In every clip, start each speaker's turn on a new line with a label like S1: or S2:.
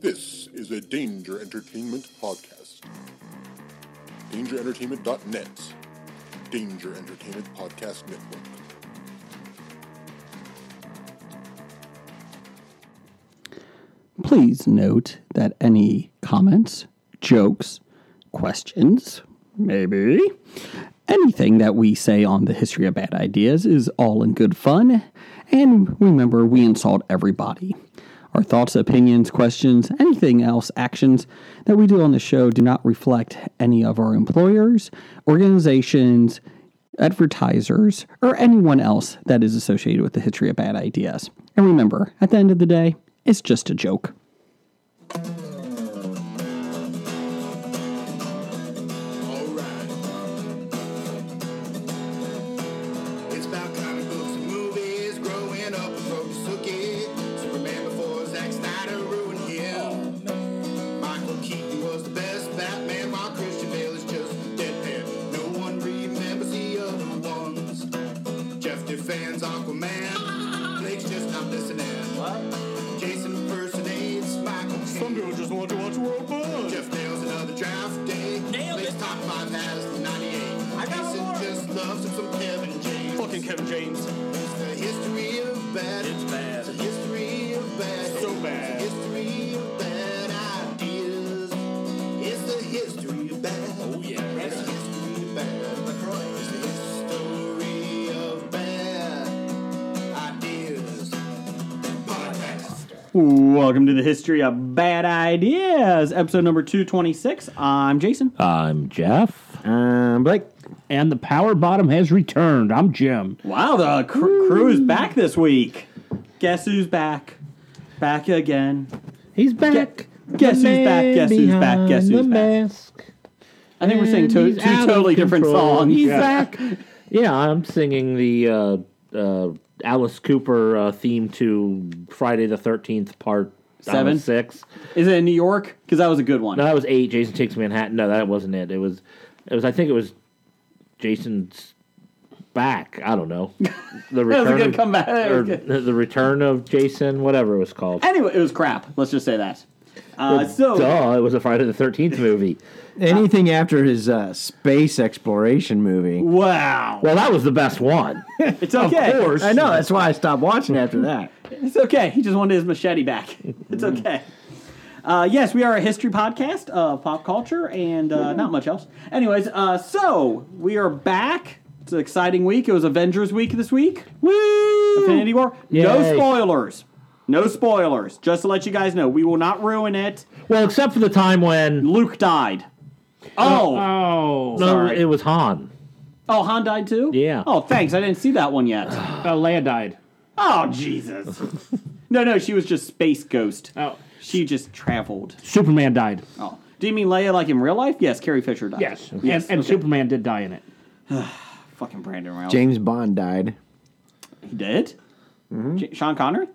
S1: This is a Danger Entertainment podcast. DangerEntertainment.net. Danger Entertainment Podcast Network.
S2: Please note that any comments, jokes, questions, maybe anything that we say on the history of bad ideas is all in good fun. And remember, we insult everybody. Our thoughts, opinions, questions, anything else, actions that we do on the show do not reflect any of our employers, organizations, advertisers, or anyone else that is associated with the history of bad ideas. And remember, at the end of the day, it's just a joke.
S3: All right. It's about comic books and movies. Growing up, we folks took it. Superman before Zack Snyder ruined him. Michael Keaton was the best Batman, while Christian Bale is just deadpan. No one remembers the other ones. Jeff defends Aquaman. Blake's just not listening. Jason impersonates Michael Keaton.
S4: people just want to watch World Buzz.
S3: Jeff nails another draft day.
S4: Nailed
S3: Makes
S4: it.
S3: top five has 98.
S4: I got
S3: Mason
S4: one more.
S3: just loves him some Kevin James.
S4: Fucking Kevin James.
S3: It's the history of bad.
S4: It's bad.
S3: It's the history of bad.
S4: So bad.
S3: It's the history of bad ideas. It's the history of bad. Oh yeah. It's the history of bad. It's the history of bad ideas. Podcast.
S2: Welcome to the History of Bad Ideas, episode number 226. I'm Jason.
S5: I'm Jeff. I'm Blake. And the power bottom has returned. I'm Jim.
S2: Wow, the cr- crew is back this week. Guess who's back? Back again.
S5: He's back.
S2: guess
S5: The
S2: who's back,
S5: man
S2: guess who's back, guess
S5: behind
S2: who's
S5: the
S2: back.
S5: Mask.
S2: I think we're singing
S5: And
S2: to-
S5: he's
S2: two
S5: out of
S2: totally different
S5: control.
S2: songs.
S5: He's
S2: Yeah.
S5: back. Yeah, I'm singing the uh, uh, Alice Cooper uh, theme to Friday the 13th, part I don't know,
S2: Seven?
S5: six.
S2: Is it in New York? Because that was a good one.
S5: No, that was eight. Jason Takes Manhattan. No, that wasn't it. It was, it was. I think it was Jason's back. I don't know.
S2: that was a
S5: The return.
S2: good
S5: of,
S2: comeback. That was
S5: or
S2: good.
S5: the return of Jason, whatever it was called.
S2: Anyway, it was crap. Let's just say that. Uh, so,
S5: Duh, it was a Friday the 13th movie.
S6: Anything after his uh, space exploration movie.
S2: wow.
S5: Well, that was the best one.
S2: It's okay.
S6: I know, that's why I stopped watching after that.
S2: It's okay. He just wanted his machete back. It's okay. Uh, yes, we are a history podcast of pop culture and uh, not much else. Anyways, uh, so we are back. It's an exciting week. It was Avengers week this week. Woo! Infinity War. No
S5: Yay.
S2: spoilers. No spoilers. Just to let you guys know, we will not ruin it.
S5: Well, except for the time when
S2: Luke died. Oh,
S7: Oh,
S5: no,
S2: sorry.
S5: it was Han.
S2: oh, Han died too.
S5: Yeah.
S2: Oh, thanks. I didn't see that one yet.
S7: uh, Leia died.
S2: Oh, Jesus. no, no, she was just space ghost.
S7: Oh,
S2: She just traveled.
S7: Superman died.
S2: Oh. Do you mean Leia like in real life? Yes, Carrie Fisher died.
S7: Yes, and, and Superman did die in it.
S2: Fucking Brandon Ralph.
S6: James Bond died.
S2: he did? J- Sean Connery?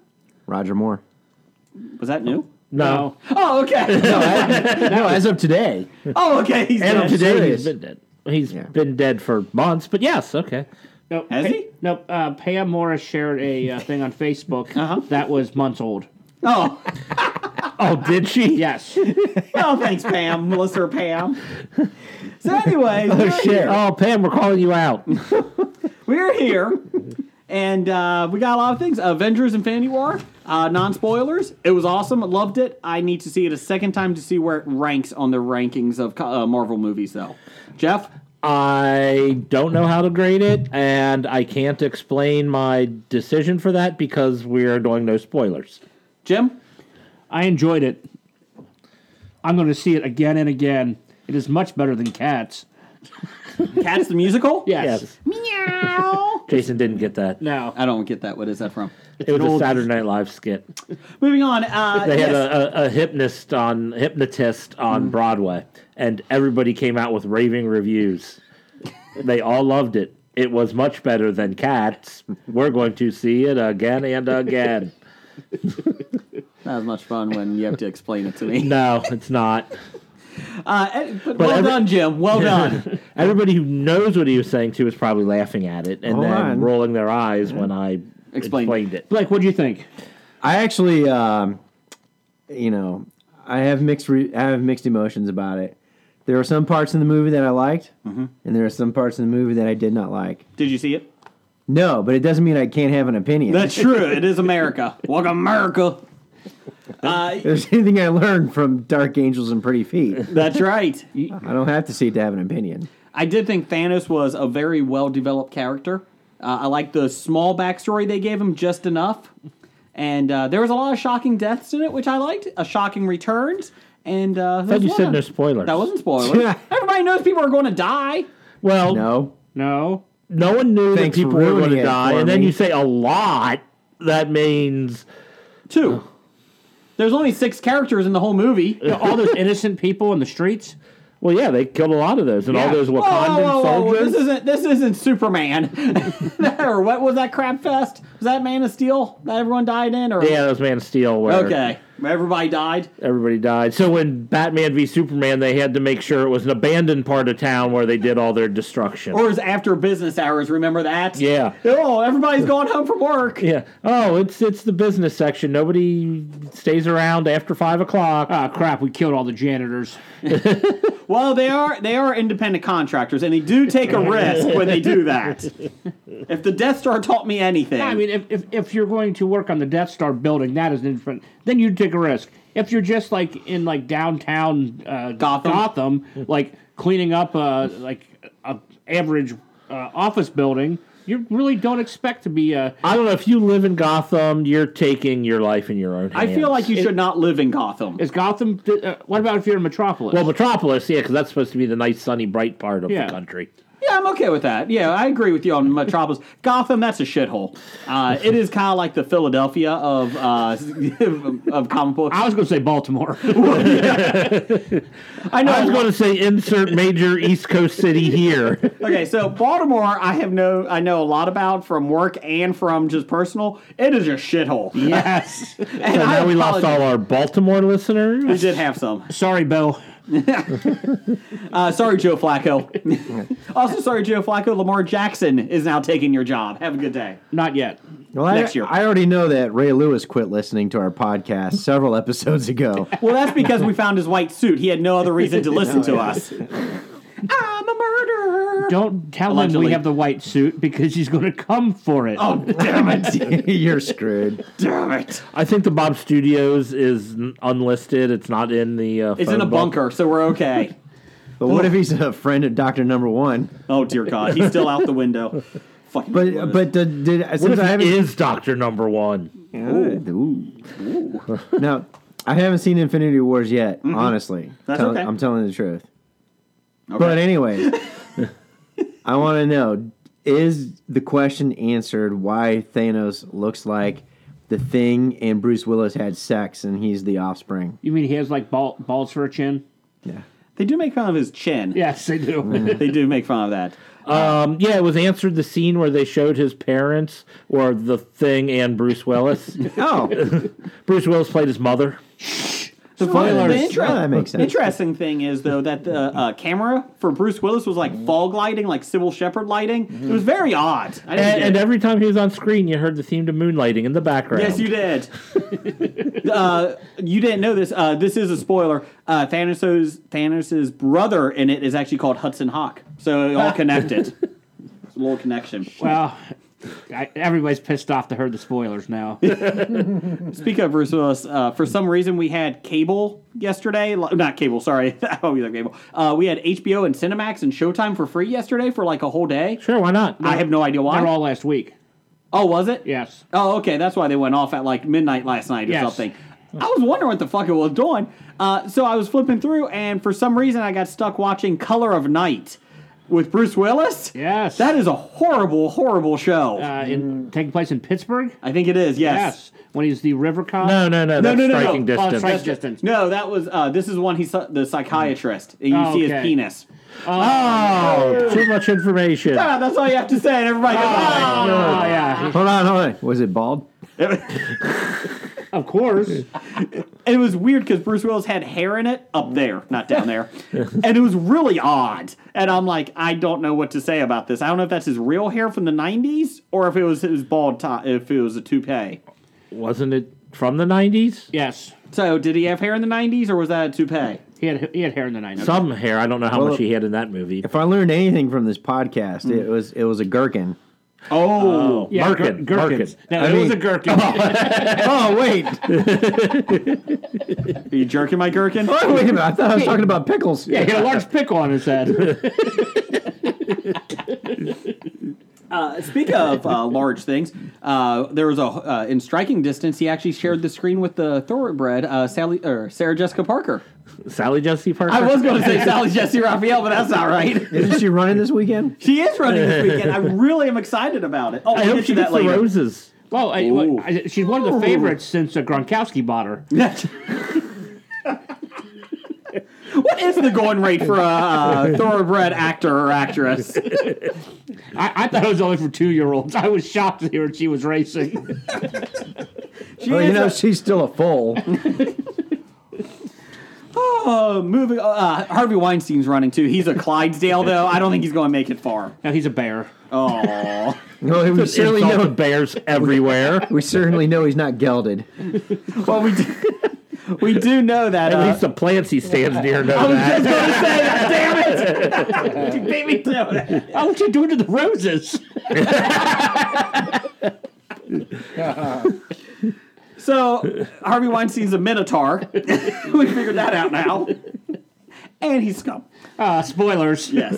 S6: Roger Moore.
S2: Was that new?
S5: No.
S2: Oh, okay.
S6: No, as of today.
S2: oh, okay. He's
S5: And
S2: dead.
S5: today
S6: serious.
S5: he's been dead. He's
S6: Yeah.
S5: been dead for months, but yes, okay.
S7: Nope.
S2: Has he?
S7: Nope. Uh, Pam Morris shared a uh, thing on Facebook
S2: Uh-huh.
S7: that was months old.
S2: Oh.
S5: Oh, did she?
S7: Yes.
S2: oh, thanks, Pam. Melissa or Pam. So, anyway, we're,
S5: Oh, Pam, we're calling you out.
S2: we're here. And uh, we got a lot of things. Avengers Infinity War, uh, non spoilers. It was awesome. Loved it. I need to see it a second time to see where it ranks on the rankings of uh, Marvel movies, though. Jeff?
S5: I don't know how to grade it, and I can't explain my decision for that because we're doing no spoilers.
S2: Jim?
S7: I enjoyed it. I'm going to see it again and again. It is much better than Cats.
S2: Cats the musical?
S7: Yes.
S2: Meow.
S5: Jason didn't get that.
S7: No.
S2: I don't get that. What is that from?
S5: It
S7: an
S5: was a
S7: old-
S5: Saturday Night Live skit.
S2: Moving on. Uh,
S5: They had
S2: yes.
S5: a, a, a hypnotist on hypnotist on
S6: Mm.
S5: Broadway, and everybody came out with raving reviews. they all loved it. It was much better than Cats. We're going to see it again and again.
S2: that was much fun when you have to explain it to me.
S5: no, it's not.
S2: Uh, and- but well
S5: every-
S2: done, Jim. Well done.
S5: Everybody who knows what he was saying to was probably laughing at it and
S6: Hold
S5: then
S6: on.
S5: rolling their eyes when I
S2: Explained
S5: explained,
S2: it.
S5: it.
S7: Blake, what do you think?
S6: I actually, um, you know, I have mixed re- I have mixed emotions about it. There were some parts in the movie that I liked, and there are some parts in the movie that I did not like.
S7: Did you see it?
S6: No, but it doesn't mean I can't have an opinion.
S7: That's true. It is America. Welcome, America. Uh,
S6: There's anything I learned from Dark Angels and Pretty Feet.
S7: that's right.
S6: I don't have to see it to have an opinion.
S7: I did think Thanos was a very well developed character. Uh, I like the small backstory they gave him just enough. And uh, there was a lot of shocking deaths in it, which I liked. A shocking returns. And uh,
S8: Thought
S7: there's
S8: you
S7: one
S8: said
S7: of-
S8: no spoilers.
S7: That wasn't spoilers. Everybody knows people are going to die.
S8: well. No,
S6: No,
S5: No.
S8: one knew that
S6: Thanks
S8: people
S6: for
S8: were going
S6: ruining
S8: to
S6: it
S8: die,
S6: for
S8: and then
S6: me.
S8: you say a lot. That means
S7: Two. There's only six characters in the whole movie.
S5: You know, all those innocent people in the streets.
S8: well, yeah, they killed a lot of those, and all
S5: Yeah.
S8: those Wakandan soldiers.
S7: This isn't this isn't Superman. or what was that crap fest? Was that Man of Steel that everyone died in? Or
S8: yeah, that was Man of Steel. Where
S7: okay, everybody died.
S8: everybody died. So when Batman v Superman, they had to make sure it was an abandoned part of town where they did all their destruction.
S7: Or it was after business hours. Remember that?
S8: yeah.
S7: Oh, everybody's going home from work.
S8: Yeah. Oh, it's it's the business section. Nobody stays around after five o'clock.
S5: Ah, crap, we killed all the janitors.
S7: Well, they are they are independent contractors, and they do take a risk when they do that. If the Death Star taught me anything,
S5: I mean, if, if, if you're going to work on the Death Star building, that is different. Then you take a risk. If you're just like in like downtown uh,
S7: Gotham.
S5: like cleaning up uh, like a average uh, office building, you really don't expect to be. Uh,
S8: I don't know if you live in Gotham, you're taking your life in your own
S7: I
S8: hands.
S7: feel like you should not live in Gotham.
S5: is Gotham? Uh, what about if you're in Metropolis?
S8: well, Metropolis, yeah, because that's supposed to be the nice, sunny, bright part of
S5: Yeah.
S8: the country.
S7: Yeah, I'm okay with that. Yeah, I agree with you on Metropolis. Gotham, that's a shithole. Uh, it is kind of like the Philadelphia of uh, of comic books.
S5: I was going to say Baltimore.
S7: I know.
S8: I was going to say insert major East Coast city here.
S7: okay, so Baltimore, I have no, I know a lot about from work and from just personal. It is a shithole.
S5: yes.
S7: and
S8: So now we lost
S7: apologize.
S8: all our Baltimore
S7: We
S8: listeners.
S7: did have some.
S5: Sorry, Bo.
S7: Uh, sorry, Joe Flacco. also, sorry, Joe Flacco. Lamar Jackson is now taking your job. Have a good day.
S5: Not yet.
S6: Well, I,
S7: Next year.
S6: I already know that Ray Lewis quit listening to our podcast several episodes ago.
S7: Well, that's because we found his white suit. He had no other reason to listen to us. I'm a murderer.
S5: Don't tell him
S7: Allegedly.
S5: we have the white suit because he's going to come for it.
S7: Oh, damn it.
S6: You're screwed.
S7: damn it.
S8: I think the Bob Studios is n- unlisted. It's not in the. Uh,
S7: It's in
S8: phone
S7: a
S8: book.
S7: bunker, so we're okay.
S6: But what if he's a friend of Doctor Number One?
S7: oh, dear God. He's still out the window. Fucking
S6: But but did, did
S8: What
S6: since I
S8: if
S6: haven't
S8: he is Doctor Number One?
S6: now I haven't seen Infinity Wars yet. Honestly,
S7: Mm-hmm. That's
S6: Tell-
S7: okay.
S6: I'm telling the truth. But anyway, I want to know: Is the question answered? Why Thanos looks like the Thing and Bruce Willis had sex, and he's the offspring?
S5: You mean he has like ball, balls for a chin?
S7: They do make fun of his chin.
S5: Yes, they do.
S7: They do make fun of that.
S8: Mm-hmm. Um, yeah, it was answered the scene where they showed his parents or the thing and Bruce Willis.
S6: Oh,
S8: Bruce Willis played his mother.
S5: Oh,
S7: The,
S6: spoilers.
S7: the inter-
S6: Yeah, that makes sense.
S7: interesting thing is, though, that the uh, camera for Bruce Willis was
S6: Mm-hmm.
S7: like fog lighting, like Sybil Shepherd lighting. It was very odd. I didn't
S8: And,
S7: get
S8: and
S7: it.
S8: every time he was on screen, you heard the theme to Moonlighting in the background.
S7: Yes, you did. uh, you didn't know this. Uh, this is a spoiler. Uh, Thanos' Thanos's brother in it is actually called Hudson Hawk, so it all connected. it's a little connection.
S5: well, I, everybody's pissed off to hear the spoilers now.
S7: Speak of Bruce Willis, uh, for some reason we had cable yesterday. li- Not cable, sorry. oh, we have cable. Uh, we had HBO and Cinemax and Showtime for free yesterday for like a whole day.
S8: Sure, why not?
S7: I have no idea why.
S5: They're all last week.
S7: oh, was it?
S5: Yes.
S7: Oh, okay. That's why they went off at like midnight last night or
S5: Yes.
S7: something. I was wondering what the fuck it was doing. Uh, so I was flipping through, and for some reason, I got stuck watching Color of Night with Bruce Willis.
S5: Yes.
S7: That is a horrible, horrible show.
S5: uh, in, taking place in Pittsburgh.
S7: I think it is, yes.
S5: Yes. When he's the river cop.
S8: no, no, no. That's
S7: no, no, no.
S8: striking
S5: Oh,
S8: distance.
S5: strike distance.
S7: No, that was, uh, this is one he's the psychiatrist, and you
S5: Oh,
S7: see his
S5: okay.
S7: penis.
S8: Oh, too much information.
S7: Ah, that's all you have to say, and everybody goes, ah.
S5: Oh yeah.
S6: hold on, hold on. Was it bald?
S5: Uh, Of course.
S7: And it was weird because Bruce Willis had hair in it up there, not down there. and it was really odd. And I'm like, I don't know what to say about this. I don't know if that's his real hair from the 90s or if it was his bald top, if it was a toupee.
S8: Wasn't it from the 90s?
S5: Yes,
S7: So, did he have hair in the 90s or was that a toupee?
S5: he had he had hair in the nineties.
S8: Some hair. I don't know how
S6: Well,
S8: much he had in that movie.
S6: If I learned anything from this podcast, it was it was a gherkin.
S7: Oh.
S5: yeah,
S8: Merkin,
S5: gir-
S8: Merkin.
S5: gherkins. No,
S6: I
S5: it was
S6: mean-
S5: a gherkin.
S6: oh wait, wait
S7: Are you jerking my gherkin?
S6: a minute! I thought I was talking about pickles.
S5: yeah, he had a large pickle on his head.
S7: Speak of uh, large things, uh, there was a uh, in striking distance. He actually shared the screen with the thoroughbred uh, Sally or Sarah Jessica Parker.
S8: Sally Jesse Parker?
S7: I was going to say Sally Jesse Raphael, but that's not right.
S6: Isn't she running this weekend?
S7: She is running this weekend. I really am excited about it. Oh, we'll
S8: I hope
S7: get
S8: she
S7: to
S8: gets
S7: that
S8: the
S7: later.
S8: roses.
S5: well, I, well Oh, I, she's one of the favorites since uh, Gronkowski bought her.
S7: what is the going rate for a uh, thoroughbred actor or actress?
S5: I, I thought it was only for two year olds. I was shocked to hear she was racing.
S7: She
S6: Well,
S7: is
S6: you know
S7: a-
S6: she's still a foal.
S7: oh, moving. Uh, Harvey Weinstein's running too. He's a Clydesdale though. I don't think he's going to make it far.
S5: no, he's a bear.
S7: Oh.
S6: Well, we certainly
S8: Insulted
S6: know
S8: bears everywhere.
S6: we certainly know he's not gelded.
S7: Well, we do, we do know that.
S8: At
S7: uh,
S8: least the plants he stands near know that.
S7: you beat me to it.
S5: Oh, what you doing to the roses?
S7: So Harvey Weinstein's a minotaur. we figured that out now. And he's scum.
S5: Uh, spoilers.
S7: Yes.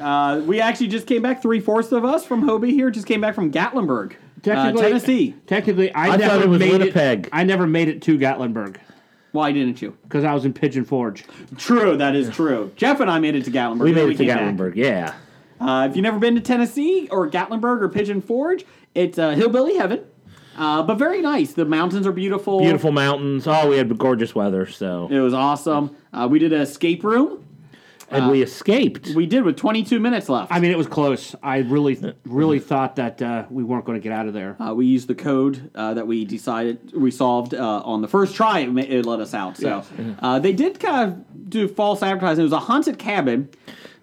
S7: Uh, we actually just came back. Three fourths of us from Hobie here just came back from Gatlinburg, uh,
S5: Technically-
S7: Tennessee.
S5: Technically, I,
S8: I
S5: never
S8: thought it was
S5: made
S8: Winnipeg.
S5: It, I never made it to Gatlinburg
S7: Why didn't you?
S5: because I was in Pigeon Forge.
S7: True, that is true. Jeff and I made it to Gatlinburg.
S8: We
S7: then
S8: made it to
S7: came back.
S8: Gatlinburg, yeah.
S7: Uh, if you've never been to Tennessee or Gatlinburg or Pigeon Forge, it's uh, hillbilly heaven, uh, but very nice. The mountains are beautiful.
S8: Beautiful mountains. Oh, we had gorgeous weather, so.
S7: It was awesome. Uh, we did an escape room.
S5: Uh,
S8: And we escaped.
S7: We did with 22 minutes left.
S5: I mean, it was close. I really, really thought that uh, we weren't going to get out of there.
S7: Uh, we used the code uh, that we decided we solved uh, on the first try. It, ma- it let us out. So uh, they did kind of do false advertising. It was a haunted cabin.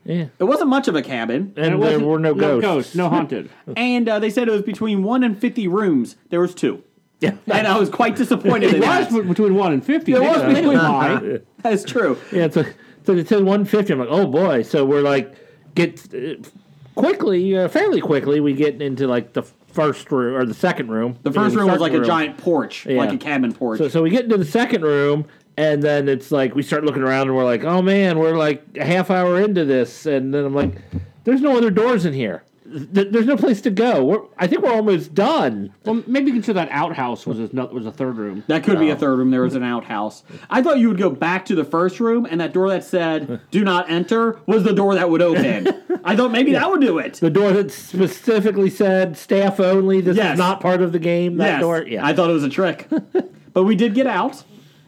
S8: Yeah.
S7: It wasn't much of a cabin,
S8: And there
S5: wasn't-
S8: were no
S5: No
S8: ghosts.
S5: ghosts. No haunted.
S7: and uh, they said it was between one and fifty rooms. There was two,
S8: Yeah.
S7: and I was quite disappointed. in
S5: it was
S7: that.
S5: between one and fifty.
S7: It
S5: They
S7: was
S5: didn't- they
S7: between-
S5: didn't lie.
S7: That's true.
S8: Yeah, it's a, so it said 150. I'm like, oh boy. So we're like, get uh, quickly, uh, fairly quickly, we get into like the first room or the second room.
S7: The first
S8: Yeah,
S7: room was like
S8: second
S7: a giant porch,
S8: Yeah.
S7: like a cabin porch.
S8: So, so we get into the second room, and then it's like we start looking around, and we're like, oh man, we're like a half hour into this, and then I'm like, there's no other doors in here. Th- There's no place to go. We're, I think we're almost done.
S5: Well, maybe you can show that outhouse was a, was a third room.
S7: that could be a third room. There was an outhouse. I thought you would go back to the first room, and that door that said "Do not enter" was the door that would open. I thought maybe that would do it.
S8: The door that specifically said staff only. This
S7: Yes.
S8: is not part of the game. That
S7: yes.
S8: door. Yeah.
S7: I thought it was a trick. but we did get out.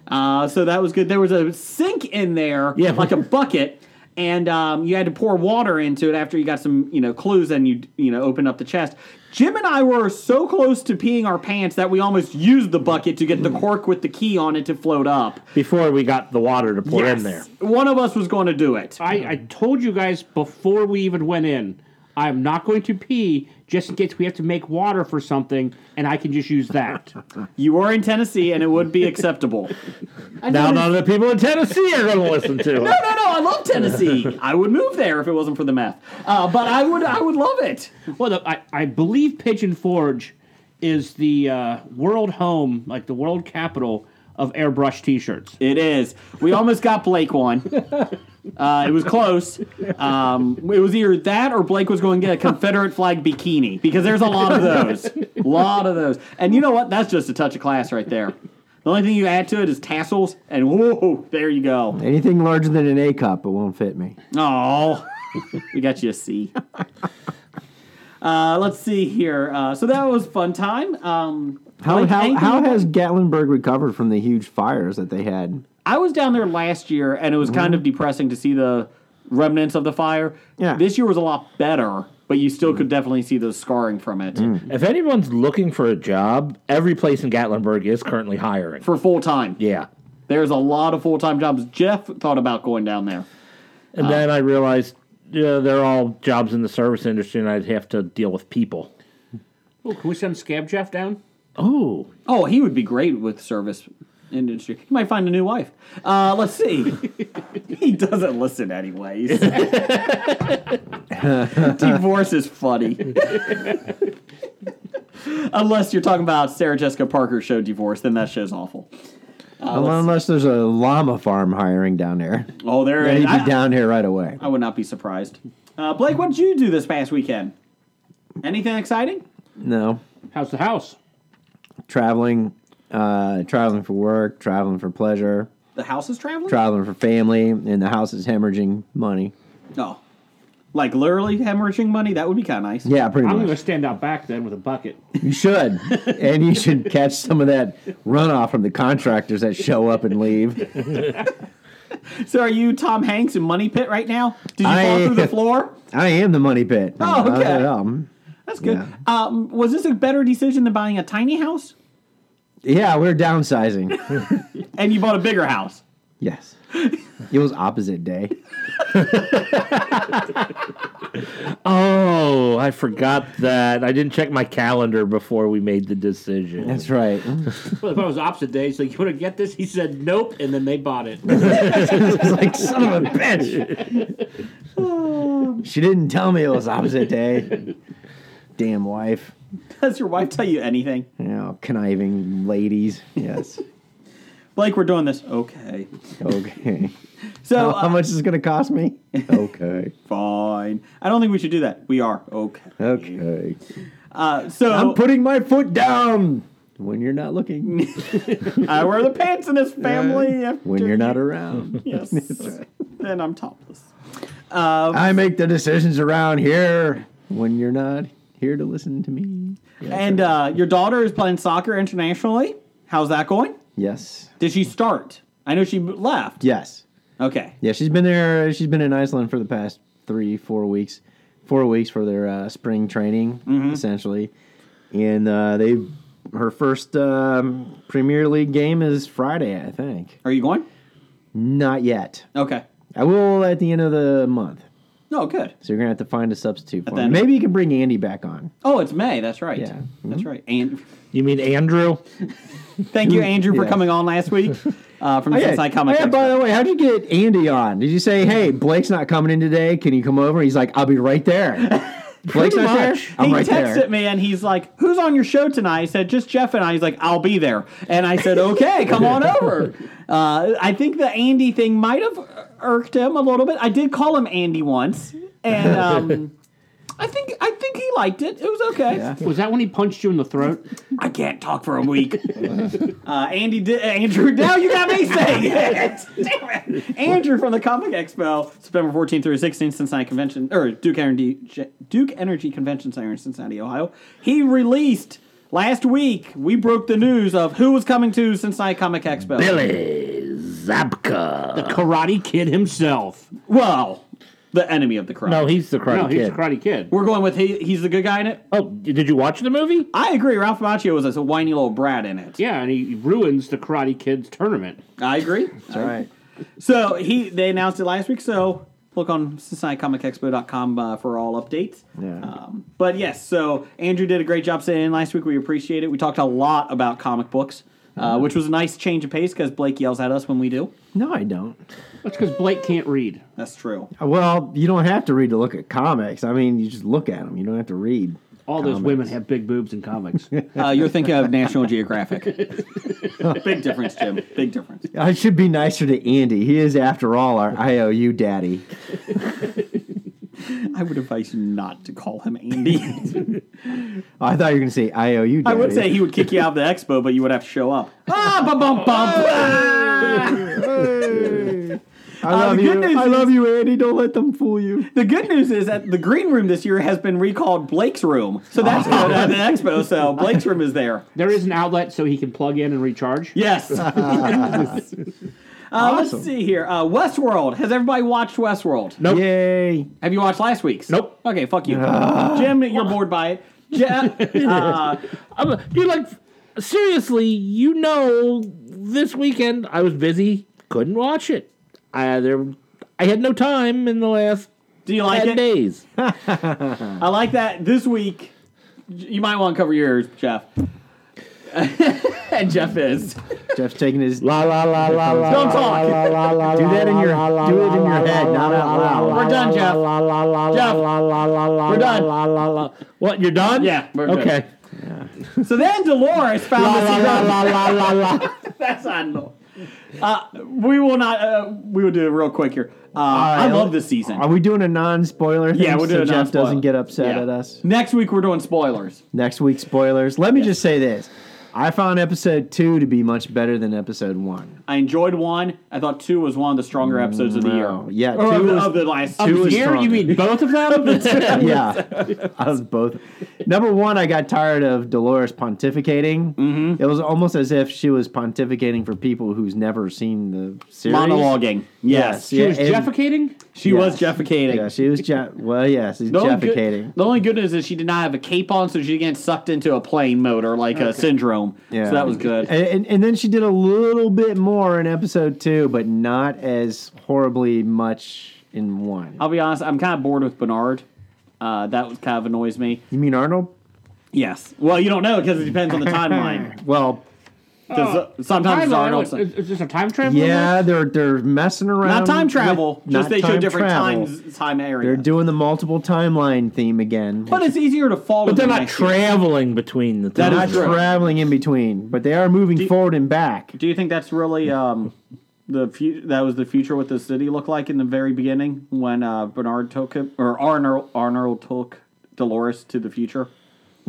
S7: Uh, so that was good. There was a sink in there,
S8: Yeah.
S7: like a bucket, and um, you had to pour water into it after you got some, you know, clues and you, you know, opened up the chest. Jim and I were so close to peeing our pants that we almost used the bucket to get the cork with the key on it to float up.
S8: Before we got the water to pour in there.
S7: Yes. One of us was going to do it.
S5: I, I told you guys before we even went in, I'm not going to pee just in case we have to make water for something, and I can just use that.
S7: You were in Tennessee, and it would be acceptable.
S8: Now none of the people in Tennessee are going to listen to
S7: No,
S8: it.
S7: no, no! I love Tennessee. I would move there if it wasn't for the meth. Uh, but I would, I would love it.
S5: well, the, I, I believe Pigeon Forge is the uh, world home, like the world capital of airbrush T-shirts.
S7: It is. We almost got Blake one. Uh, it was close. Um, it was either that or Blake was going to get a Confederate flag bikini because there's a lot of those. A lot of those. And you know what? That's just a touch of class right there. The only thing you add to it is tassels, and whoa, there you go.
S6: Anything larger than an A cup, it won't fit me.
S7: Oh, we got you a C. Uh, let's see here. Uh, so that was fun time. Um,
S6: How
S7: Blake,
S6: how,
S7: anything
S6: how
S7: you-
S6: has Gatlinburg recovered from the huge fires that they had?
S7: I was down there last year, and it was
S6: Mm-hmm.
S7: kind of depressing to see the remnants of the fire.
S6: Yeah. Mm.
S7: This year was a lot better, but you still could definitely see the scarring from it
S8: If anyone's looking for a job, every place in Gatlinburg is currently hiring.
S7: for full time.
S8: Yeah.
S7: There's a lot of full time jobs. Jeff thought about going down there.
S8: And
S6: Uh,
S8: then I realized yeah, they're all jobs in the service industry and I'd have to deal with people.
S5: Oh, can we send Scab Jeff down?
S8: Oh,
S7: Oh, he would be great with service industry. He might find a new wife. Uh, let's see. he doesn't listen anyways. Divorce is funny. Unless you're talking about Sarah Jessica Parker show Divorce, then that show's awful.
S6: Unless there's a llama farm hiring down there.
S7: Oh, there
S6: They
S7: it
S6: need
S7: is.
S6: to be
S7: I,
S6: down here right away.
S7: I would not be surprised. Uh, Blake, what did you do this past weekend? Anything exciting?
S6: No.
S5: How's the house?
S6: Traveling, uh, traveling for work, traveling for pleasure,
S7: The house is traveling?
S6: traveling for family, and the house is hemorrhaging money.
S7: no. Oh. Like literally hemorrhaging money? That would be kind of nice.
S6: Yeah, pretty
S5: I'm
S6: much.
S5: going to stand out back then with a bucket.
S6: You should. and you should catch some of that runoff from the contractors that show up and leave.
S7: So are you Tom Hanks in Money Pit right now? Did you fall
S6: I-
S7: through the floor?
S6: I am the money pit.
S7: Oh,
S6: Not
S7: okay.
S6: at all.
S7: That's good.
S6: Yeah.
S7: Um, was this a better decision than buying a tiny house?
S6: Yeah, we're downsizing.
S7: And you bought a bigger house.
S6: yes. It was opposite day.
S8: oh, I forgot that. I didn't check my calendar before we made the decision.
S6: That's right.
S5: Well, if I was opposite day, so you want to get this? He said nope, and then they bought it.
S6: It's like, son of a bitch. she didn't tell me it was opposite day. Damn wife.
S7: Does your wife tell you anything?
S6: You know, conniving ladies. Yes.
S7: Blake, we're doing this. Okay.
S6: Okay.
S7: So
S6: How,
S7: uh,
S6: how much is it going to cost me? Okay.
S7: fine. I don't think we should do that. We are okay.
S6: Okay.
S7: Uh, so
S6: I'm putting my foot down when you're not looking,
S7: I wear uh, the pants in this family. after
S6: when you're not
S7: you-
S6: around.
S7: Yes. Then I'm topless.
S6: I make the decisions around here when you're not here to listen to me.
S7: and uh, your daughter is playing soccer internationally. How's that going?
S6: Yes.
S7: Did she start? I know she left.
S6: Yes.
S7: Okay.
S6: Yeah, she's been there. She's been in Iceland for the past three, four weeks, four weeks for their uh, spring training, essentially. And uh, they, her first um, Premier League game is Friday, I think.
S7: Are you going?
S6: Not yet.
S7: Okay.
S6: I will at the end of the month.
S7: No, good.
S6: So you're gonna have to find a substitute for
S7: the
S6: him.
S7: end of-
S6: Maybe you can bring Andy back on.
S7: Oh, it's May. That's right.
S6: Yeah. Mm-hmm.
S7: That's right. And
S8: You mean Andrew?
S7: thank you, Andrew, for
S6: Yeah.
S7: coming on last week uh, from the
S6: yeah.
S7: Cincinnati Comic
S6: Oh, yeah,
S7: Expo.
S6: by the way, how'd you get Andy on? Did you say, "Hey, Blake's not coming in today. Can you come over?" He's like, "I'll be right there." Blake's not
S7: Much.
S6: there. I'm
S7: he
S6: right
S7: texted
S6: there.
S7: me and he's like, "Who's on your show tonight?" I said, "Just Jeff and I." He's like, "I'll be there," and I said, "Okay, come on over." Uh, I think the Andy thing might have irked him a little bit. I did call him Andy once, and um, I think I think he liked it. It was okay.
S5: Was that when he punched you in the throat?
S7: I can't talk for a week. uh, Andy, di- Andrew, now you got me saying it. Damn it. Andrew from the Comic Expo, September 14th through 16th, Cincinnati Convention, or Duke Energy, Duke Energy Convention Center in Cincinnati, Ohio. He released last week, we broke the news of who was coming to Cincinnati Comic Expo.
S8: Billy Zabka.
S5: Karate Kid himself.
S7: Well, the enemy of the crowd.
S8: No, he's the Karate
S5: No, he's
S8: Kid.
S5: a Karate Kid.
S7: We're going with he, he's the good guy in it.
S8: oh, did you watch the movie?
S7: I agree. Ralph Macchio was a whiny little brat in it.
S5: Yeah, and he ruins the Karate Kid's tournament.
S7: I agree.
S6: All right.
S7: So he they announced it last week. So look on CincinnatiComicExpo.com uh, for all updates.
S6: Yeah.
S7: Um, but yes, so Andrew did a great job sitting in last week. We appreciate it. We talked a lot about comic books,
S6: Mm-hmm.
S7: uh, which was a nice change of pace because Blake yells at us when we do.
S6: No, I don't.
S5: That's because Blake can't read.
S7: That's true.
S6: Oh, Well, you don't have to read to look at comics. I mean, you just look at them. You don't have to read.
S5: All those women have big boobs in comics.
S7: Uh, you're thinking of National Geographic. Big difference, Jim. Big difference.
S6: I should be nicer to Andy. He is, after all, our IOU daddy.
S7: I would advise you not to call him Andy.
S6: I thought you were going to say IOU
S7: I
S6: daddy.
S7: would say he would kick you out of the expo, but you would have to show up. Ah, bum bum bum.
S6: I love
S7: the
S6: you.
S7: good news
S6: I
S7: is-
S6: love you, Andy. Don't let them fool you.
S7: The good news is that the green room this year has been recalled Blake's room. So that's good at the expo. So Blake's room is there.
S5: there is an outlet so he can plug in and recharge.
S7: Yes. uh, Let's see here. Uh, Westworld. Has everybody watched Westworld?
S8: Nope.
S6: Yay.
S7: Have you watched last week's?
S8: Nope. Ah.
S7: Okay, fuck you. Jim, you're bored by it. Yeah, uh,
S8: I'm, dude, like, seriously, you know, this weekend I was busy, couldn't watch it. I there, I had no time in the last
S7: do you like
S8: ten
S7: it?
S8: days.
S7: I like that. This week, you might want to cover yours, Jeff. and Jeff is.
S6: Jeff's taking his.
S8: La la la la la.
S7: Don't talk.
S8: La, la, la,
S6: Do
S8: la,
S6: that in
S8: la,
S6: your.
S8: la, la,
S6: Do it in
S8: la,
S6: your
S8: la,
S6: head,
S8: la,
S6: not
S8: la,
S6: out
S8: la,
S6: loud.
S8: la,
S7: We're done,
S8: la,
S7: Jeff.
S8: la, la, la, la,
S7: Jeff.
S8: la, la, la, la,
S7: We're done.
S8: la, la, la. What? You're done?
S7: Yeah, we're good.
S8: okay.
S7: So then Dolores found
S8: La
S7: the
S8: la
S7: secret.
S8: la la la la la.
S7: That's on low. Uh, we will not. Uh, we will do it real quick here. Uh, I love this season.
S6: Are we doing a non-spoiler thing?
S7: Yeah, we'll do
S6: so
S7: a
S6: Jeff
S7: non-spoiler.
S6: doesn't get upset
S7: Yeah.
S6: at us.
S7: Next week we're doing spoilers.
S6: Next week, spoilers. Let me just say this: I found episode two to be much better than episode one.
S7: I enjoyed one. I thought two was one of the stronger episodes of the year.
S6: Oh, Yeah,
S7: Or
S6: two
S7: of, the,
S6: was-
S7: of the last
S6: two
S7: of
S6: was
S7: the year.
S6: stronger.
S7: You mean both of them?
S6: yeah, I was both. Number one, I got tired of Dolores pontificating. Mm-hmm. It was almost as if she was pontificating for people who's never seen the series.
S7: Monologuing. Yes.
S6: Yes,
S7: She
S6: yeah,
S7: was
S6: and-
S7: jefficating? She was jefficating.
S6: Yeah, she was Jeff. Well, yes, she's
S7: The only, good-
S6: jefficating.
S7: the only good news is she did not have a cape on, so she gets sucked into a plane motor like a syndrome.
S6: Yeah.
S7: So that was good.
S6: And, and and then she did a little bit more in episode two, but not as horribly much in one.
S7: I'll be honest, I'm kind of bored with Bernard. Uh, that was kind of annoys me.
S6: You mean Arnold?
S7: Yes. Well, you don't know because it depends on the timeline.
S6: Well,
S7: Because
S6: Oh.
S7: sometimes it's
S5: Timeline,
S7: Arnold.
S5: what, Is, is this a time travel?
S6: yeah, they're they're messing around.
S7: not time
S6: with-
S7: travel. just
S6: not
S7: they show
S6: time
S7: different
S6: travel.
S7: times, time
S6: They're
S7: areas.
S6: doing the multiple timeline theme again.
S7: but it's easier to follow.
S8: But they're
S7: them
S8: not
S7: next year.
S8: traveling between the.
S7: That
S8: timelines.
S6: not
S7: is true.
S6: traveling in between, but they are moving forward and back.
S7: Do you think that's really um, the fu- that was the future? What the city looked like in the very beginning when uh, Bernard took it, or Arnold Arnold took Dolores to the future?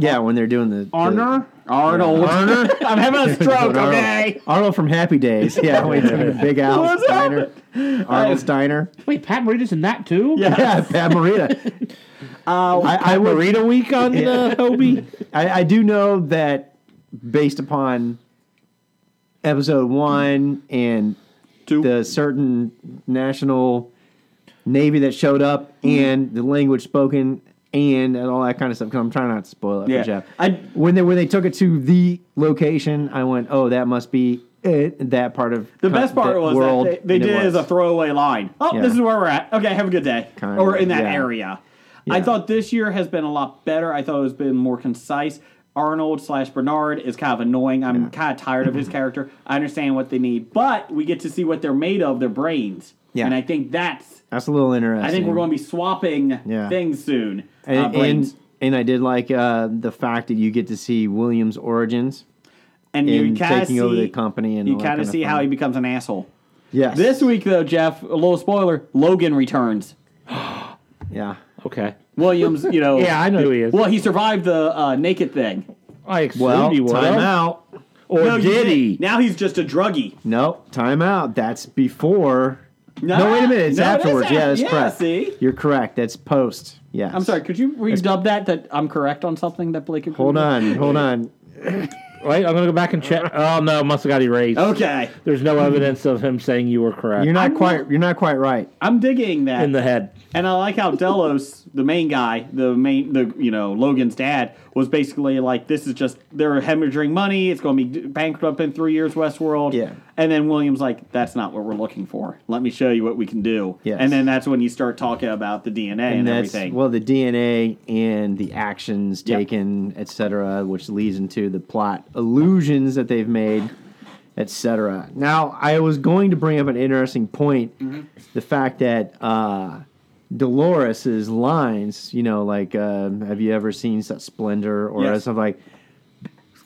S6: Yeah, when they're doing the
S5: Arnor?
S7: Arnold, I'm having a stroke. Okay.
S6: The, Arnold from Happy Days. Yeah, when they're in the Big Al
S7: What's
S6: Steiner. Arnold Steiner.
S5: Wait, Pat Morita's in that too?
S6: Yeah, Pat Morita.
S7: Uh,
S6: I, I would,
S8: Burrito week on uh, Hobie.
S6: I, I do know that based upon episode one and
S7: Two.
S6: the certain national navy that showed up and the language spoken and, and all that kind of stuff. Because I'm trying not to spoil it
S7: Yeah.
S6: for Jeff.
S7: I-
S6: when they when they took it to the location, I went, "Oh, that must be it." That part of
S7: The
S6: co-
S7: best part
S6: that
S7: was
S6: world,
S7: that they, they
S6: and
S7: did it as
S6: was.
S7: a throwaway line. Oh,
S6: Yeah.
S7: this is where we're at. Okay, have a good day.
S6: Kinda,
S7: or in that
S6: yeah.
S7: area. I
S6: Yeah.
S7: thought this year has been a lot better. I thought it's been more concise. Arnold slash Bernard is kind of annoying. I'm kind of tired of his character. I understand what they need, but we get to see what they're made of, their brains.
S6: Yeah.
S7: And I think that's.
S6: That's a little interesting.
S7: I think we're going to be swapping
S6: Yeah.
S7: things soon.
S6: and,
S7: uh, brains.
S6: and and I did like uh, the fact that you get to see Williams' origins.
S7: And you
S6: in
S7: kind of
S6: taking over
S7: see,
S6: the company and
S7: you
S6: all that
S7: kind
S6: kinda
S7: of see
S6: fun.
S7: how he becomes an asshole.
S6: Yes.
S7: This week, though, Jeff, a little spoiler: Logan returns.
S6: Yeah.
S8: Okay.
S7: Williams, you know.
S8: Yeah, I know who he is.
S7: Well, he survived the uh, naked thing.
S8: I assumed
S6: Well,
S8: he would.
S6: time out.
S8: Or
S7: No, you
S8: did
S7: didn't.
S8: he?
S7: Now he's just a druggie.
S6: No, time out. That's before. No, wait a minute. It's
S7: No, it is
S6: afterwards. yeah,
S7: after-
S6: that's
S7: yeah,
S6: correct.
S7: see?
S6: You're correct. That's post. Yes.
S7: I'm sorry. Could you redub that? That I'm correct on something that Blake. agreed
S6: Hold
S7: with?
S6: on. Hold on.
S8: Wait, I'm gonna go back and check. Oh no, must have got erased.
S7: Okay,
S8: There's no evidence of him saying you were correct
S6: You're not quite. You're not quite right.
S7: I'm digging that,
S8: in the head.
S7: and I like how Delos, the main guy, the main, the you know Logan's dad, was basically like, "This is just they're hemorrhaging money. It's going to be bankrupt in three years, Westworld."
S6: Yeah.
S7: And then Williams like, "That's not what we're looking for. Let me show you what we can do."
S6: Yes.
S7: And then that's when you start talking about the DNA and,
S6: that's
S7: everything.
S6: well, the DNA and the actions
S7: Yeah.
S6: taken, et cetera, which leads into the plot illusions that they've made, et cetera. Now, I was going to bring up an interesting point:
S7: Mm-hmm.
S6: the fact that uh, Dolores's lines, you know, like um, "Have you ever seen such splendor?" or
S7: Yes.
S6: stuff like,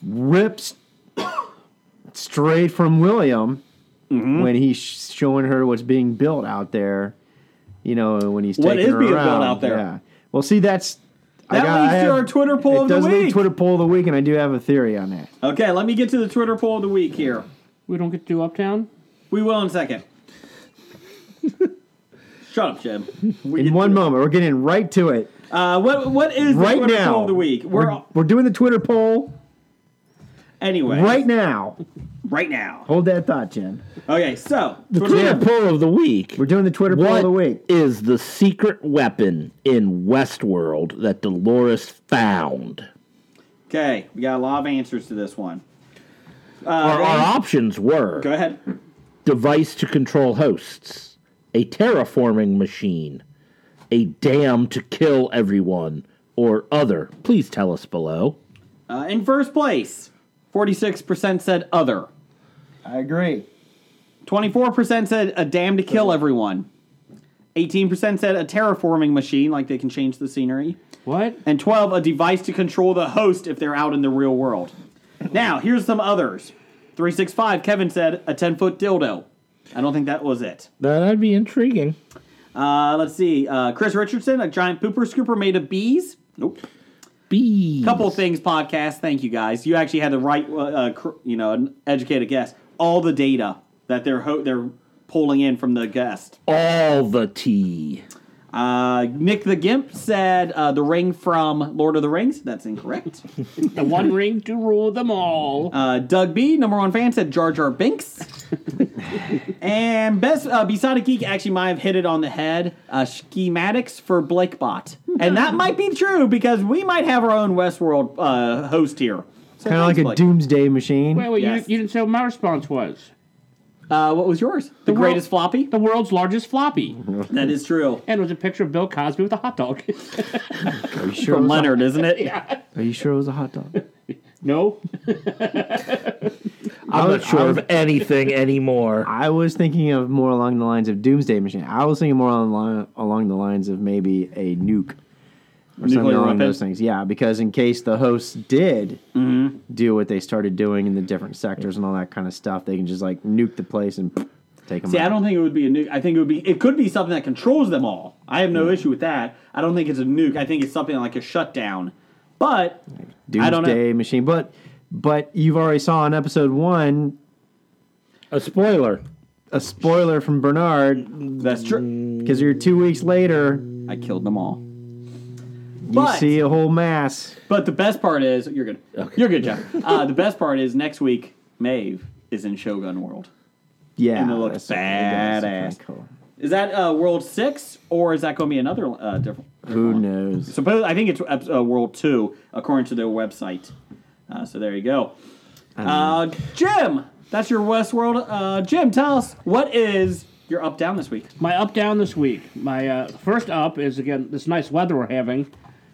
S6: rips straight from William
S7: Mm-hmm.
S6: when he's showing her what's being built out there. You know, when he's
S7: What
S6: taking
S7: is
S6: her
S7: being built
S6: around.
S7: out there?
S6: Yeah. Well, see, that's I
S7: That
S6: got-
S7: leads
S6: I
S7: to
S6: have-
S7: our Twitter poll
S6: it
S7: of the
S6: does lead
S7: week.
S6: Twitter poll of the week, and I do have a theory on that.
S7: Okay, let me get to the Twitter poll of the week here.
S5: We don't get to do Uptown?
S7: We will in a second. Shut up, Jim. We
S6: In
S7: get
S6: one
S7: to it.
S6: moment, we're getting right to it
S7: Uh, what what is the
S6: right
S7: Twitter
S6: now.
S7: poll of the week? We're,
S6: we're, we're doing the Twitter poll
S7: anyway
S6: right now.
S7: right now.
S6: Hold that thought, Jen.
S7: Okay, so Twitter
S8: Twitter poll of the week.
S6: We're doing the Twitter poll of the
S8: What
S6: week.
S8: is the secret weapon in Westworld that Dolores found?
S7: Okay, we got a lot of answers to this one. Uh,
S8: Our, our
S7: Ray,
S8: options were
S7: go ahead.
S8: device to control hosts, a terraforming machine, a dam to kill everyone, or other. Please tell us below.
S7: Uh, in first place, 46% said other.
S6: I agree.
S7: 24% said a dam to kill everyone. 18% said a terraforming machine, like they can change the scenery.
S5: What?
S7: And 12, a device to control the host if they're out in the real world. Now, here's some others. 365, Kevin said a 10 foot dildo. I don't think that was it.
S8: That'd be intriguing.
S7: Uh, let's see. Uh, Chris Richardson, a giant pooper scooper made of bees. Nope.
S8: Bees.
S7: Couple things podcast. Thank you guys. You actually had the right, uh, uh, cr- you know, an educated guess. All the data that they're ho- they're pulling in from the guest.
S8: All the tea.
S7: Uh, Nick the Gimp said uh, the ring from Lord of the Rings. That's incorrect.
S5: The one ring to rule them all.
S7: Uh, Doug B, number one fan, said Jar Jar Binks. and best uh, Besotted Geek actually might have hit it on the head. Uh, schematics for Blakebot, and that might be true because we might have our own Westworld uh, host here. So
S6: Kind of like
S7: thanks,
S6: a
S7: Blake.
S6: doomsday machine.
S5: wait, wait,
S7: yes.
S5: you, you didn't say what my response was.
S7: Uh, what was yours? The,
S5: world-
S7: greatest floppy.
S5: The world's largest floppy.
S8: Mm-hmm.
S7: That is true.
S5: And it was a picture of Bill Cosby with a hot dog.
S6: Are you sure?
S7: From
S6: it was a-
S7: Leonard, isn't it?
S6: Are you sure it was a hot dog?
S5: no?
S8: I'm not
S6: was-
S8: sure
S6: I was-
S8: of anything anymore.
S6: I was thinking of more along the lines of doomsday machine. I was thinking more along along the lines of maybe a nuke or something
S7: Nuclear
S6: along
S7: weapon?
S6: those things. Yeah, because in case the hosts did
S7: Mm-hmm.
S6: do what they started doing in the different sectors and all that kind of stuff, they can just like nuke the place and take them
S7: See,
S6: out.
S7: I don't think it would be a nuke. I think it would be. It could be something that controls them all. I have no issue with that. I don't think it's a nuke. I think it's something like a shutdown. But
S6: doomsday
S7: I don't know.
S6: machine. But but you've already saw in episode one
S8: A spoiler.
S6: a spoiler from Bernard
S7: that's true.
S6: because you're two weeks later
S7: I killed them all.
S6: you
S7: But-
S6: see a whole mass.
S7: But the best part is you're good. You're good, Jeff. Uh, the best part is next week, Maeve is in Shogun World.
S6: Yeah,
S7: And it looks
S6: that's- that's
S7: badass.
S6: cool.
S7: Is that uh, World Six or is that going to be another uh, different?
S6: Who knows?
S7: Suppose I think it's ep- uh, World Two according to their website. Uh, so there you go. Uh, Jim, that's your Westworld. Uh, Jim, tell us what is your up down this week?
S5: My up down this week. My uh, first up is again this nice weather we're having,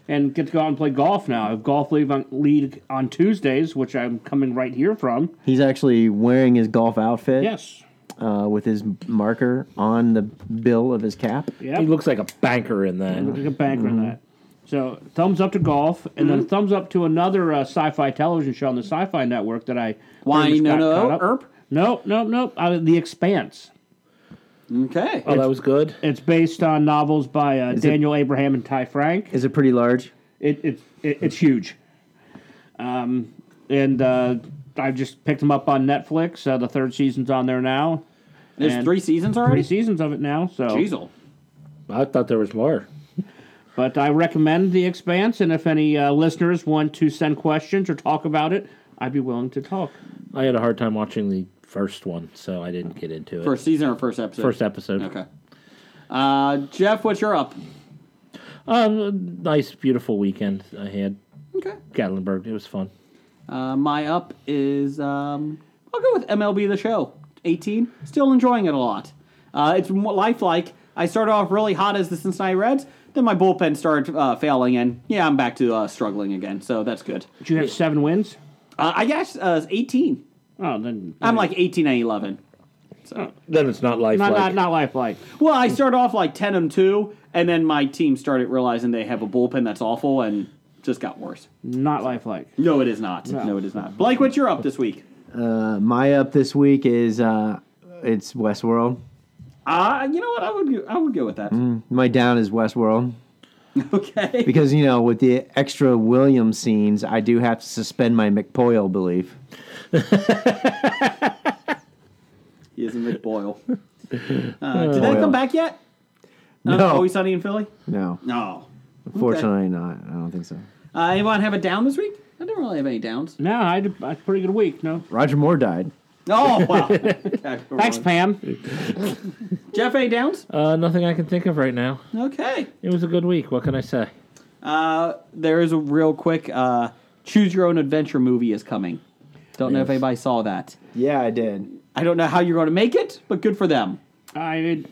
S5: and get to go out and play golf now. I have golf league on, league on Tuesdays, which I'm coming right here from.
S6: He's actually wearing his golf outfit
S5: Yes,
S6: uh, with his marker on the bill of his cap.
S5: yeah,
S8: He looks like a banker in
S5: look
S8: that.
S5: like a banker
S8: Mm-hmm.
S5: in that. So thumbs up to golf, and then thumbs up to another uh, sci-fi television show on the Sci-Fi Network that I
S7: Why
S5: pretty much
S7: no
S5: got caught
S7: no
S5: up.
S7: erp?
S5: Nope, nope, nope. Uh, the Expanse.
S7: Okay.
S8: Oh, that was good.
S5: It's based on novels by uh,
S6: it-
S5: Daniel Abraham and Ty Frank.
S6: Is it pretty large?
S5: It, it, it it's huge. Um, and uh, I've just picked them up on Netflix. Uh, the third season's on there now.
S7: There's
S5: and-
S7: three seasons
S5: Three
S7: already.
S5: seasons of it now. So,
S7: Jeezle.
S8: I thought there was more.
S5: but I recommend The Expanse. And if any uh, listeners want to send questions or talk about it, I'd be willing to talk.
S8: I had a hard time watching the first one, so I didn't get into it.
S7: First season or first episode?
S8: First episode.
S7: Okay. Uh, Jeff, what's your up?
S8: Um, nice, beautiful weekend I had.
S7: Okay.
S8: Gatlinburg. It was fun.
S7: Uh, my up is um, I'll go with MLB The Show 18. Still enjoying it a lot. Uh, it's mo- lifelike. I started off really hot as the Cincinnati Reds, then my bullpen started uh, failing, and yeah, I'm back to uh, struggling again. So that's good.
S5: Did you have seven wins?
S7: Uh, I guess uh, 18.
S5: Oh, then
S7: I'm like 18 and 11.
S8: Then it's not life.
S5: not not not lifelike.
S7: Well, I started off like 10 and 2, and then my team started realizing they have a bullpen that's awful and just got worse.
S5: Not lifelike.
S7: No, it is not. No, it is not. Blake, what's your up this week?
S6: Uh, my up this week is uh, it's Westworld.
S7: Uh, you know what? I would go- I would go with that.
S6: My down is Westworld
S7: Okay.
S6: because you know with the extra Williams scenes, I do have to suspend my McPoyle belief.
S7: He is a McBoyle. Uh, did that
S6: Boyle.
S7: come back yet? Uh,
S6: No.
S7: Always Sunny in Philly?
S6: No,
S7: No.
S6: unfortunately not. I don't think so.
S7: Uh, anyone have a down this week? I don't really have any downs.
S5: No, I had a, a pretty good week. No,
S6: Roger Moore died.
S7: Oh, wow. Thanks,
S5: thanks, Pam.
S7: Jeff, any downs?
S8: Uh, nothing I can think of right now.
S7: Okay.
S8: It was a good week. What can I say?
S7: Uh, there is a real quick uh, choose your own adventure movie is coming. Don't know if anybody saw that.
S6: Yeah, I did.
S7: I don't know how you're going to make it, but good for them.
S5: I,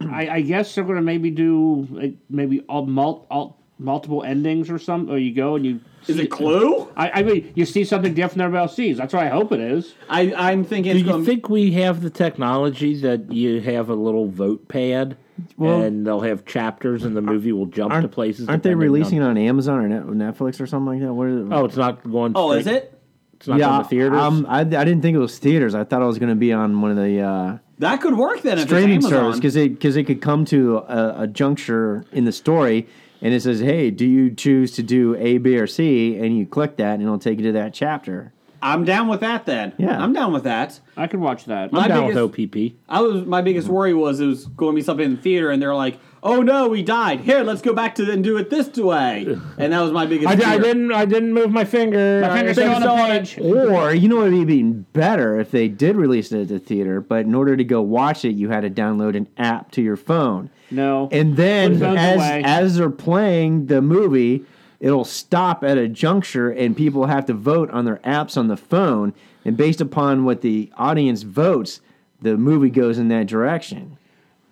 S5: I, I guess they're going to maybe do like, maybe alt, mul- alt, multiple endings or something? Or you go and you
S7: Is it Clue?
S5: I, I mean, you see something different than everybody else sees. That's what I hope it is.
S7: I, I'm thinking.
S8: Do
S7: it's
S8: you
S7: gonna-
S8: think we have the technology that you have a little vote pad and they'll have chapters and the movie will jump to
S6: Aren't,
S8: places?
S6: aren't they
S8: depending
S6: releasing
S8: on-
S6: it on Amazon or Net- Netflix or something like that? What is it?
S8: Oh, it's not going.
S7: oh, is
S8: straight-
S7: it?
S8: It's not going to theaters.
S6: Um, I, I didn't think it was theaters. I thought it was going to be on one of the uh,
S7: That could work then. If
S6: streaming
S7: it's Amazon.
S6: service because it because it could come to a, a juncture in the story and it says, "Hey, do you choose to do A, B, or C?" And you click that, and it'll take you to that chapter.
S7: I'm down with that then.
S6: Yeah.
S7: I'm down with that.
S5: I could watch that.
S7: My
S8: down
S7: biggest,
S8: with OPP.
S7: I was my biggest worry was it was going to be something in the theater, and they're like, "Oh no, we died. Here, let's go back to and do it this way." And that was my biggest.
S8: I,
S7: fear.
S8: didn't. I didn't move my finger.
S5: My finger's still on the page.
S6: Or you know what would be better if they did release it at the theater, but in order to go watch it, you had to download an app to your phone.
S5: No.
S6: And
S5: Put
S6: then
S5: phones
S6: as
S5: away.
S6: as they're playing the movie, it'll stop at a juncture and people have to vote on their apps on the phone and based upon what the audience votes, the movie goes in that direction.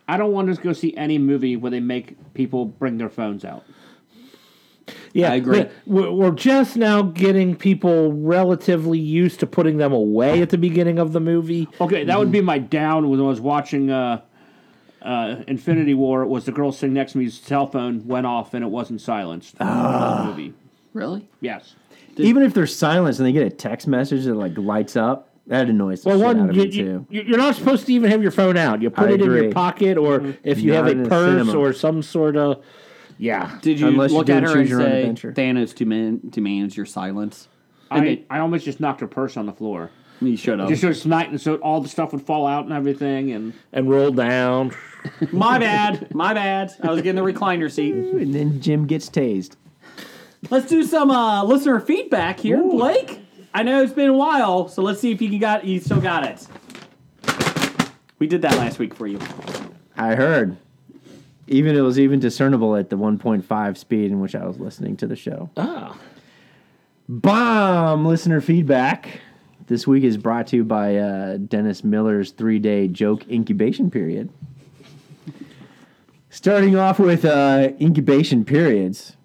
S5: I don't want to go see any movie where they make people bring their phones out.
S8: Yeah,
S7: I agree.
S8: but We're, we're just now getting people relatively used to putting them away at the beginning of the movie.
S5: Okay, that would be my down when I was watching uh, uh, Infinity War. It was the girl sitting next to me's cell phone went off and it wasn't silenced.
S8: Ah.
S5: Movie.
S7: really.
S5: Yes.
S6: Even if there's silence and they get a text message that like lights up, that annoys the
S8: Well,
S6: shit out
S8: one,
S6: of
S8: you,
S6: me too.
S8: you, are not supposed to even have your phone out. You put
S6: I
S8: it in your
S6: agree.
S8: pocket,
S5: Mm-hmm.
S8: or if you
S6: Not
S8: have
S6: in
S8: a
S6: a
S8: purse
S6: cinema.
S8: or some sort of. Yeah.
S7: Did you
S6: Unless you
S7: look
S6: do
S7: at her
S6: choose
S7: and
S6: your own
S7: say
S6: adventure.
S7: Thanos to man to manage your silence?
S5: I, I almost just knocked her purse on the floor.
S7: You should have.
S5: Just so it's night, and so all the stuff would fall out and everything. And
S8: And roll down.
S7: my bad. My bad. I was getting the recliner seat.
S6: And then Jim gets tased.
S7: Let's do some uh, listener feedback here, Blake. I know it's been a while, so let's see if you can got you still got it. We did that last week for you.
S6: I heard. Even it was even discernible at the 1.5 speed in which I was listening to the show.
S8: Ah.
S6: Bomb listener feedback. This week is brought to you by uh, Dennis Miller's three day joke incubation period. Starting off with uh, incubation periods.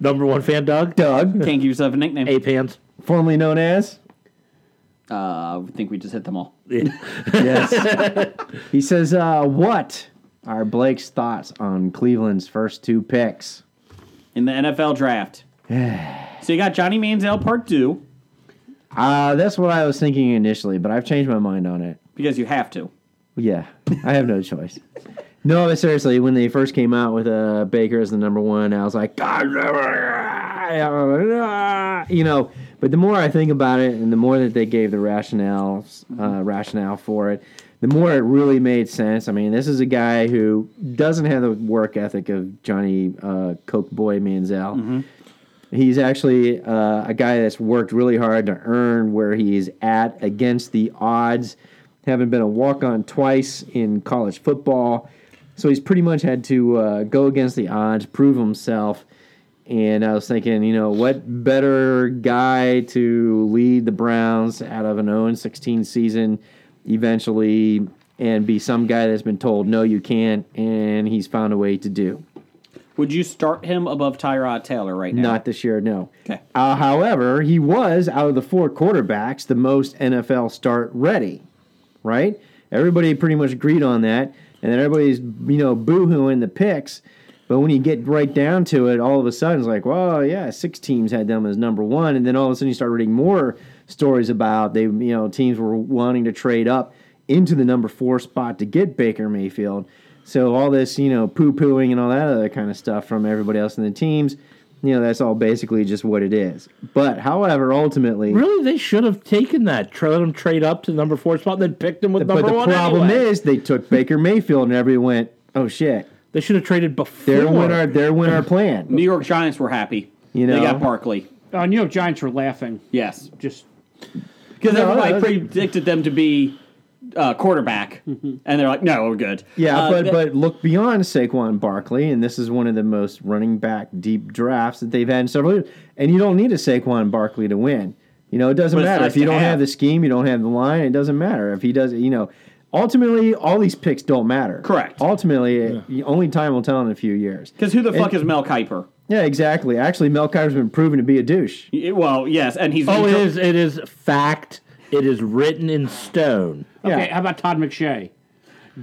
S8: Number one fan, Doug.
S6: Doug,
S7: Can't give yourself a nickname.
S8: Ape hands.
S6: formerly known as.
S7: Uh, I think we just hit them all.
S6: Yes. he says, uh, What are Blake's thoughts on Cleveland's first two picks?
S7: in the NFL draft. so you got Johnny Manziel part two
S6: Uh, that's what I was thinking initially, but I've changed my mind on it.
S7: because you have to.
S6: Yeah, I have no choice. No, but seriously, when they first came out with uh, Baker as the number one, I was like, God, you know. But the more I think about it, and the more that they gave the rationale uh, rationale for it, the more it really made sense. I mean, this is a guy who doesn't have the work ethic of Johnny uh, Coke Boy Manziel. He's actually uh, a guy that's worked really hard to earn where he's at against the odds, having been a walk on twice in college football. So he's pretty much had to uh, go against the odds, prove himself. And I was thinking, you know, what better guy to lead the Browns out of an 0 16 season eventually and be some guy that's been told, no, you can't, and he's found a way to do.
S7: Would you start him above Tyrod Taylor right now?
S6: Not this year, no.
S7: Okay.
S6: Uh, however, he was out of the four quarterbacks the most NFL start ready, right? Everybody pretty much agreed on that, and then everybody's you know boohooing the picks. But when you get right down to it, all of a sudden it's like, well, yeah, six teams had them as number one, and then all of a sudden you start reading more stories about they you know teams were wanting to trade up into the number four spot to get Baker Mayfield. So all this, you know, poo pooing and all that other kind of stuff from everybody else in the teams, you know, that's all basically just what it is. But however, ultimately,
S8: Really, they should have taken that. Tra- Let him trade up to the number four spot, and then picked him with
S6: but
S8: number
S6: the
S8: one.
S6: problem
S8: anyway.
S6: is they took Baker Mayfield and everybody went, oh shit,
S8: they should have traded before.
S6: there went our there went our plan.
S7: New York Giants were happy.
S6: You
S7: they
S6: know.
S7: got Barkley.
S5: uh, New York Giants were laughing.
S7: Yes,
S5: Just
S7: because
S6: No,
S7: everybody
S6: that's-
S7: predicted them to be uh, quarterback, and they're like, "No, we're good."
S6: Mm-hmm. Yeah,
S7: Uh,
S6: but
S7: th-
S6: but look beyond Saquon Barkley, and this is one of the most running back deep drafts that they've had in several years. And you don't need a Saquon Barkley to win. You know, it doesn't
S7: But it's
S6: matter
S7: nice
S6: if you
S7: to
S6: don't
S7: have.
S6: have the scheme, you don't have the line. It doesn't matter if he does. You know, Ultimately, all these picks don't matter.
S7: Correct.
S6: Ultimately, y- only time will tell in a few years.
S7: Because who the fuck is Mel Kiper?
S6: Yeah, exactly. Actually, Mel Kiper's been proven to be a douche.
S7: Y- Well, yes, and he's
S8: Oh, it is. It is fact. It is written in stone.
S5: Okay,
S6: Yeah.
S5: how about Todd McShay?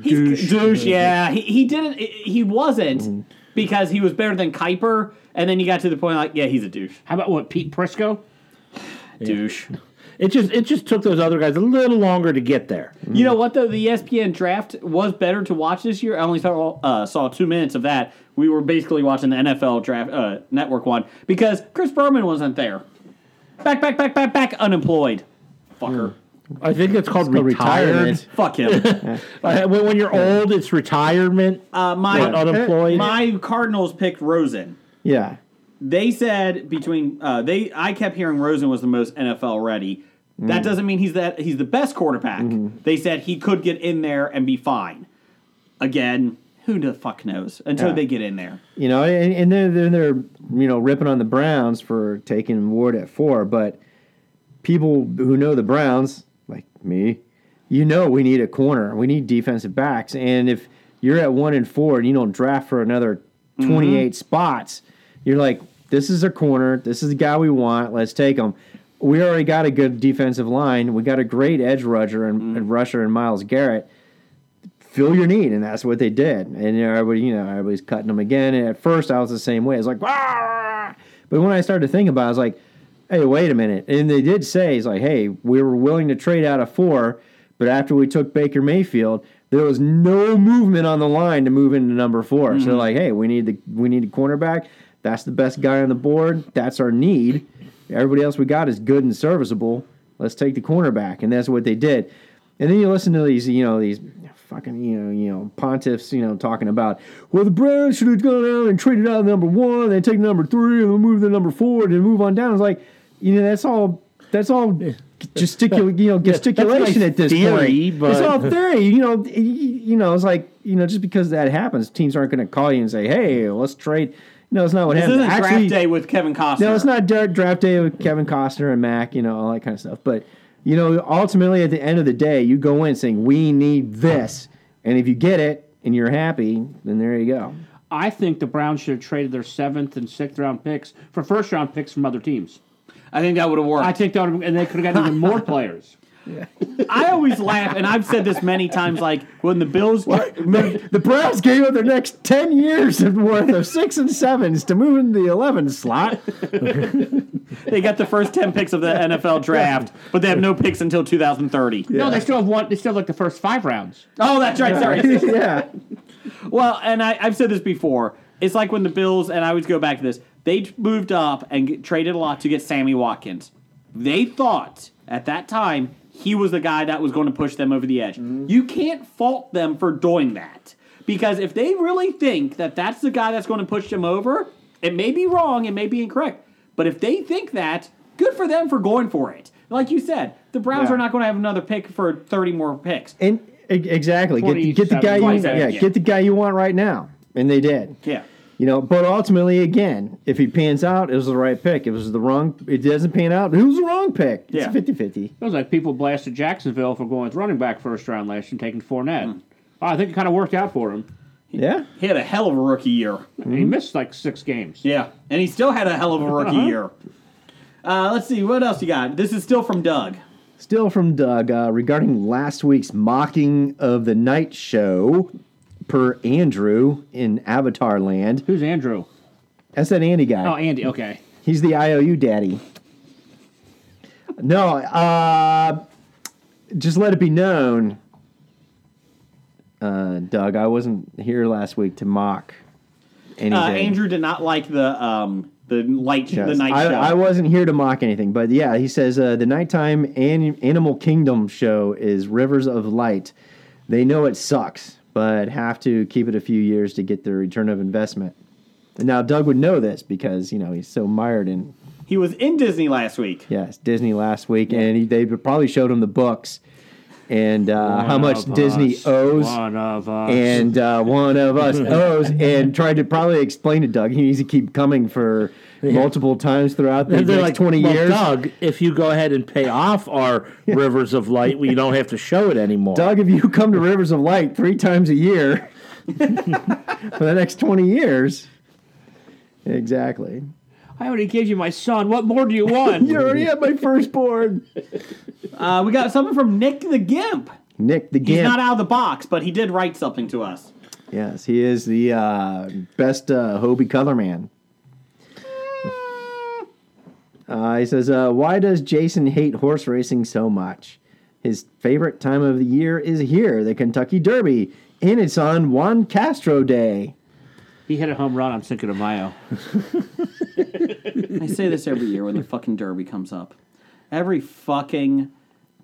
S7: douche. douche. Yeah, he, he didn't. He wasn't
S8: Mm.
S7: because he was better than Kuiper, and then you got to the point like, yeah, he's a douche.
S5: How about what Pete Prisco?
S7: Douche.
S8: It just it just took those other guys a little longer to get there.
S7: You know what though? The E ESPN draft was better to watch this year. I only saw uh, saw two minutes of that. We were basically watching the NFL draft uh, network one because Chris Berman wasn't there. Back, back, back, back, back. Unemployed. Fucker.
S8: Mm. I think it's called
S6: called
S8: retired.
S6: retirement.
S7: Fuck him.
S8: Uh, when, when you're old, it's retirement.
S7: Uh, my
S8: Not unemployed.
S7: my Cardinals picked Rosen.
S6: Yeah.
S7: They said between uh, they I kept hearing Rosen was the most NFL ready.
S6: Mm.
S7: That doesn't mean he's that he's the best quarterback.
S6: Mm-hmm.
S7: They said he could get in there and be fine. Again, who the fuck knows until
S6: Yeah.
S7: they get in there.
S6: You know, and, and then, then they're, you know, ripping on the Browns for taking Ward at four. But people who know the Browns, like me, you know we need a corner. We need defensive backs. And if you're at one and four and you don't draft for another 28 spots, you're like, this is a corner. This is the guy we want. Let's take him. We already got a good defensive line. We got a great edge rusher and, and rusher and Miles Garrett fill your need, and that's what they did. And you know, everybody, you know, everybody's cutting them again. And at first, I was the same way. I was like, "Ah!" but when I started to think about, it, I was like, hey, wait a minute. And they did say, "It's like, hey, we were willing to trade out of four, but after we took Baker Mayfield, there was no movement on the line to move into number 4 So they're like, hey, we need the we need a cornerback. That's the best guy on the board. That's our need. Everybody else we got is good and serviceable. Let's take the cornerback, and that's what they did. And then you listen to these, you know, these fucking, you know, you know, pontiffs, you know, talking about, well, the Browns should have gone out and traded out number one, then take number three, and then move to number four, and then move on down. It's like, you know, that's all. That's all gesticul- you know, gesticulation
S8: nice
S6: at this
S8: theory,
S6: point.
S8: but-
S6: It's all theory, you know. y- y- You know, it's like you know, just because that happens, teams aren't going to call you and say, "Hey, let's trade." No, it's not what
S7: This
S6: happens.
S7: isn't
S6: Actually-
S7: draft day with Kevin Costner.
S6: no, it's not dra- draft day with Kevin Costner and Mac, you know, all that kind of stuff. But, you know, ultimately at the end of the day, you go in saying, we need this. And if you get it and you're happy, then there you go.
S5: I think the Browns should have traded their seventh and sixth round picks for first round picks from other teams.
S7: I think that would have
S5: I
S7: worked.
S5: think that would have, and they could have gotten even more players.
S7: I, always laugh, and I've said this many times. Like when the Bills,
S6: The Browns gave up their next 10 years of worth of six and sevens to move into the 11 slot.
S7: they got the first ten picks of the NFL draft, but they have no picks until 2030.
S5: No, they still have one. They still have like the first five rounds.
S7: Oh, that's right. Sorry.
S6: yeah.
S7: well, and I, I've said this before. It's like when the Bills, and I always go back to this. They t- moved up and get, traded a lot to get Sammy Watkins. They thought at that time he was the guy that was going to push them over the edge. You can't fault them for doing that because if they really think that that's the guy that's going to push them over, it may be wrong, it may be incorrect, but if they think that, good for them for going for it. Like you said, the Browns
S6: Yeah.
S7: are not going to have another pick for 30 more picks.
S6: And e- exactly. Get, get the
S5: 27,
S6: guy you,
S7: 27,
S6: yeah,
S7: yeah.
S6: get the guy you want right now. And they did.
S7: Yeah.
S6: You know, but ultimately, again, if he pans out, it was the right pick. If it was the wrong, it doesn't pan out, it was the wrong pick. It's
S7: Yeah.
S6: 50 50.
S5: It was like people blasted Jacksonville for going with running back first round last year and taking Fournette. Oh, I think it kind of worked out for him.
S6: Yeah.
S7: He had a hell of a rookie year.
S5: He
S8: Mm-hmm.
S5: missed like six games.
S7: Yeah, and he still had a hell of a rookie
S6: Uh-huh.
S7: year. Uh, let's see what else you got. This is still from Doug.
S6: Still from Doug uh, regarding last week's mocking of the night show per Andrew in Avatar Land.
S5: Who's Andrew?
S6: That's that Andy guy.
S5: Oh, Andy. Okay.
S6: He's the IOU daddy. No, uh, just let it be known, uh, Doug, I wasn't here last week to mock anything.
S7: Uh, Andrew did not like the um, the light the
S6: Yes.
S7: night
S6: I,
S7: show.
S6: I wasn't here to mock anything, but yeah, he says uh, the nighttime an- Animal Kingdom show is Rivers of Light. They know it sucks, but have to keep it a few years to get the return of investment. Now Doug would know this because you know he's so mired in
S7: he was in Disney last week.
S6: yes Disney last week, and he, they probably showed him the books and uh, how
S5: One
S6: much
S5: of
S6: Disney
S5: us.
S6: owes uh,
S5: One of us.
S6: and uh, one of us owes and tried to probably explain to Doug. He needs to keep coming for multiple times throughout the
S8: And they're
S6: next
S8: like
S6: twenty
S8: well,
S6: years.
S8: Doug, if you go ahead and pay off our rivers of light, we don't have to show it anymore.
S6: Doug, if you come to Rivers of Light three times a year for the next 20 years. Exactly.
S5: I already gave you my son. What more do you want?
S6: You already had my firstborn.
S7: Uh, we got something from Nick the Gimp.
S6: Nick the
S7: He's
S6: Gimp.
S7: not out of the box, but he did write something to us.
S6: yes, he is the uh, best uh, Hobie color man. Uh, he says, uh, Why does Jason hate horse racing so much? His favorite time of the year is here, the Kentucky Derby, and it's on Juan Castro Day.
S5: he hit a home run on Cinco de Mayo.
S7: I say this every year when the fucking Derby comes up. Every fucking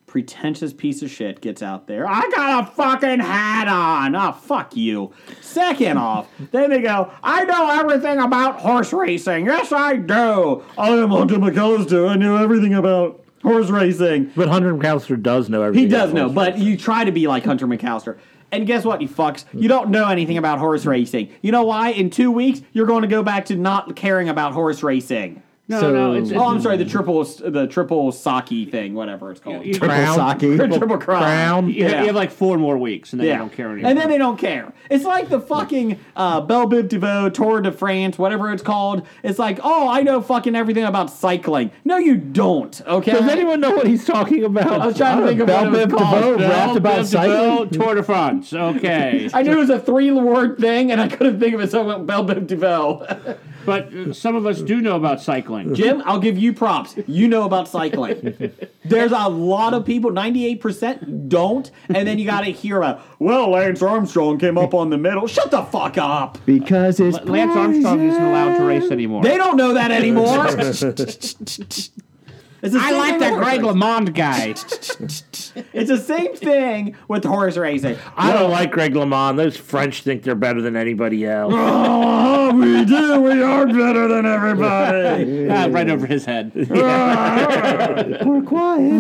S7: pretentious piece of shit gets out there. I got a fucking hat on. Ah, fuck you. Second off, then they go, I know everything about horse racing. Yes, I do. I am Hunter McAllister. I know everything about horse racing.
S8: but Hunter McAllister does know everything.
S7: He does
S8: about
S7: know,
S8: horse
S7: but you try to be like Hunter McAllister. And guess what, you fucks? You don't know anything about horse racing. You know why? In two weeks, you're going to go back to not caring about horse racing.
S5: No,
S6: So-
S5: no, it's, it's
S7: Oh, I'm sorry, the triple the triple sake thing, whatever it's called.
S5: you,
S6: Triple Saki.
S7: triple crown.
S8: Crown.
S5: you have-
S7: yeah.
S5: you have like four more weeks, and then
S7: yeah.
S5: you don't care anymore.
S7: and then they don't care. It's like the fucking uh, Belle Biv DeVoe Tour de France, whatever it's called. It's like, oh, I know fucking everything about cycling. No, you don't. Okay.
S8: Does anyone know what he's talking about?
S7: I was trying to think of
S6: Belle
S7: what it
S6: Biv
S7: was called.
S6: DeVoe rapped about
S5: Bill DeVoe,
S6: cycling.
S5: Tour de France. Okay,
S7: I knew it was a three word thing, and I couldn't think of it. So I went Belle Biv DeVoe.
S5: but uh, some of us do know about cycling.
S7: Jim, I'll give you props. You know about cycling. There's a lot of people, 98% don't, and then you got to hear about, well, Lance Armstrong came up on the middle. Shut the fuck up.
S6: Because it's
S5: Lance Armstrong isn't allowed to race anymore.
S7: They don't know that anymore. It's the same thing with horse racing.
S5: LeMond guy.
S7: It's the same thing with horse racing.
S8: I don't like Greg LeMond. Those French think they're better than anybody else.
S7: Oh, we do. We are better than
S8: Uh,
S7: everybody.
S5: Ah, right over his head.
S6: We're quiet.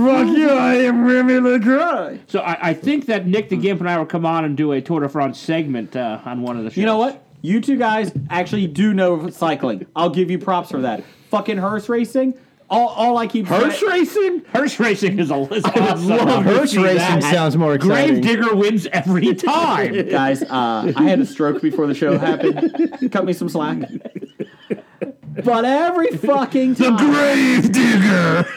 S7: Fuck you. I am Remy LeGrand.
S5: So I, I think that Nick the Gimp and I will come on and do a Tour de France segment uh, on one of the shows.
S7: You know what? You two guys actually do know cycling. I'll give you props for that. Fucking horse racing. All, all I keep
S8: Horse racing?
S5: Hearse racing is a is awesome.
S6: Horse racing sounds more exciting.
S8: Gravedigger wins every time.
S7: guys, uh, I had a stroke before the show happened. Cut me some slack. But every fucking time,
S8: Gravedigger.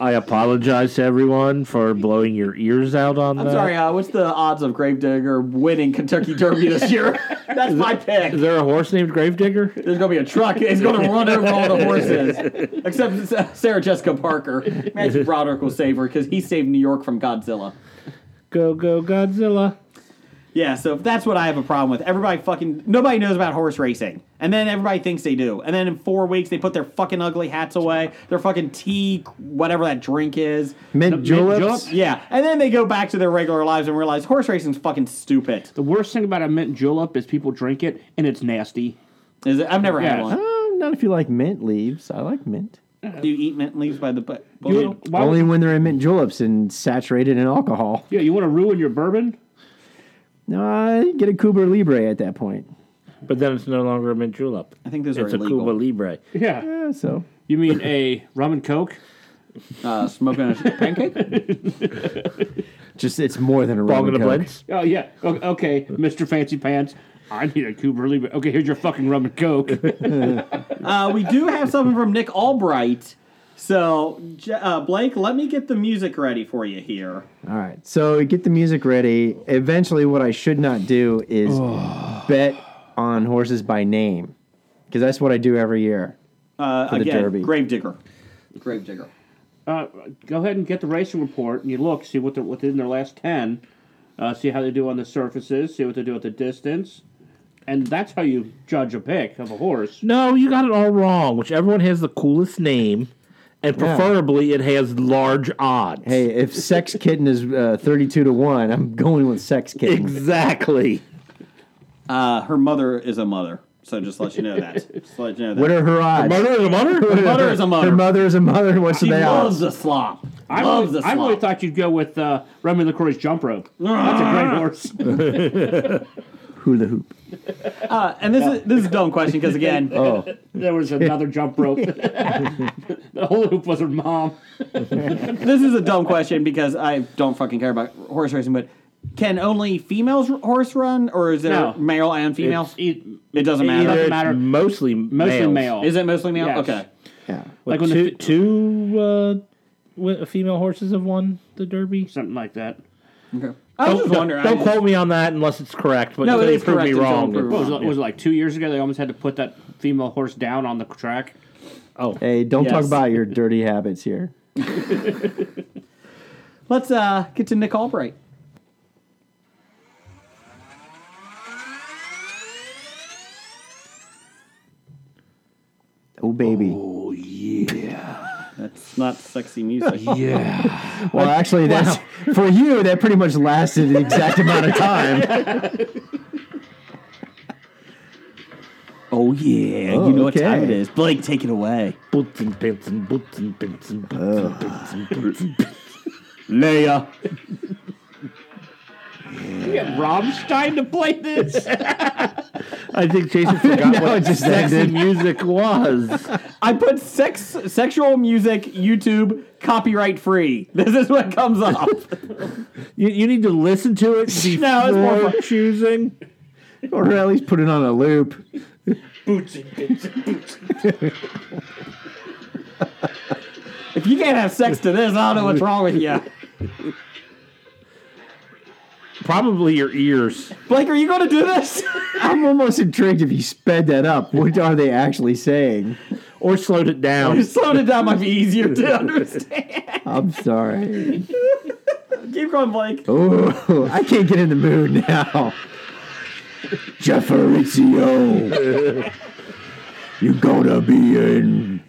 S8: I apologize to everyone for blowing your ears out on
S7: I'm
S8: that.
S7: sorry. Uh, what's the odds of Gravedigger winning Kentucky Derby this year? That's my pick.
S8: Is there a horse named Gravedigger?
S6: Uh,
S7: There's gonna be a truck. It's gonna run over all the horses, except it's, uh, Sarah Jessica Parker. Matthew Broderick will save her because he saved New York from Godzilla.
S8: Go, go, Godzilla.
S7: Yeah, so that's what I have a problem with. Everybody fucking nobody knows about horse racing, and then everybody thinks they do, and then in four weeks they put their fucking ugly hats away, their fucking tea, whatever that drink is.
S6: Mint juleps.
S7: Yeah, and then they go back to their regular lives and realize horse racing's fucking stupid.
S5: The worst thing about a mint julep is people drink it and it's nasty.
S7: Is it? I've never had
S5: Yeah.
S7: one.
S6: Oh, not if you like mint leaves. I like mint.
S7: Do you eat mint leaves by the butt?
S5: Why
S6: Only
S5: would-
S6: when they're in mint juleps and saturated in alcohol.
S5: yeah, you want to ruin your bourbon?
S6: No, I get a Cuba Libre at that point.
S8: But then it's no longer a mint julep.
S7: I think those are
S8: It's a
S7: illegal.
S8: Cuba Libre.
S5: Yeah.
S6: Yeah, so
S5: You mean a rum and coke?
S7: uh, smoking a pancake.
S6: just it's more than a
S8: Bong
S6: rum
S8: and a
S6: and coke.
S8: blitz.
S5: Oh yeah. O- Okay, Mr. Fancy Pants. I need a Cuba Libre. Okay, here's your fucking rum and coke.
S7: Uh, we do have something from Nick Albright. So, J- uh, Blake, let me get the music ready for you here.
S6: All right, so get the music ready. Eventually, what I should not do is bet on horses by name because that's what I do every year.
S7: Uh,
S6: the
S7: again,
S6: Derby.
S7: Gravedigger. Gravedigger.
S5: Uh, go ahead and get the racing report, and you look, see what they're within their last ten, uh, see how they do on the surfaces, see what they do at the distance, and that's how you judge a pick of a horse.
S8: No, you got it all wrong. Which everyone has the coolest name, and preferably it has large odds.
S6: Hey, if Sex Kitten is uh, thirty-two to one, I'm going with Sex Kitten.
S8: exactly.
S7: Uh, her mother is a mother. So just let you know that. Just let you know that.
S6: What are her odds?
S8: Mother of the mother.
S7: mother is a mother.
S6: Her mother is a mother. and What's
S7: she
S6: the
S7: loves
S6: odds?
S7: the slop.
S5: I
S7: loves
S5: really,
S7: the
S5: I
S7: slop.
S5: really Ah. thought you'd go with uh, Remy LaCroix's jump rope. That's a great horse.
S2: hula hoop.
S7: Uh, and this is this is a dumb question because again,
S6: Oh,
S5: There was another jump rope. the whole hoop was her mom.
S7: this is a dumb question because I don't fucking care about horse racing. But can only females r- horse run, or is it
S5: No.
S7: male and female?
S5: It,
S7: It doesn't
S5: Either
S7: matter.
S5: it's matter.
S8: Mostly
S5: mostly
S8: males.
S5: male.
S7: Is it mostly male?
S5: Yes.
S7: Okay.
S6: yeah.
S9: Like
S5: like when
S9: two
S5: the-
S9: two uh, wi- female horses have won the Derby.
S5: something like that?
S7: okay. I was
S9: don't
S7: just wondering. I
S9: don't
S7: just-
S9: quote me on that unless it's correct, but
S7: No,
S9: until
S7: it
S9: you
S7: is
S9: prove
S7: correct.
S9: me
S7: until
S9: wrong.
S7: proven
S5: What was,
S7: wrong.
S5: it, was it like two years ago? They almost had to put that female horse down on the track.
S6: Hey, don't talk
S7: Yes.
S6: about your dirty habits here.
S7: Let's uh, get to Nick Albright.
S6: Oh baby.
S7: That's not sexy music.
S6: Well, actually, that's for you. That pretty much lasted the exact amount of time.
S7: oh yeah,
S6: Oh,
S7: you know what
S6: okay.
S7: time it is. Blake, take it away.
S8: Boots and pants and boots and pants and boots and pants and boots and pants.
S7: Leia.
S5: You get Rammstein to play this.
S8: I think Jason forgot
S6: No, it
S8: what
S6: just
S8: sexy
S6: ended.
S8: music was.
S7: I put sex, sexual music, YouTube, copyright free. This is what comes up.
S8: You, you need to listen to it before
S7: No, it's more fun.
S8: choosing.
S6: or at least put it on a loop.
S7: if you can't have sex to this, I don't know what's wrong with you.
S8: Probably your ears.
S7: Blake, are you going to do this?
S6: I'm almost intrigued if you sped that up. What are they actually saying?
S8: Or slowed it down.
S7: Slowing it down might be easier to understand.
S6: I'm sorry.
S7: Keep going, Blake.
S6: Oh, I can't get in the mood now. Jefferizio, you're gonna be in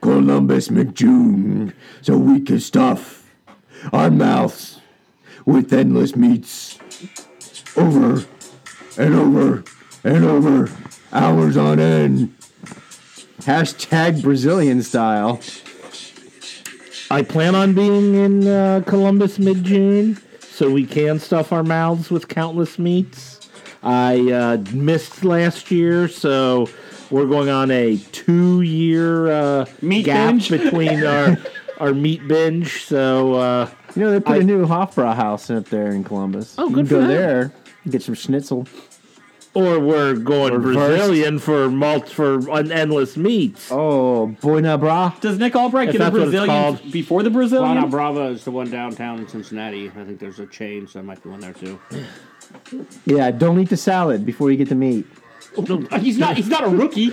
S6: Columbus McJune, so we can stuff our mouths with endless meats over and over and over, hours on end. Hashtag Brazilian style.
S8: I plan on being in uh, Columbus mid June so we can stuff our mouths with countless meats. I uh, missed last year, so we're going on a two year uh,
S7: Meat
S8: gap
S7: binge?
S8: between our, our meat binge. So, uh,
S6: You know, they put
S8: I-
S6: a new Hofbrauhaus up there in Columbus. Oh,
S8: good
S6: go
S8: for them.
S6: there. Get some schnitzel.
S8: or we're going
S6: Reversed.
S8: Brazilian for malt for an endless meats.
S6: Oh, boy, na bra.
S7: Does Nick Albright
S8: If
S7: get a
S8: that's what it's
S7: Brazilian
S8: called.
S7: before the
S5: Juana
S7: Brazilian?
S5: Brava is the one downtown in Cincinnati. I think there's a chain, so I might be one there too.
S6: Yeah, don't eat the salad before you get the meat.
S5: He's not. He's not a rookie.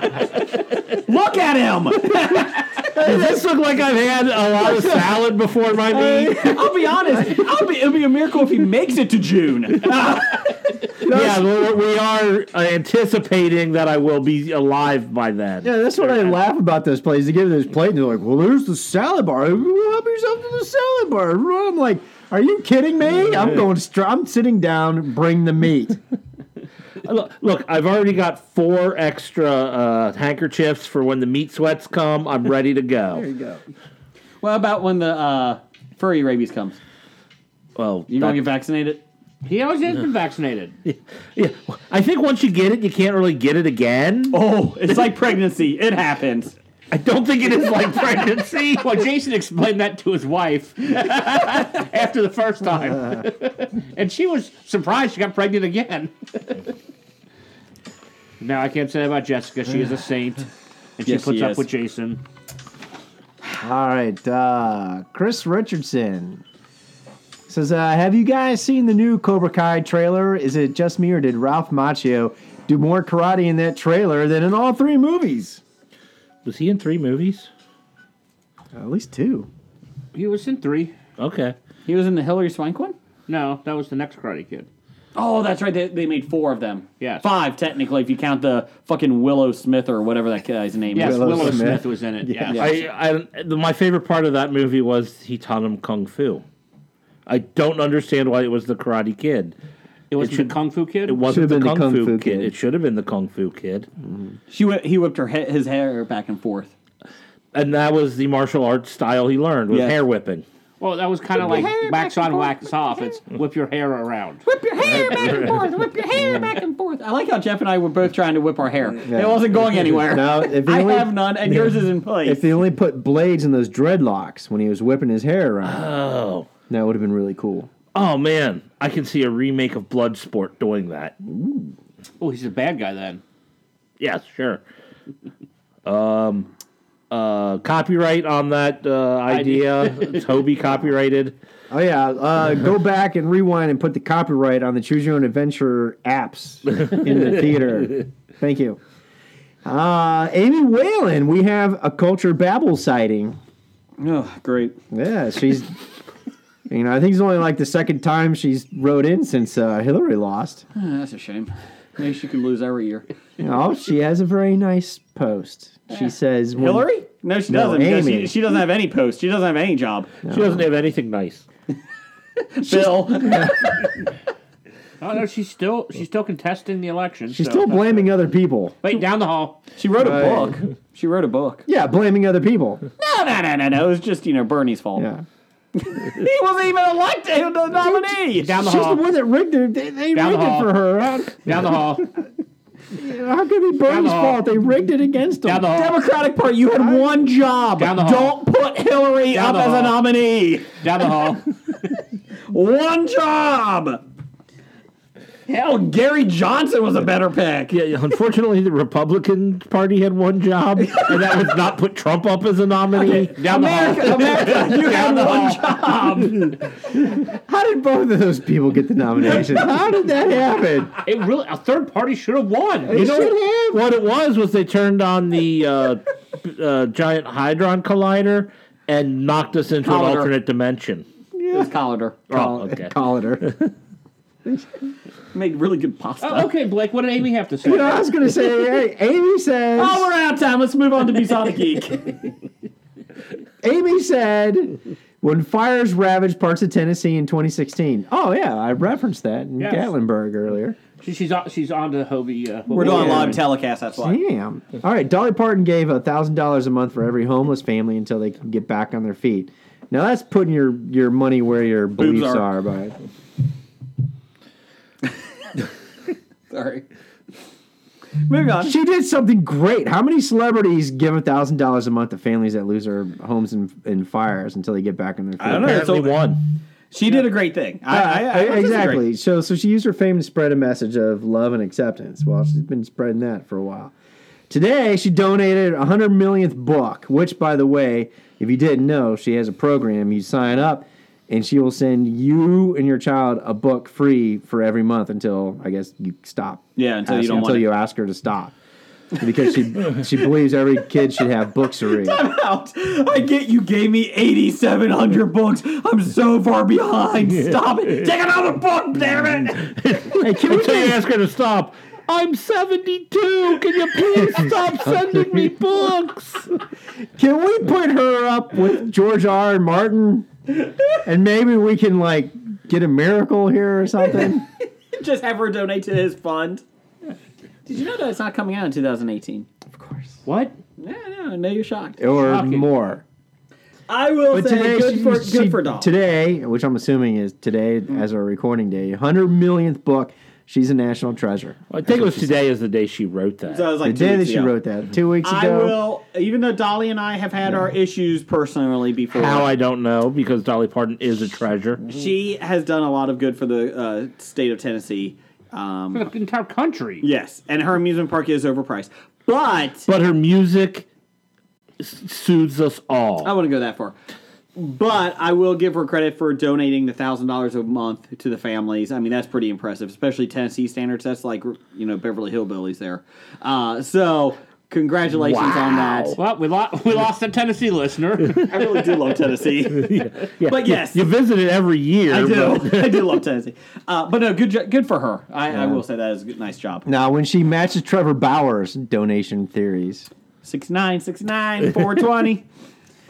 S7: Look at him!
S8: Does this look like I've had a lot of salad before my meat?
S7: I'll be honest. I'll be, it'll be a miracle if he makes it to June.
S8: yeah, well, we are uh, anticipating that I will be alive by then.
S6: Yeah, that's what I laugh about this place. They give this plate and they're like, well, there's the salad bar. Help yourself to the salad bar. I'm like, are you kidding me? I'm going, str- I'm sitting down, bring the meat.
S8: Look, look, I've already got four extra uh, handkerchiefs for when the meat sweats come. I'm ready to go.
S7: what about when the uh, furry rabies comes?
S8: Well,
S7: You going
S8: that-
S7: to get vaccinated?
S5: he always has been vaccinated.
S8: yeah, I think once you get it, you can't really get it again.
S7: Oh, it's like pregnancy. It happens.
S8: I don't think it is like pregnancy.
S5: Well, Jason explained that to his wife after the first time, and she was surprised she got pregnant again. no, I can't say that about Jessica. She is a saint, and she
S7: Yes,
S5: puts
S7: she
S5: up
S7: is.
S5: with Jason.
S6: All right, uh, Chris Richardson says, uh, "Have you guys seen the new Cobra Kai trailer? Is it just me, or did Ralph Macchio do more karate in that trailer than in all three movies?
S8: Was he in three movies?
S6: At least two.
S5: He was in three.
S8: Okay.
S7: He was in the Hillary Swank one?
S5: No, that was the next Karate Kid.
S7: Oh, that's right. They, they made four of them.
S5: Yes.
S7: Five, technically, if you count the fucking Willow Smith or whatever that guy's name
S5: Yes,
S7: is.
S6: Willow
S5: Willow, Smith.
S6: Smith.
S5: was in it. Yes.
S8: I, I, the- my favorite part of that movie was he taught him kung fu. I don't understand why it was the Karate Kid.
S5: it was
S8: it
S5: the
S8: should-
S5: Kung Fu Kid.
S8: It wasn't the
S6: been
S8: kung, fu, kid. It should have been the kung fu kid.
S7: She whi he whipped her he- his hair back and forth.
S8: And that was the martial arts style he learned with
S7: Yes.
S8: hair whipping.
S5: Well, that was kind of
S7: Whip
S5: like
S7: your hair
S5: wax
S7: back and
S5: on,
S7: forth,
S5: wax off. It's whip your hair around.
S7: Whip your hair back and forth. Whip your hair back and forth. I like how Jeff and I were both trying to whip our hair. It wasn't going anywhere.
S6: No, if he
S7: I
S6: only-
S7: have none, and yours is in place.
S6: If he only put blades in those dreadlocks when he was whipping his hair around,
S8: Oh.
S6: that would have been really cool.
S8: Oh man, I can see a remake of Bloodsport doing that.
S5: Oh, he's a bad guy then.
S8: Yes, sure. Um, uh, copyright on that uh, idea. Toby copyrighted.
S6: Oh yeah, uh, go back and rewind and put the copyright on the Choose Your Own Adventure apps in the theater. Thank you. Uh, Amy Whalen, we have a culture babble sighting.
S7: oh, great.
S6: Yeah, she's. You know, I think it's only like the second time she's wrote in since uh, Hillary lost.
S7: Ah, that's a shame. Maybe she can lose every year.
S6: Oh, she has a very nice post. She says, when-
S7: Hillary? No, she
S6: No,
S7: doesn't. because
S6: Amy.
S7: She, she doesn't have any post. She doesn't have any job.
S8: She doesn't have anything nice.
S7: Bill.
S5: Oh no, she's still she's still contesting the election.
S6: She's
S5: so-
S6: still blaming other people.
S5: Wait, down the hall.
S7: She wrote a
S6: Right.
S7: book. She wrote a book.
S6: Yeah, blaming other people.
S7: No, no, no, no, no. It was just, you know, Bernie's fault.
S6: Yeah.
S7: He wasn't even elected. He was the nominee.
S5: Down the
S6: She's
S5: hall.
S6: the one that rigged it. They, they rigged
S5: Down the
S6: it
S5: hall.
S6: for her. How,
S5: Down the hall.
S6: how could it be Bernie's
S5: hall.
S6: fault? They rigged it against
S5: Down
S6: them.
S5: the hall.
S7: Democratic Party, you had one job.
S5: Down the hall.
S7: Don't put Hillary up
S5: Down the
S7: as a
S5: hall.
S7: nominee.
S5: Down the hall.
S7: One job. Hell, Gary Johnson was a better pick.
S8: Yeah, unfortunately, the Republican Party had one job, and that was not put Trump up as a nominee.
S5: Down the hall.
S7: America, America, you had one job.
S6: How did both of those people get the nomination? how did that happen?
S5: It really a third party should have won.
S6: It
S8: know
S6: should have.
S8: What it was was they turned on the uh, b- uh, giant hadron collider and knocked us into an
S7: Collider.
S8: alternate dimension.
S7: It was Collander.
S8: Oh, okay.
S6: Collider. you
S7: Made really good pasta.
S5: Oh, okay, Blake. What did Amy have to say?
S6: know, I was going to say, hey, Amy says.
S7: Oh, we're out of time. Let's move on to Besonic Geek.
S6: Amy said, when fires ravaged parts of Tennessee in 2016. Oh, yeah, I referenced that in
S5: Yes.
S6: Gatlinburg earlier.
S5: She, she's
S8: uh,
S5: on, she's on to Hobie. Uh,
S7: We're doing
S6: Yeah.
S7: live telecast, that's why.
S6: Damn. All right, Dolly Parton gave $1,000 a month for every homeless family until they can get back on their feet. Now, that's putting your, your money where your beliefs
S7: are.
S6: are. by
S7: Sorry. Moving on.
S6: She did something great. How many celebrities give $1,000 a month to families that lose their homes in, in fires until they get back on their feet?
S7: I don't know.
S8: Apparently
S7: So-
S8: one.
S7: She did a great thing. I, I, I don't disagree.
S6: exactly. So, so she used her fame to spread a message of love and acceptance. Well, she's been spreading that for a while. Today, she donated a hundred millionth book, which, by the way, if you didn't know, she has a program. You sign up, and she will send you and your child a book free for every month until I guess you stop.
S7: Yeah, until you
S6: asking-
S7: don't want
S6: until
S7: it.
S6: you ask her to stop, because she she believes every kid should have books to read.
S7: out. I get you gave me 8,700 books. I'm so far behind. Stop it. Take another book, damn it.
S6: Hey, can we
S8: Until you
S6: just-
S8: ask her to stop. I'm 72. Can you please stop sending me books?
S6: Can we put her up with George R. R. Martin? And maybe we can like get a miracle here or something.
S7: Just have her donate to his fund. Did you know that it's not coming out in 2018?
S5: What?
S7: Yeah, no, I know you're shocked.
S6: Or
S5: Shocking.
S6: more.
S7: I will
S6: But
S7: say
S6: today
S7: good
S6: she-
S7: for
S6: she-
S7: good for Mm. Doll.
S6: Today, which I'm assuming is today as our recording day, hundred millionth book, she's a national treasure.
S8: I think it was today is the day she wrote that.
S7: so I was like
S6: The
S7: two
S6: day that
S7: weeks
S6: she
S7: ago.
S6: wrote that, two weeks
S7: I
S6: ago.
S7: will, even though Dolly and I have had our issues personally before.
S8: How I don't know because Dolly Parton is a treasure.
S7: she has done a lot of good for the uh, state of Tennessee. Um,
S5: The entire country.
S7: yes, and her amusement park is overpriced, but
S8: But her music s- soothes us
S7: I
S8: all.
S7: wouldn't go that far. But I will give her credit for donating the thousand dollars a month to the families. I mean, that's pretty impressive, especially Tennessee standards. That's like you know Beverly Hillbillies there. Uh, so congratulations on that.
S5: Well, Uh, we lost we lost a Tennessee listener.
S7: I really do love Tennessee,
S8: Yeah,
S7: but
S8: you-
S7: yes.
S8: you, visit it every year.
S7: I
S8: but-
S7: do. I do love Tennessee. Uh, but no, good, jo- good for her. I, I will say that is a good, nice job.
S6: Now, when she matches Trevor Bowers' donation theories,
S7: Six nine, six nine, four twenty.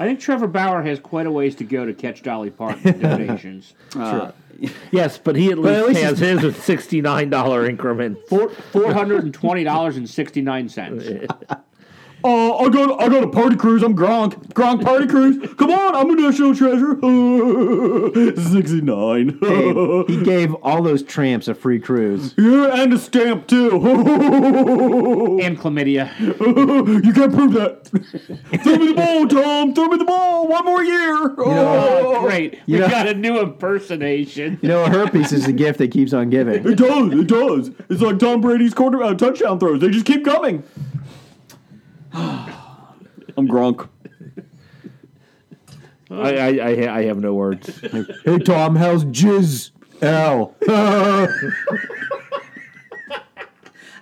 S5: I think Trevor Bauer has quite a ways to go to catch Dolly Parton donations.
S8: Yes, but he at least,
S6: at least
S8: has his with sixty nine dollar increments.
S5: Four four hundred and twenty dollars and sixty nine cents.
S4: Uh, I got I got a party cruise. I'm Gronk. Gronk party cruise. Come on, I'm a national treasure. Sixty nine.
S2: Hey, he gave all those tramps a free cruise.
S4: yeah, and a stamp too.
S6: and chlamydia.
S4: you can't prove that. Throw me the ball, Tom. Throw me the ball. One more year.
S6: Oh, great. We
S2: Yeah.
S6: got a new impersonation.
S2: You know, herpes is the gift that keeps on giving.
S4: It does. It does. It's like Tom Brady's quarter uh, touchdown throws. They just keep coming. I'm Gronk.
S8: I, I, I, ha- I have no words.
S2: Hey, Tom, how's jizz? L.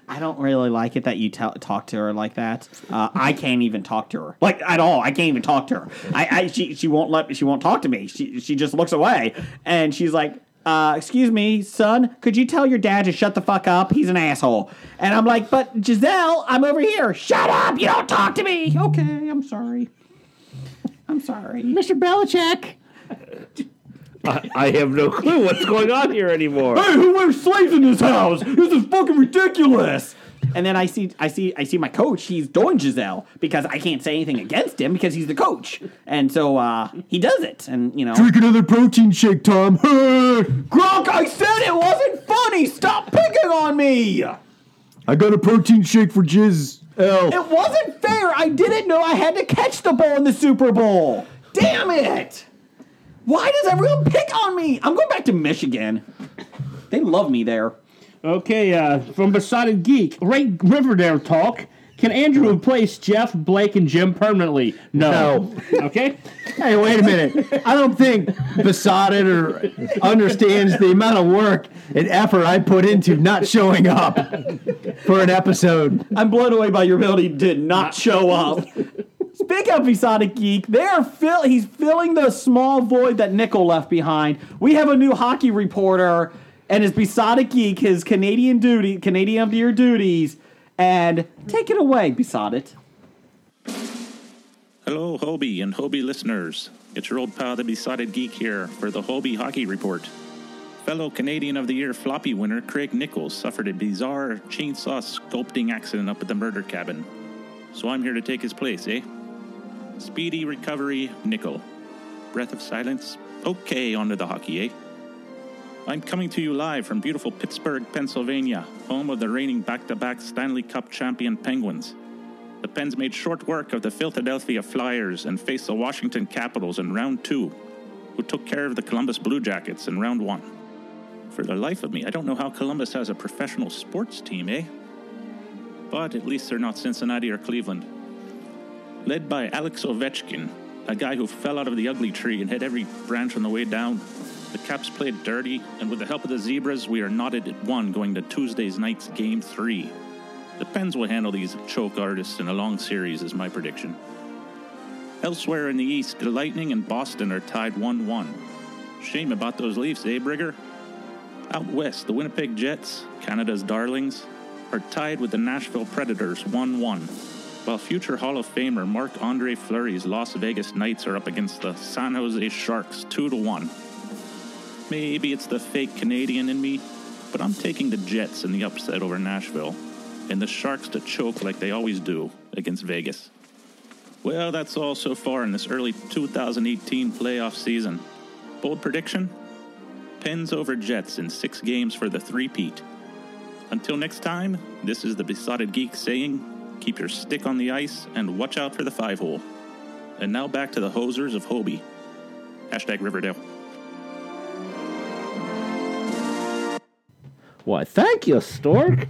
S7: I don't really like it that you tell talk to her like that. Uh, I can't even talk to her, like at all. I can't even talk to her. I, I she she won't let she won't talk to me. She she just looks away, and she's like, uh, "Excuse me, son, could you tell your dad to shut the fuck up? He's an asshole." And I'm like, "But Giselle, I'm over here. Shut up! You don't talk to me." Okay, I'm sorry. I'm sorry, Mr. Belichick.
S8: I, I have no clue what's going on here anymore.
S4: Hey, who wears slaves in this house? This is fucking ridiculous.
S7: And then I see, I see, I see my coach. He's doing Giselle because I can't say anything against him because he's the coach, and so uh, he does it. And you know,
S4: Drink another protein shake, Tom.
S7: Gronk, I said it wasn't funny. Stop picking on me. It
S4: I got a protein shake for Jizz L.
S7: wasn't fair. I didn't know I had to catch the ball in the Super Bowl. Damn it! Why does everyone pick on me? I'm going back to Michigan. They love me there.
S6: Okay, uh, from Besotted Geek, Ray Riverdale talk. Can Andrew replace Jeff, Blake, and Jim permanently? No. okay?
S2: Hey, wait a minute. I don't think besotted or understands the amount of work and effort I put into not showing up for an episode.
S7: I'm blown away by your ability to not show up. Speak up, Exotic Geek. They are fill- he's filling the small void that Nickel left behind. We have a new hockey reporter, and his Besotted Geek, his Canadian duty, Canadian of the Year duties, and take it away, Besotted.
S5: Hello, Hobie and Hobie listeners. It's your old pal, the Besotted Geek, here for the Hobie Hockey Report. Fellow Canadian of the Year floppy winner Craig Nichols suffered a bizarre chainsaw sculpting accident up at the murder cabin. So I'm here to take his place, eh? Speedy recovery, Nickel. Breath of silence. Okay, onto the hockey, eh? I'm coming to you live from beautiful Pittsburgh, Pennsylvania, home of the reigning back to back Stanley Cup champion Penguins. The Pens made short work of the Philadelphia Flyers and faced the Washington Capitals in round two, who took care of the Columbus Blue Jackets in round one. For the life of me, I don't know how Columbus has a professional sports team, eh? But at least they're not Cincinnati or Cleveland. Led by Alex Ovechkin, a guy who fell out of the ugly tree and hit every branch on the way down, the Caps played dirty, and with the help of the Zebras, we are knotted at one going to Tuesday's night's Game 3. The Pens will handle these choke artists in a long series, is my prediction. Elsewhere in the East, the Lightning and Boston are tied 1 1. Shame about those Leafs, eh, Brigger? Out west, the Winnipeg Jets, Canada's darlings, are tied with the Nashville Predators 1 1, while future Hall of Famer Marc Andre Fleury's Las Vegas Knights are up against the San Jose Sharks 2 1. Maybe it's the fake Canadian in me, but I'm taking the Jets in the upset over Nashville and the Sharks to choke like they always do against Vegas. Well, that's all so far in this early 2018 playoff season. Bold prediction? Pens over Jets in six games for the three-peat. Until next time, this is the Besotted Geek saying, keep your stick on the ice and watch out for the five-hole. And now back to the hosers of Hobie. Hashtag Riverdale.
S8: Why, thank you, Stork.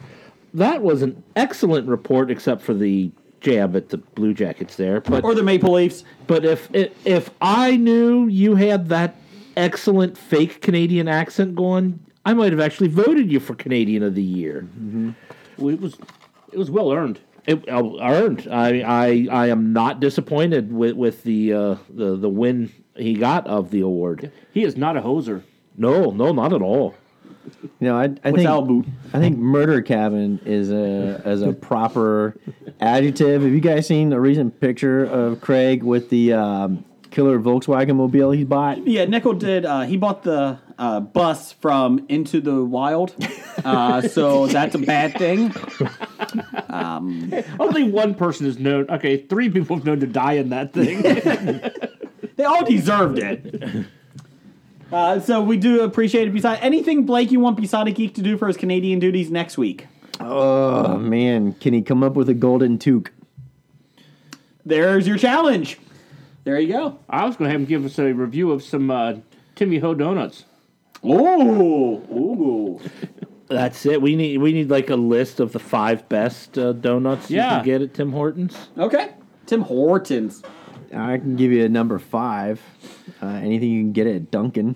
S8: That was an excellent report, except for the jab at the Blue Jackets there. But
S7: Or the Maple Leafs.
S8: but if if, if I knew you had that excellent fake Canadian accent going, I might have actually voted you for Canadian of the Year.
S6: Well, It was, it was well earned.
S8: It uh, earned. I, I I am not disappointed with with the uh, the the win he got of the award.
S6: He is not a hoser.
S8: No, no, not at all.
S2: You know, I, I think I think murder cabin is a is a proper adjective. Have you guys seen a recent picture of Craig with the um, killer Volkswagen mobile he bought?
S7: Yeah, Nickel did. Uh, he bought the uh, bus from Into the Wild, uh, so that's a bad thing.
S5: Only one person is known. Okay, three people have known to die in that thing.
S7: They all deserved it. Uh, so we do appreciate it. Besides anything, Blake, you want Beside Geek to do for his Canadian duties next week?
S6: Oh man, can he come up with a golden toque?
S7: There's your challenge. There you go.
S5: I was going to have him give us a review of some uh, Timmy Ho donuts.
S7: Ooh, ooh.
S8: That's it. We need we need like a list of the five best uh, donuts you
S5: Yeah.
S8: can get at Tim Hortons.
S7: Okay. Tim Hortons.
S6: I can give you a number five. Uh, anything you can get at Dunkin'.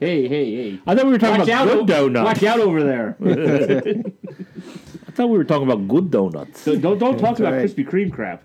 S5: Hey, hey, hey!
S8: I thought we were talking
S5: Watch
S8: about
S5: out,
S8: good
S5: o-
S8: donuts.
S5: watch out over there!
S8: I thought we were talking about good donuts.
S5: So don't don't talk about
S6: right.
S5: Krispy Kreme crap.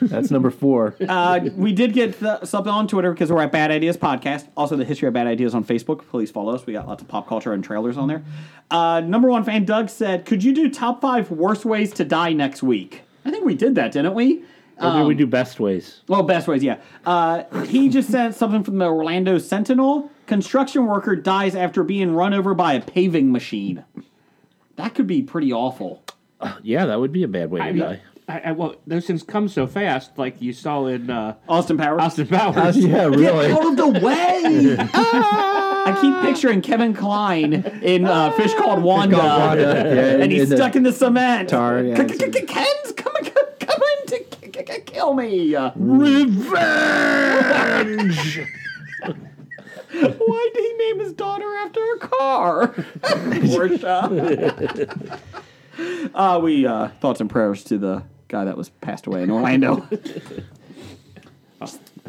S6: That's number four.
S7: Uh, we did get the, something on Twitter because we're at Bad Ideas Podcast. Also, the History of Bad Ideas on Facebook. Please follow us. We got lots of pop culture and trailers on there. Uh, number one fan Doug said, "Could you do top five worst ways to die next week?" I think we did that, didn't we?
S8: Or do we do best ways?
S7: Well, best ways, yeah. Uh, he just sent something from the Orlando Sentinel. Construction worker dies after being run over by a paving machine. That could be pretty awful.
S8: Yeah, that would be a bad way to
S5: I,
S8: die.
S5: mean, I, I well, those things come so fast, like you saw in uh,
S7: Austin Powers.
S5: Austin Powers.
S6: yeah, really.
S7: Out of the way! Ah! I keep picturing Kevin Klein in uh, Fish Called Wanda, and he's stuck in the cement.
S6: Tar, yeah,
S7: Ken's coming, coming to k- k- k- kill me.
S8: Revenge.
S7: Why did he name his daughter after a car? Porsche. uh, we uh, thoughts and prayers to the guy that was passed away in Orlando.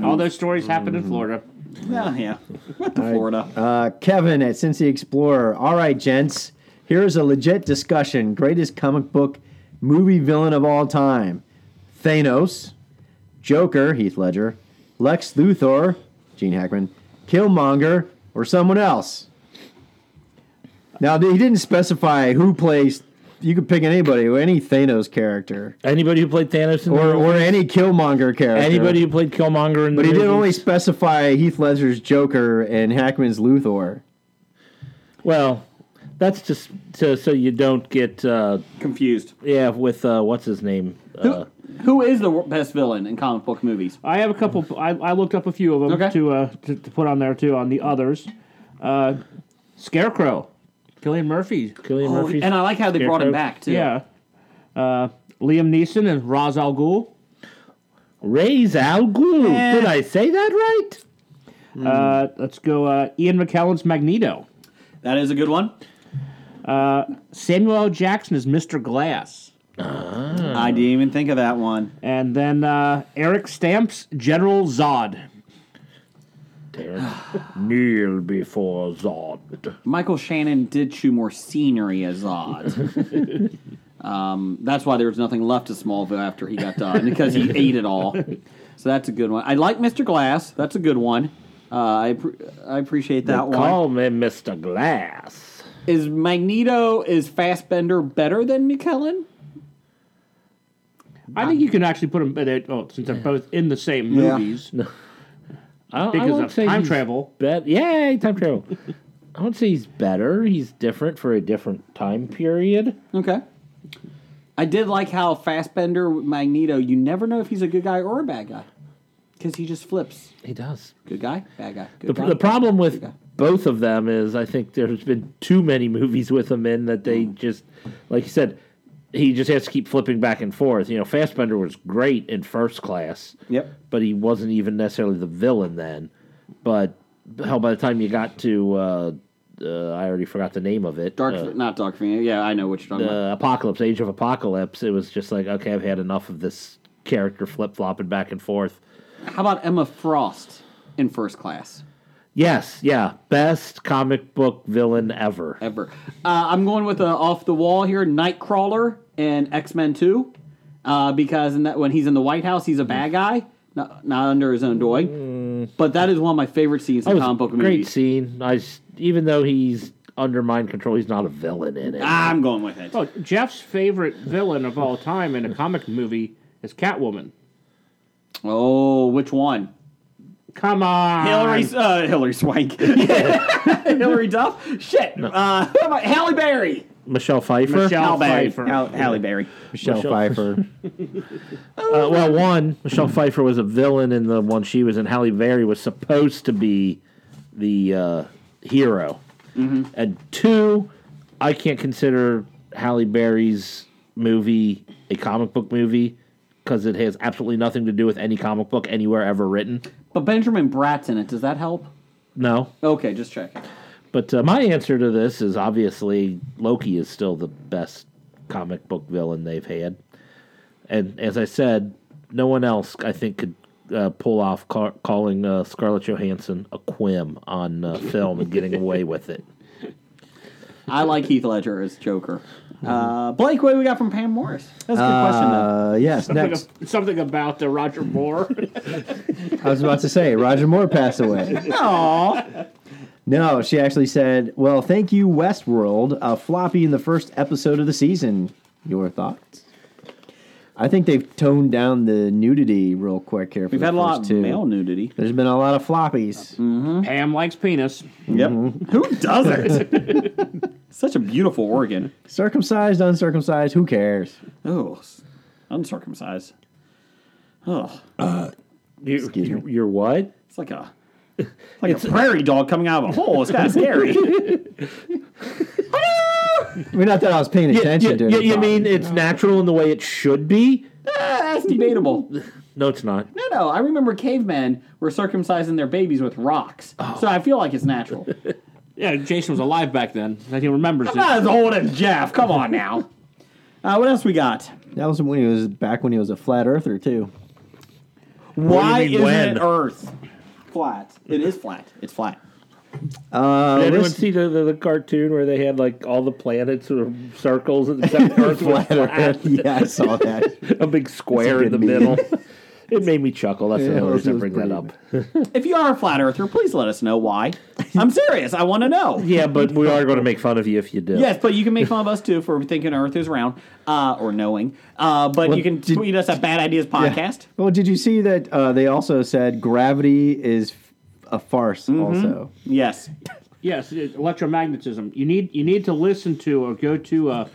S5: All those stories happened in Florida.
S7: yeah, yeah. Went to Florida.
S6: Uh, Kevin at Cincy Explorer. All right, gents. Here's a legit discussion. Greatest comic book movie villain of all time: Thanos, Joker, Heath Ledger, Lex Luthor, Gene Hackman, Killmonger, or someone else. Now he didn't specify who plays. You could pick anybody, any Thanos character,
S8: Anybody who played Thanos in the
S6: or
S8: movie?
S6: or any Killmonger character.
S8: anybody who played Killmonger in the
S6: But he
S8: movie?
S6: did only specify Heath Ledger's Joker and Hackman's Luthor.
S8: Well, that's just to, so you don't get uh,
S7: Confused.
S8: yeah with uh, what's his name. Uh,
S7: Who is the wor- best villain in comic book movies?
S5: I have a couple. I, I looked up a few of them
S7: Okay.
S5: to, uh, to to put on there too on the others. Uh, Scarecrow, Killian Murphy.
S8: Killian
S7: Oh,
S8: Murphy.
S7: and I like how they brought him
S8: Scarecrow?
S7: back too.
S5: Yeah. Uh, Liam Neeson and Ra's al Ghul.
S8: Ra's Al Ghul. Did I say that right?
S5: Uh, let's go. Uh, Ian McKellen's Magneto.
S7: that is a good one.
S5: Samuel L. Jackson is Mr. Glass.
S7: I didn't even think of that one.
S5: And then uh, Eric Stamps, General Zod.
S8: Kneel before Zod.
S7: Michael Shannon did chew more scenery as Zod. um, that's why there was nothing left of Smallville after he got done because he ate it all. So that's a good one. I like Mr. Glass. That's a good one. Uh, I pr- I appreciate that one.
S8: Call me Mr. Glass.
S7: Is Magneto is Fassbender better than McKellen?
S5: I think you can actually put them. They, oh, since they're both in the same movies
S8: I, I
S5: because
S8: won't
S5: of
S8: say
S5: time
S8: he's
S5: travel.
S8: Bet- Yay, time travel. I won't say he's better. He's different for a different time period.
S7: Okay. I did like how Fassbender Magneto. You never know if he's a good guy or a bad guy because he just flips.
S8: He does.
S7: Good guy, bad guy. Good
S8: The,
S7: guy.
S8: the problem with
S7: Okay.
S8: both of them is I think there's been too many movies with him in that they just, like you said, he just has to keep flipping back and forth. You know, Fassbender was great in First Class.
S7: Yep.
S8: But he wasn't even necessarily the villain then. But hell, by the time you got to, uh, uh, I already forgot the name of it.
S7: Dark,
S8: uh,
S7: not Dark Phoenix. Yeah, I know what you're talking about.
S8: uh, Apocalypse, Age of Apocalypse, it was just like, okay, I've had enough of this character flip flopping back and forth.
S7: How about Emma Frost in First Class
S8: Yes, yeah, best comic book villain ever.
S7: ever? Uh, I'm going with uh off the wall here, Nightcrawler in X Men Two, uh, because in that when he's in the White House, he's a bad guy, not, not under his own doing. But that is one of my favorite scenes
S8: That
S7: in
S8: was
S7: comic book
S8: a great
S7: movies.
S8: scene. I s even though he's under mind control, he's not a villain in it.
S7: I'm going with it.
S5: Oh, Jeff's favorite villain of all time in a comic movie is Catwoman.
S7: Oh, which one?
S5: Come on,
S7: Hillary, uh, Hillary Swank, Hillary Duff. Shit, uh, who am I? Halle Berry.
S8: Michelle Pfeiffer.
S5: Michelle
S7: Halle Berry.
S5: Pfeiffer.
S7: Hal- Halle Berry.
S6: Michelle,
S8: Michelle-
S6: Pfeiffer.
S8: Uh, well, one Michelle Pfeiffer was a villain in the one she was in. Halle Berry was supposed to be the uh, hero, and two, I can't consider Halle Berry's movie a comic book movie because it has absolutely nothing to do with any comic book anywhere ever written.
S7: But Benjamin Bratt's in it. Does that help?
S8: No,
S7: Okay, just checking.
S8: but uh, my answer to this is obviously Loki is still the best comic book villain they've had, and as I said, no one else I think could uh, pull off ca- calling uh, Scarlett Johansson a quim on uh, film and getting away with it.
S7: I like Heath Ledger as Joker. Uh, Blake, what do we got from Pam Morris? That's a good question, though.
S6: Uh, yes,
S5: Something,
S6: next.
S5: ab- something about the Roger Moore.
S6: I was about to say Roger Moore passed away. No, she actually said, "Well, thank you, Westworld. A floppy in the first episode of the season. Your thoughts?" I think they've toned down the nudity real quick here. For
S7: We've
S6: the
S7: had a lot
S6: first
S7: of
S6: two.
S7: male nudity.
S6: There's been a lot of floppies.
S5: Pam likes penis.
S7: Who doesn't? Such a beautiful organ.
S6: Circumcised, uncircumcised, who cares?
S7: Oh, uncircumcised. Oh,
S8: You, you, you're what?
S7: it's like a like a prairie dog coming out of a hole. It's kind of scary.
S6: I mean, not that I was paying attention
S8: You,
S6: to.
S8: you,
S6: it.
S8: you mean it's natural in the way it should be?
S7: That's debatable.
S8: No, it's not.
S7: No, no. I remember cavemen were circumcising their babies with rocks, so I feel like it's natural.
S5: Yeah, Jason was alive back then. That he remembers it.
S7: Not as old as Jeff. Come on now. Uh, what else we got?
S6: that was when he was back when he was a flat earther too?
S7: Why
S8: mean,
S7: isn't
S8: when?
S7: it Earth flat? It is flat. It's flat.
S6: Uh,
S8: Did anyone
S6: list-
S8: see the, the, the cartoon where they had like all the planets sort of circles except Earth was
S6: flat
S8: flat?
S6: earth. Yeah, I saw that.
S8: a big square in
S6: good
S8: the
S6: meme.
S8: middle. it made me chuckle. That's the
S6: Yeah,
S8: only
S6: it
S8: reason I
S6: was
S8: bring that
S6: pretty
S8: up.
S7: If you are a flat earther, please let us know why. I'm serious. I want to know.
S8: Yeah, but we are going to make fun of you if you do.
S7: Yes, but you can make fun of us too for thinking Earth is round uh, or knowing. Uh, but you can
S6: did-
S7: tweet us at Bad Ideas Podcast.
S6: Well, did you see that uh, they also said gravity is f- a farce?
S5: Mm-hmm.
S6: Also,
S7: Yes.
S5: Yes, it- electromagnetism. You need you need to listen to or go to uh,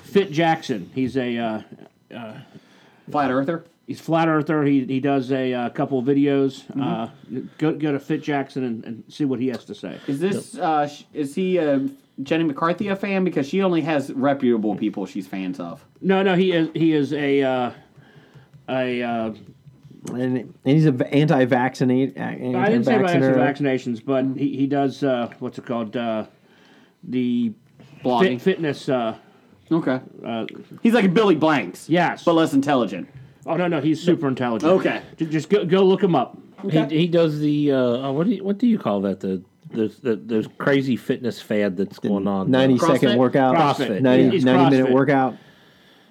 S5: Fit Jackson. He's a uh,
S7: Flat Earther.
S5: he's flat earther. He he does a uh, couple of videos.
S8: Mm-hmm.
S5: Uh, go go to Fit Jackson and, and see what he has to say.
S7: Is this, uh, sh- is he uh, Jenny McCarthy a fan? Because she only has reputable people she's fans of.
S5: No, no, he is he is a uh, a. Uh,
S6: and, and he's an anti-vaccinate.
S5: I didn't say about extra vaccinations, but he, he does uh, what's it called uh, the
S7: Blogging.
S5: fit, fitness. Uh,
S7: Okay. He's like a Billy Blanks.
S5: yes.
S7: But less intelligent.
S5: oh no, no, he's super intelligent.
S7: Okay.
S5: Ju- just go go look him up.
S8: He, he does the uh, oh, what do you, what do you call that the the, the, the crazy fitness fad that's going on
S6: ninety
S8: Uh,
S6: second
S7: CrossFit?
S6: workout,
S8: CrossFit.
S6: 90,
S5: He's
S6: 90 minute
S5: CrossFit.
S6: workout,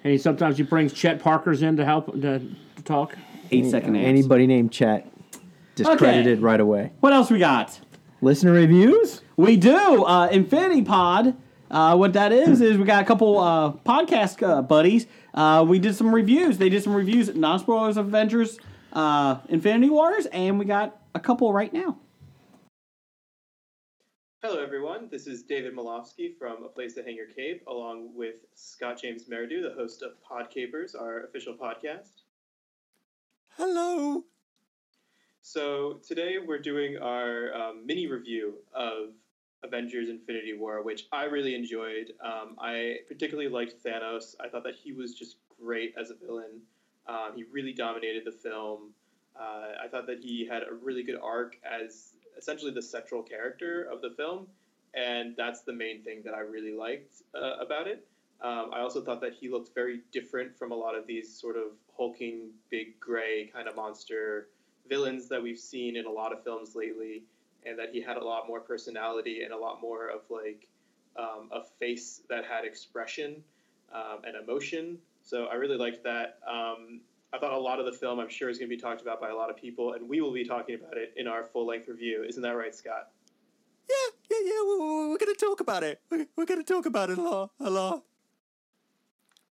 S5: And he sometimes he brings Chet Parker's in to help to, to talk.
S7: Eight second ads.
S6: uh, Anybody named Chet discredited right away.
S7: What else we got?
S6: Listener reviews.
S7: We do. Uh, Infinity Pod. Uh, what that is is we got a couple uh, podcast uh, buddies. Uh, we did some reviews. They did some reviews. Non spoilers of Avengers, uh, Infinity Wars, and we got a couple right now.
S4: Hello, everyone. This is David Malofsky from A Place to Hang Your Cape, along with Scott James Meridew, the host of Podcapers, our official podcast.
S1: Hello.
S4: So today we're doing our um, mini review of Avengers: Infinity War, which I really enjoyed. Um, I particularly liked Thanos. I thought that he was just great as a villain. Um, he really dominated the film. Uh, I thought that he had a really good arc as essentially the central character of the film, and that's the main thing that I really liked uh, about it. Um, I also thought that he looked very different from a lot of these sort of hulking, big gray kind of monster villains that we've seen in a lot of films lately, and that he had a lot more personality and a lot more of like um, a face that had expression um, and emotion. So I really liked that. Um, I thought a lot of the film, I'm sure, is going to be talked about by a lot of people, and we will be talking about it in our full length review. Isn't that right, Scott?
S1: Yeah, yeah, yeah. we- we- We're gonna talk about it. We're we're gonna talk about it a lot, a lot.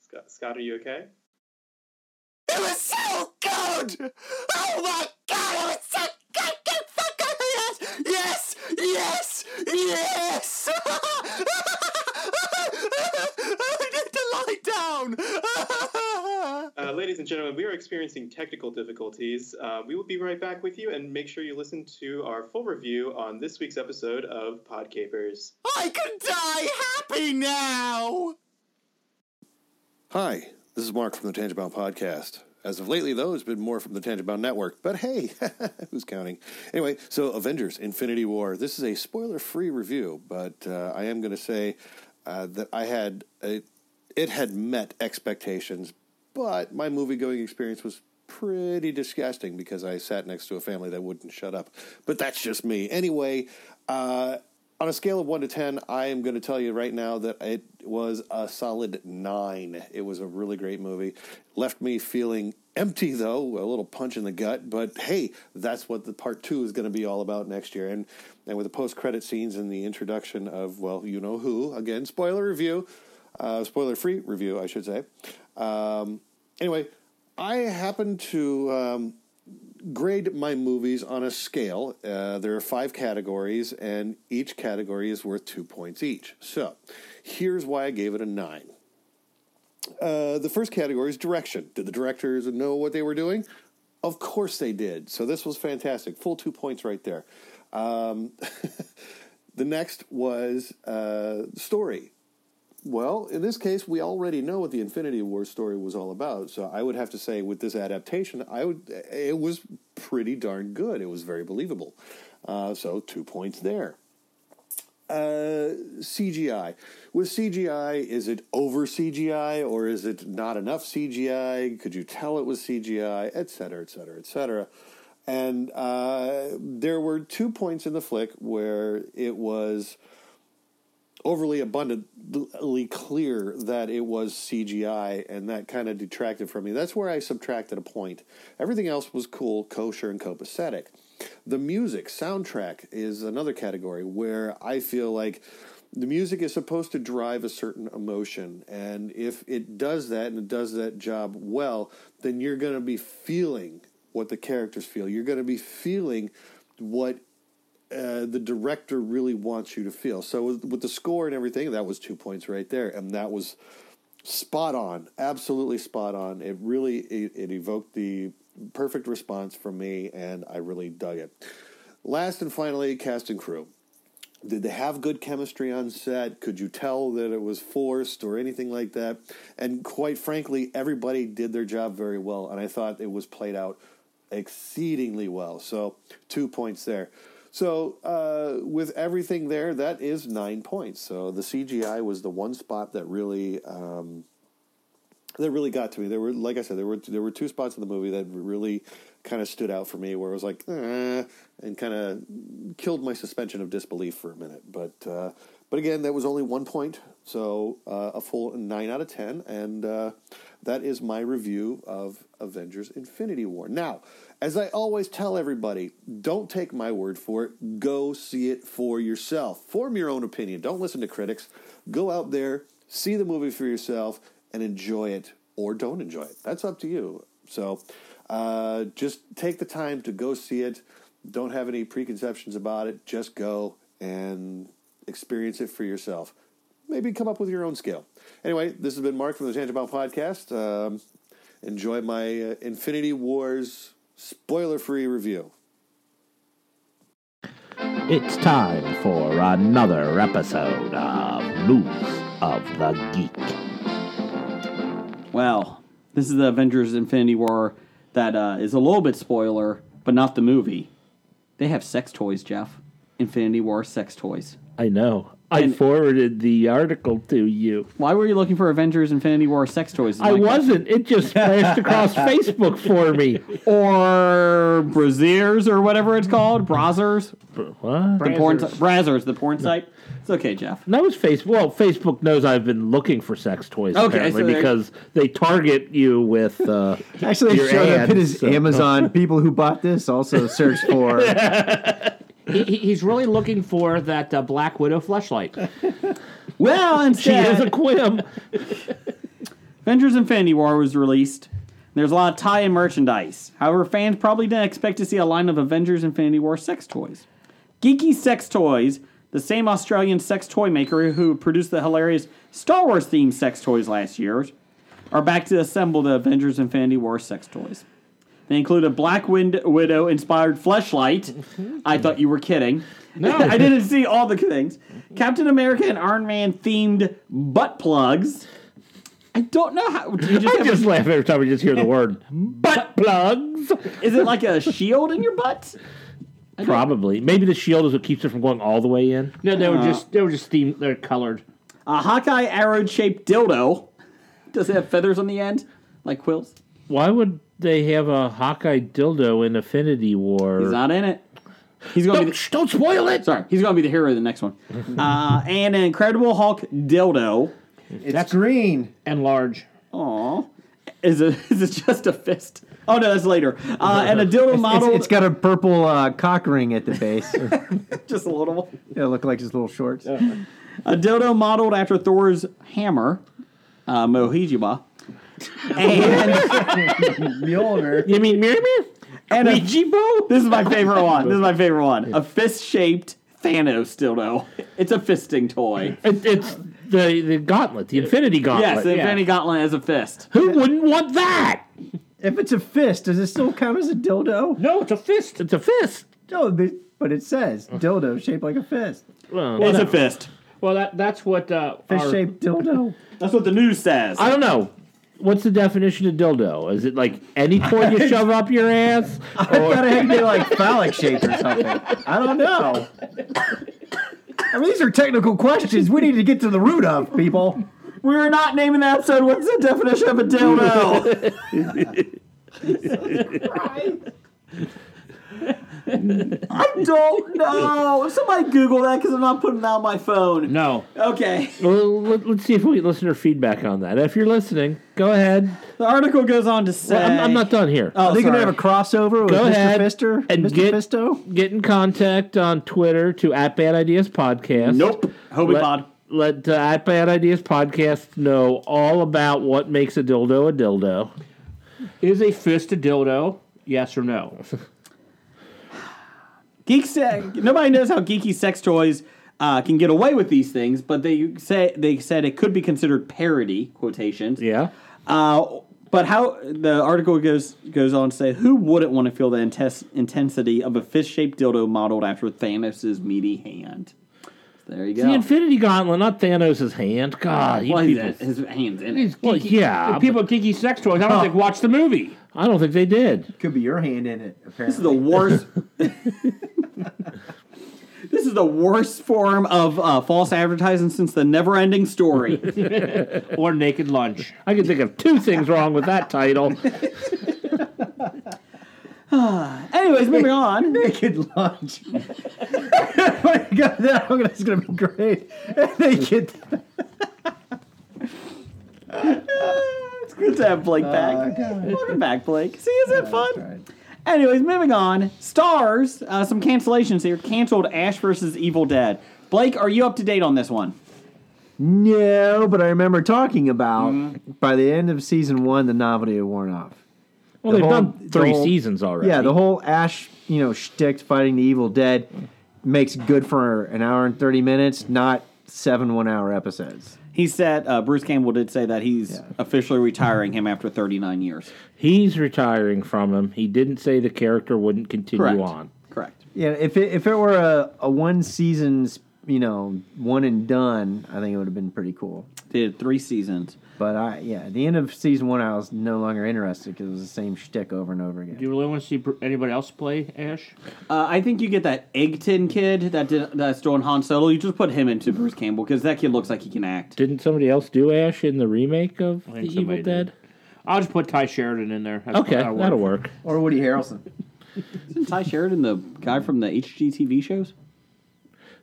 S4: Scott, Scott are you okay?
S1: It was so good! Oh my god, it was so good! Good fucking yes! Yes! Yes! Yes!
S4: Uh, experiencing technical difficulties, uh, we will be right back with you and make sure you listen to our full review on this week's episode of Podcapers.
S3: I could die happy now!
S8: Hi, this is Mark from the Tangibound Podcast. As of lately, though, it's been more from the Tangibound Network, but hey, who's counting? Anyway, so Avengers Infinity War. This is a spoiler free review, but uh, I am going to say uh, that I had a, it had met expectations, but my movie going experience was pretty disgusting because I sat next to a family that wouldn't shut up. But that's just me. Anyway, uh, on a scale of one to ten, I am going to tell you right now that it was a solid nine. It was a really great movie. Left me feeling empty though, a little punch in the gut. But hey, that's what the part two is going to be all about next year. And and with the post credit scenes and the introduction of well, you know who again? Spoiler review, uh, spoiler free review, I should say. Um, anyway, I happen to. Um, grade my movies on a scale. Uh, there are five categories, and each category is worth two points each. So here's why I gave it a nine. Uh, the first category is direction. Did the directors know what they were doing? Of course they did. So this was fantastic. Full two points right there. Um, the next was uh, story. Well, in this case, we already know what the Infinity War story was all about. So I would have to say, with this adaptation, I would it was pretty darn good. It was very believable. Uh, so two points there. Uh, CGI. With CGI, is it over CGI or is it not enough CGI? Could you tell it was CGI, et cetera, et cetera, et cetera? And uh, there were two points in the flick where it was overly abundantly clear that it was CGI, and that kind of detracted from me. That's where I subtracted a point. Everything else was cool, kosher, and copacetic. The music, soundtrack, is another category where I feel like the music is supposed to drive a certain emotion. And if it does that and it does that job well, then you're going to be feeling what the characters feel. You're going to be feeling what uh, the director really wants you to feel. So with, with the score and everything, that was two points right there, and that was spot on, absolutely spot on. It really it, it evoked the perfect response from me, and I really dug it. Last and finally, cast and crew. Did they have good chemistry on set? Could you tell that it was forced or anything like that? And quite frankly, everybody did their job very well, and I thought it was played out exceedingly well. So, two points there. So uh, with everything there, that is nine points. So the CGI was the one spot that really um, that really got to me. There were, like I said, there were there were two spots in the movie that really kind of stood out for me, where it was like, eh, and kind of killed my suspension of disbelief for a minute. But uh, but again, that was only one point, so uh, a full nine out of ten, and uh, that is my review of Avengers: Infinity War. Now, as I always tell everybody, don't take my word for it. Go see it for yourself. Form your own opinion. Don't listen to critics. Go out there, see the movie for yourself, and enjoy it or don't enjoy it. That's up to you. So uh, just take the time to go see it. Don't have any preconceptions about it. Just go and experience it for yourself. Maybe come up with your own scale. Anyway, this has been Mark from the Tangible Podcast. Um, enjoy my uh, Infinity Wars spoiler free review.
S5: It's time for another episode of Moves of the Geek.
S2: Well, this is the Avengers Infinity War that uh, is a little bit spoiler, but not the movie. They have sex toys, Jeff. Infinity War sex toys.
S5: I know. I
S2: And-
S5: forwarded the article to you.
S2: Why were you looking for Avengers Infinity War sex toys?
S5: I wasn't. It just flashed across Facebook for me.
S2: Or Braziers or whatever it's called. Brazzers.
S5: What?
S2: The porn si- Brazzers, the porn site. It's okay, Jeff.
S5: No, it's Facebook. Well, Facebook knows I've been looking for sex toys
S2: Okay,
S5: apparently
S2: so there-
S5: because they target you with uh,
S6: Actually,
S5: your
S6: it showed up
S5: ads,
S6: in his
S5: so-
S6: Amazon. People who bought this also searched for.
S10: He, he- he's really looking for that uh, Black Widow flashlight.
S2: Well,
S5: She
S2: instead,
S5: is a quim.
S2: Avengers Infinity War was released. There's a lot of tie-in merchandise. However, fans probably didn't expect to see a line of Avengers Infinity War sex toys. Geeky Sex Toys, the same Australian sex toy maker who produced the hilarious Star Wars themed sex toys last year,
S7: are back to assemble the Avengers Infinity War sex toys. They include a Black Wind- Widow inspired fleshlight. I thought you were kidding.
S5: No.
S7: I didn't see all the things. Captain America and Iron Man themed butt plugs. I don't know how. do you just
S8: I
S7: have
S8: just
S7: a-
S8: laugh every time we just hear the word butt plugs.
S7: Is it like a shield in your butt?
S8: Probably. Maybe the shield is what keeps it from going all the way in.
S5: No, they were
S7: Uh,
S5: just they were just steam. They're colored.
S7: A Hawkeye arrow shaped dildo. Does it have feathers on the end? Like quills?
S8: Why would they have a Hawkeye dildo in Affinity War?
S7: He's not in it. He's gonna be
S8: Don't- don't spoil it.
S7: Sorry, he's gonna be the hero of the next one. uh, and an Incredible Hulk dildo.
S6: It's green
S5: and large.
S7: Aw, is it is it just a fist? Oh no, that's later. Uh, and a dildo
S6: It's-
S7: model.
S6: it's got a purple uh, cock ring at the base.
S7: just a little.
S6: It'll look like his little shorts.
S7: A dildo modeled after Thor's hammer, uh, Mohijiba. And
S6: Mjolnir.
S8: You mean Mjolnir?
S7: And a, this is my favorite one. This is my favorite one. A fist-shaped Thanos dildo. It's a fisting toy.
S8: It, it's the the gauntlet, the Infinity Gauntlet.
S7: Yes, the Infinity Gauntlet has a fist.
S8: Who wouldn't want that?
S6: If it's a fist, does it still count as a dildo?
S8: No, it's a fist. It's a fist.
S6: No, the- but it says dildo shaped like a fist.
S8: Well,
S7: it's
S8: no.
S7: a fist.
S5: Well, that that's what uh,
S6: Fist
S5: our-
S6: shaped dildo.
S7: That's what the news says.
S8: I don't know. What's the definition of dildo? Is it like any toy you shove up your ass?
S6: I thought it had to be like phallic shaped or something. I don't know. I mean, these are technical questions we need to get to the root of, people.
S7: We're not naming the episode. What's the definition of a dildo? I don't know. Somebody Google that because I'm not putting it on my phone.
S5: No.
S7: Okay.
S8: Well, let, us see if we get listener feedback on that. If you're listening, go ahead.
S7: The article goes on to say.
S8: Well, I'm, I'm not done here.
S7: Oh,
S6: Are they going to
S7: sorry.
S6: have a crossover with
S8: Go
S6: Mr.
S8: ahead
S6: Fister?
S8: and
S6: Mr.
S8: get-
S6: Fisto?
S8: Get in contact on Twitter to at Bad Ideas Podcast.
S7: Nope. Hobie
S8: Let-
S7: Pod.
S8: Let uh, at Bad Ideas Podcast know all about what makes a dildo a dildo.
S5: Is a fist a dildo? Yes or no?
S7: Geek se- nobody knows how geeky sex toys uh, can get away with these things, but they say they said it could be considered parody quotations.
S8: Yeah.
S7: Uh, but how the article goes goes on to say, who wouldn't want to feel the intes- intensity of a fist shaped dildo modeled after Thanos' meaty hand? There you
S8: It's The
S7: go.
S8: Infinity Gauntlet, not Thanos' hand. God, you
S7: Well,
S8: people-
S7: his, his hand's in it.
S8: Well, yeah.
S5: The people geeky sex toys. I don't think watch the movie.
S8: but I don't think they did.
S6: Could be your hand in it, apparently.
S7: This is the worst. this is the worst form of uh, false advertising since the never ending story.
S5: or naked lunch.
S8: I can think of two things wrong with that title.
S7: Anyways, moving on.
S6: naked lunch. oh my god, that- that's gonna be great. naked.
S7: It's good to have Blake back. Welcome back, Blake. See, is that fun? Anyways, moving on. Stars, uh, some cancellations here. Canceled Ash versus Evil Dead. Blake, are you up to date on this one?
S6: No, but I remember talking about by the end of season one, the novelty had worn off.
S8: Well,
S6: The
S8: they've
S6: whole-
S8: done
S6: the
S8: three
S6: whole-
S8: seasons already.
S6: Yeah, the whole Ash, you know, shtick fighting the Evil Dead makes good for an hour and thirty minutes, not seven one-hour episodes.
S7: He said, uh, Bruce Campbell did say that he's officially retiring him after 39 years.
S8: He's retiring from him. He didn't say the character wouldn't continue
S7: Correct.
S8: on.
S7: Correct.
S6: Yeah, if it, if it were a, a one season, you know, one and done, I think it would have been pretty cool.
S7: Did three seasons.
S6: But I, yeah, at the end of season one, I was no longer interested because it was the same shtick over and over
S5: Do
S6: again.
S5: you really want to see Br- anybody else play Ash?
S7: Uh, I think you get that Eggton kid that did, that's doing Han Solo. You just put him into Bruce Campbell because that kid looks like he can act.
S8: Didn't somebody else do Ash in the remake of
S5: I
S8: The
S5: think
S8: Evil
S5: somebody
S8: Dead?
S5: did. I'll just put Ty Sheridan in there. That's
S8: Okay,
S5: that'll work.
S8: that'll work.
S6: Or Woody Harrelson.
S7: Isn't Ty Sheridan the guy from the HGTV shows?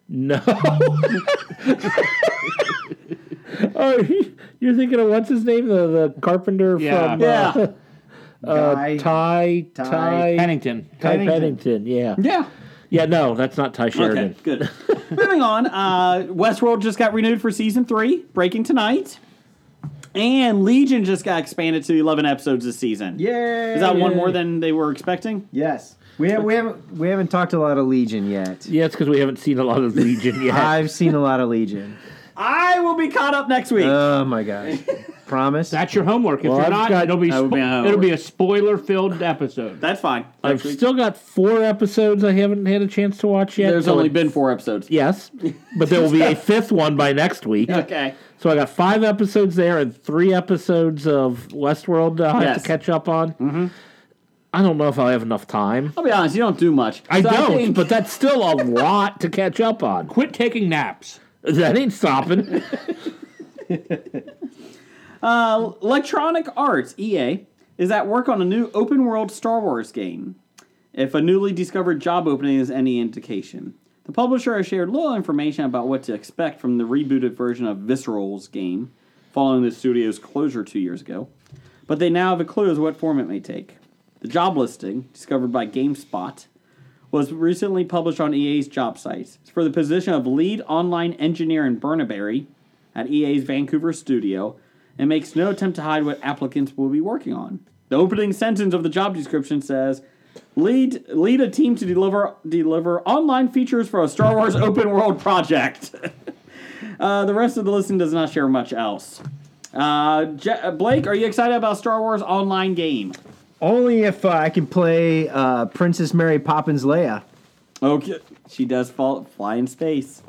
S8: No. oh, you're thinking of what's his name? The, the carpenter
S5: Yeah.
S8: from
S7: Yeah.
S8: uh, uh,
S6: Guy-
S8: Ty Ty
S6: Ty
S8: Ty
S5: Pennington.
S8: Pennington.
S6: Pennington.
S8: Yeah,
S7: Yeah.
S8: yeah. No, that's not Ty Sheridan.
S7: Okay, good. Moving on, uh, Westworld just got renewed for season three, breaking tonight. And Legion just got expanded to 11 episodes this season.
S6: Yay!
S7: Is that one more than they were expecting?
S6: Yes. We, have, we haven't we haven't talked a lot of Legion yet.
S8: Yeah, it's because we haven't seen a lot of Legion yet.
S6: I've seen a lot of Legion.
S7: I will be caught up next week.
S6: Oh my gosh. Promise.
S5: That's your homework. If
S6: Well,
S5: you're
S6: I've
S5: not,
S6: got-
S5: it'll be,
S6: that would
S5: spo-
S6: be my
S5: it'll be a
S6: homework.
S5: spoiler-filled episode.
S7: That's fine.
S9: I've still got four episodes I haven't had a chance to watch yet.
S7: There's
S9: so
S7: only
S9: it-
S7: been four episodes.
S8: Yes, but there will be a fifth one by next week.
S7: Okay.
S8: So I got five episodes there and three episodes of Westworld that I have
S7: Yes.
S8: to catch up on. Mm-hmm. I don't know if I'll have enough time.
S7: I'll be honest, you don't do much.
S8: I
S7: So I
S8: don't,
S7: think-
S8: but that's still a lot to catch up on.
S5: Quit taking naps.
S8: That ain't stopping.
S7: Uh, Electronic Arts, EA, is at work on a new open world Star Wars game. If a newly discovered job opening is any indication, the publisher has shared little information about what to expect from the rebooted version of Visceral's game following the studio's closure two years ago, but they now have a clue as to what form it may take. The job listing, discovered by GameSpot, was recently published on EA's job site. It's for the position of lead online engineer in Burnaberry at EA's Vancouver studio and makes no attempt to hide what applicants will be working on. The opening sentence of the job description says, "Lead lead a team to deliver deliver online features for a Star Wars open world project." uh, the rest of the listing does not share much else. Uh, Je- Blake, are you excited about Star Wars online game?
S6: Only if uh, I can play uh, Princess Mary Poppins Leia.
S7: Okay. She does fall, fly in space.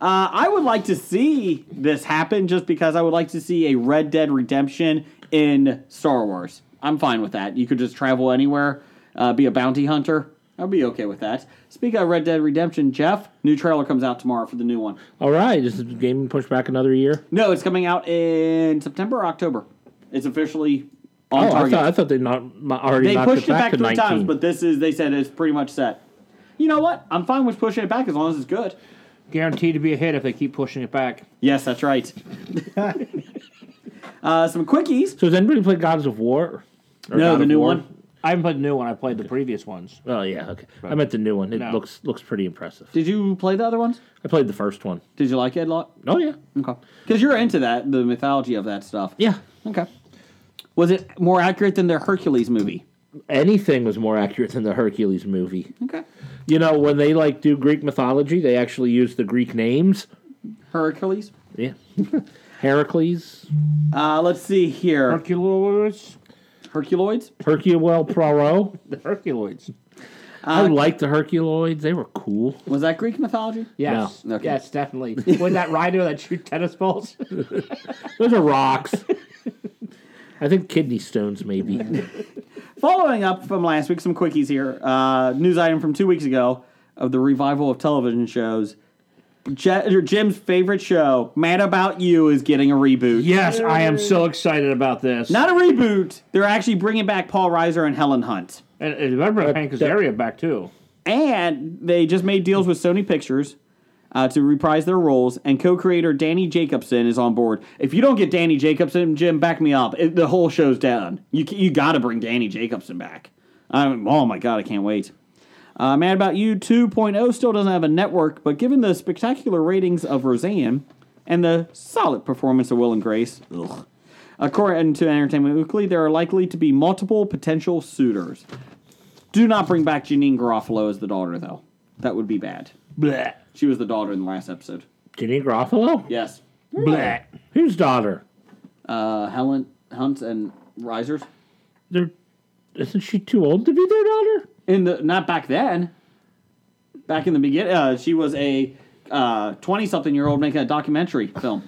S7: Uh, I would like to see this happen just because I would like to see a Red Dead Redemption in Star Wars. I'm fine with that. You could just travel anywhere, uh, be a bounty hunter. I'd be okay with that. Speaking of Red Dead Redemption, Jeff, new trailer comes out tomorrow for the new one.
S8: All right, is the game pushed back another year?
S7: No, it's coming out in September or October. It's officially on
S8: oh, I
S7: target.
S8: thought, I thought they not not- already
S7: they
S8: knocked
S7: pushed
S8: it back, to
S7: three
S8: 19.
S7: times, but this is they said it's pretty much set. You know what? I'm fine with pushing it back as long as it's good.
S5: Guaranteed to be a hit if they keep pushing it back.
S7: Yes, that's right. uh, some quickies.
S8: so has anybody played Gods of War? Or
S7: No,
S8: God
S7: the
S8: of
S7: new
S8: War?
S7: one.
S5: I haven't played the new one. I played the previous ones.
S8: Oh yeah, okay. I meant the new one. It
S5: No.
S8: looks looks pretty impressive.
S7: Did you play the other ones?
S8: I played the first one.
S7: Did you like it a lot?
S8: Oh yeah,
S7: Okay. Because you're into that, the mythology of that stuff.
S8: yeah.
S7: Okay. Was it more accurate than the Hercules movie?
S8: Anything was more accurate than the Hercules movie.
S7: Okay.
S8: You know when they like do Greek mythology, they actually use the Greek names.
S7: Hercules.
S8: Yeah, Heracles,
S7: Uh, let's see here.
S5: Herculoids.
S7: Herculoids.
S8: Hercule Poirot.
S5: The Herculoids.
S8: I like the Herculoids. oh, They were cool.
S7: Was that Greek mythology?
S5: Yes.
S7: No. Okay.
S5: Yes, definitely. With that rider that shoot tennis balls.
S8: Those are rocks. I think kidney stones, maybe.
S7: Following up from last week, some quickies here. Uh, news item from two weeks ago of the revival of television shows. Je- or Jim's favorite show, Mad About You, is getting a reboot.
S5: yes, I am so excited about this.
S7: Not a reboot. They're actually bringing back Paul Reiser and Helen Hunt.
S5: and, and remember Hank Azaria back too.
S7: And they just made deals with Sony Pictures uh, to reprise their roles, and co creator Danny Jacobson is on board. If you don't get Danny Jacobson, Jim, back me up. It- the whole show's done. You, ca- you got to bring Danny Jacobson back. I'm, oh my God, I can't wait. Uh, Mad About You 2.0 still doesn't have a network, but given the spectacular ratings of Roseanne and the solid performance of Will and Grace, ugh, according to Entertainment Weekly, there are likely to be multiple potential suitors. Do not bring back Janine Garofalo as the daughter, though. That would be bad.
S8: Bleh.
S7: She was the daughter in the last episode.
S8: Janine Garofalo.
S7: Yes.
S8: Bleh. Whose daughter?
S7: Uh, Helen Hunt and Risers.
S8: They're, isn't she too old to be their daughter?
S7: In the not back then. Back in the beginning, uh, she was a twenty-something year old making a documentary film.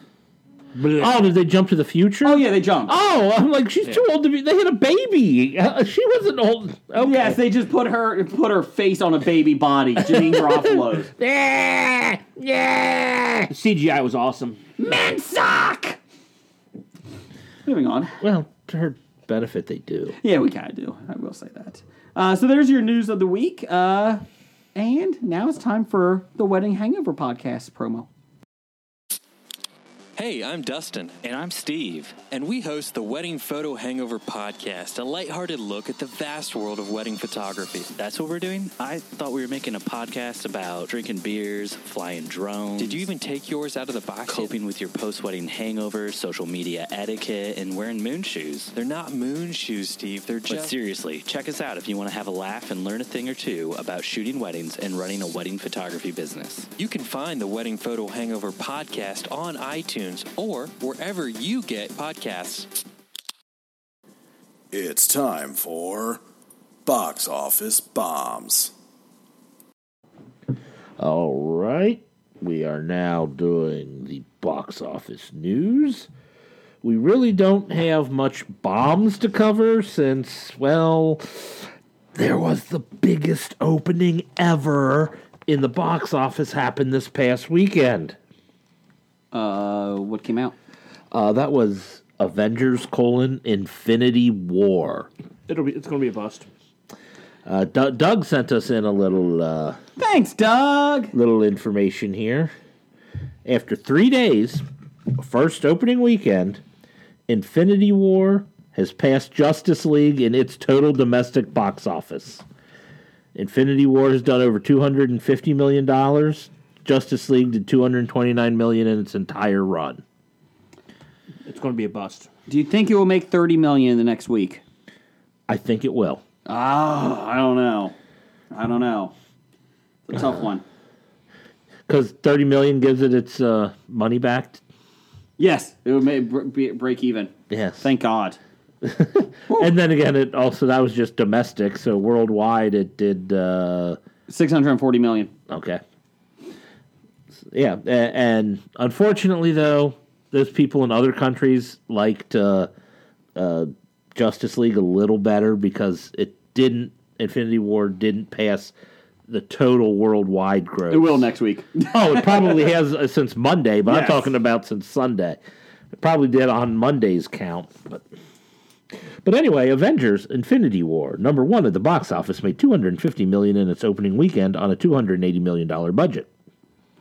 S8: Oh, did they jump to the future?
S7: Oh yeah, they jumped.
S8: Oh, I'm like she's too old to be. They had a baby. Uh, she wasn't old. Okay.
S7: Yes, they just put her put her face on a baby body. Janine Garofalo's.
S8: Yeah. Yeah.
S5: The CGI was awesome.
S7: Men suck. Moving on.
S8: Well, to her benefit, they do.
S7: Yeah, we kind of do. I will say that. Uh, so there's your news of the week. Uh, and now it's time for the Wedding Hangover podcast promo.
S11: Hey, I'm Dustin.
S12: And I'm Steve.
S11: And we host the Wedding Photo Hangover podcast, a lighthearted look at the vast world of wedding photography. That's what we're doing? I thought we were making a podcast about drinking beers, flying drones. Did you even take yours out of the box? Coping with your post wedding hangover, social media etiquette, and wearing moon shoes. They're not moon shoes, Steve. They're
S12: just-
S11: But seriously, check us out if you want to have a laugh and learn a thing or two about shooting weddings and running a wedding photography business.
S12: You can find the Wedding Photo Hangover podcast on iTunes.
S11: iTunes or wherever you get podcasts.
S12: It's time for box office bombs.
S8: All right. We are now doing the box office news. We really don't have much bombs to cover since, well, there was the biggest opening ever in the box office happened this past weekend.
S7: Uh, what came out?
S8: Uh, that was Avengers colon Infinity War.
S5: It'll be. It's going to be a bust.
S8: Uh, Doug, Doug sent us in a little. Uh, Thanks, Doug. Little information here. After three days, first opening weekend, Infinity War has passed Justice League in its total domestic box office. Infinity War has done over two hundred and fifty million dollars. Justice League did two hundred twenty-nine million in its entire run.
S5: It's going to be a bust.
S7: Do you think it will make thirty million in the next week?
S8: I think it will.
S7: Ah, I don't know. I don't know. It's a tough one.
S8: Because thirty million gives it its uh, money back.
S7: Yes, it would make, br- be- break even.
S8: Yes.
S7: Thank God.
S8: and then again, it also that was just domestic. So worldwide, it did uh,
S7: six hundred and forty million.
S8: Okay. Yeah, a- and unfortunately, though, those people in other countries liked uh, uh, Justice League a little better because it didn't. Infinity War didn't pass the total worldwide gross.
S7: It will next week.
S8: oh, it probably has uh, since Monday, but I'm
S7: Yes.
S8: talking about since Sunday. It probably did on Monday's count, but but anyway, Avengers: Infinity War, number one at the box office, made 250 million in its opening weekend on a 280 million dollar budget.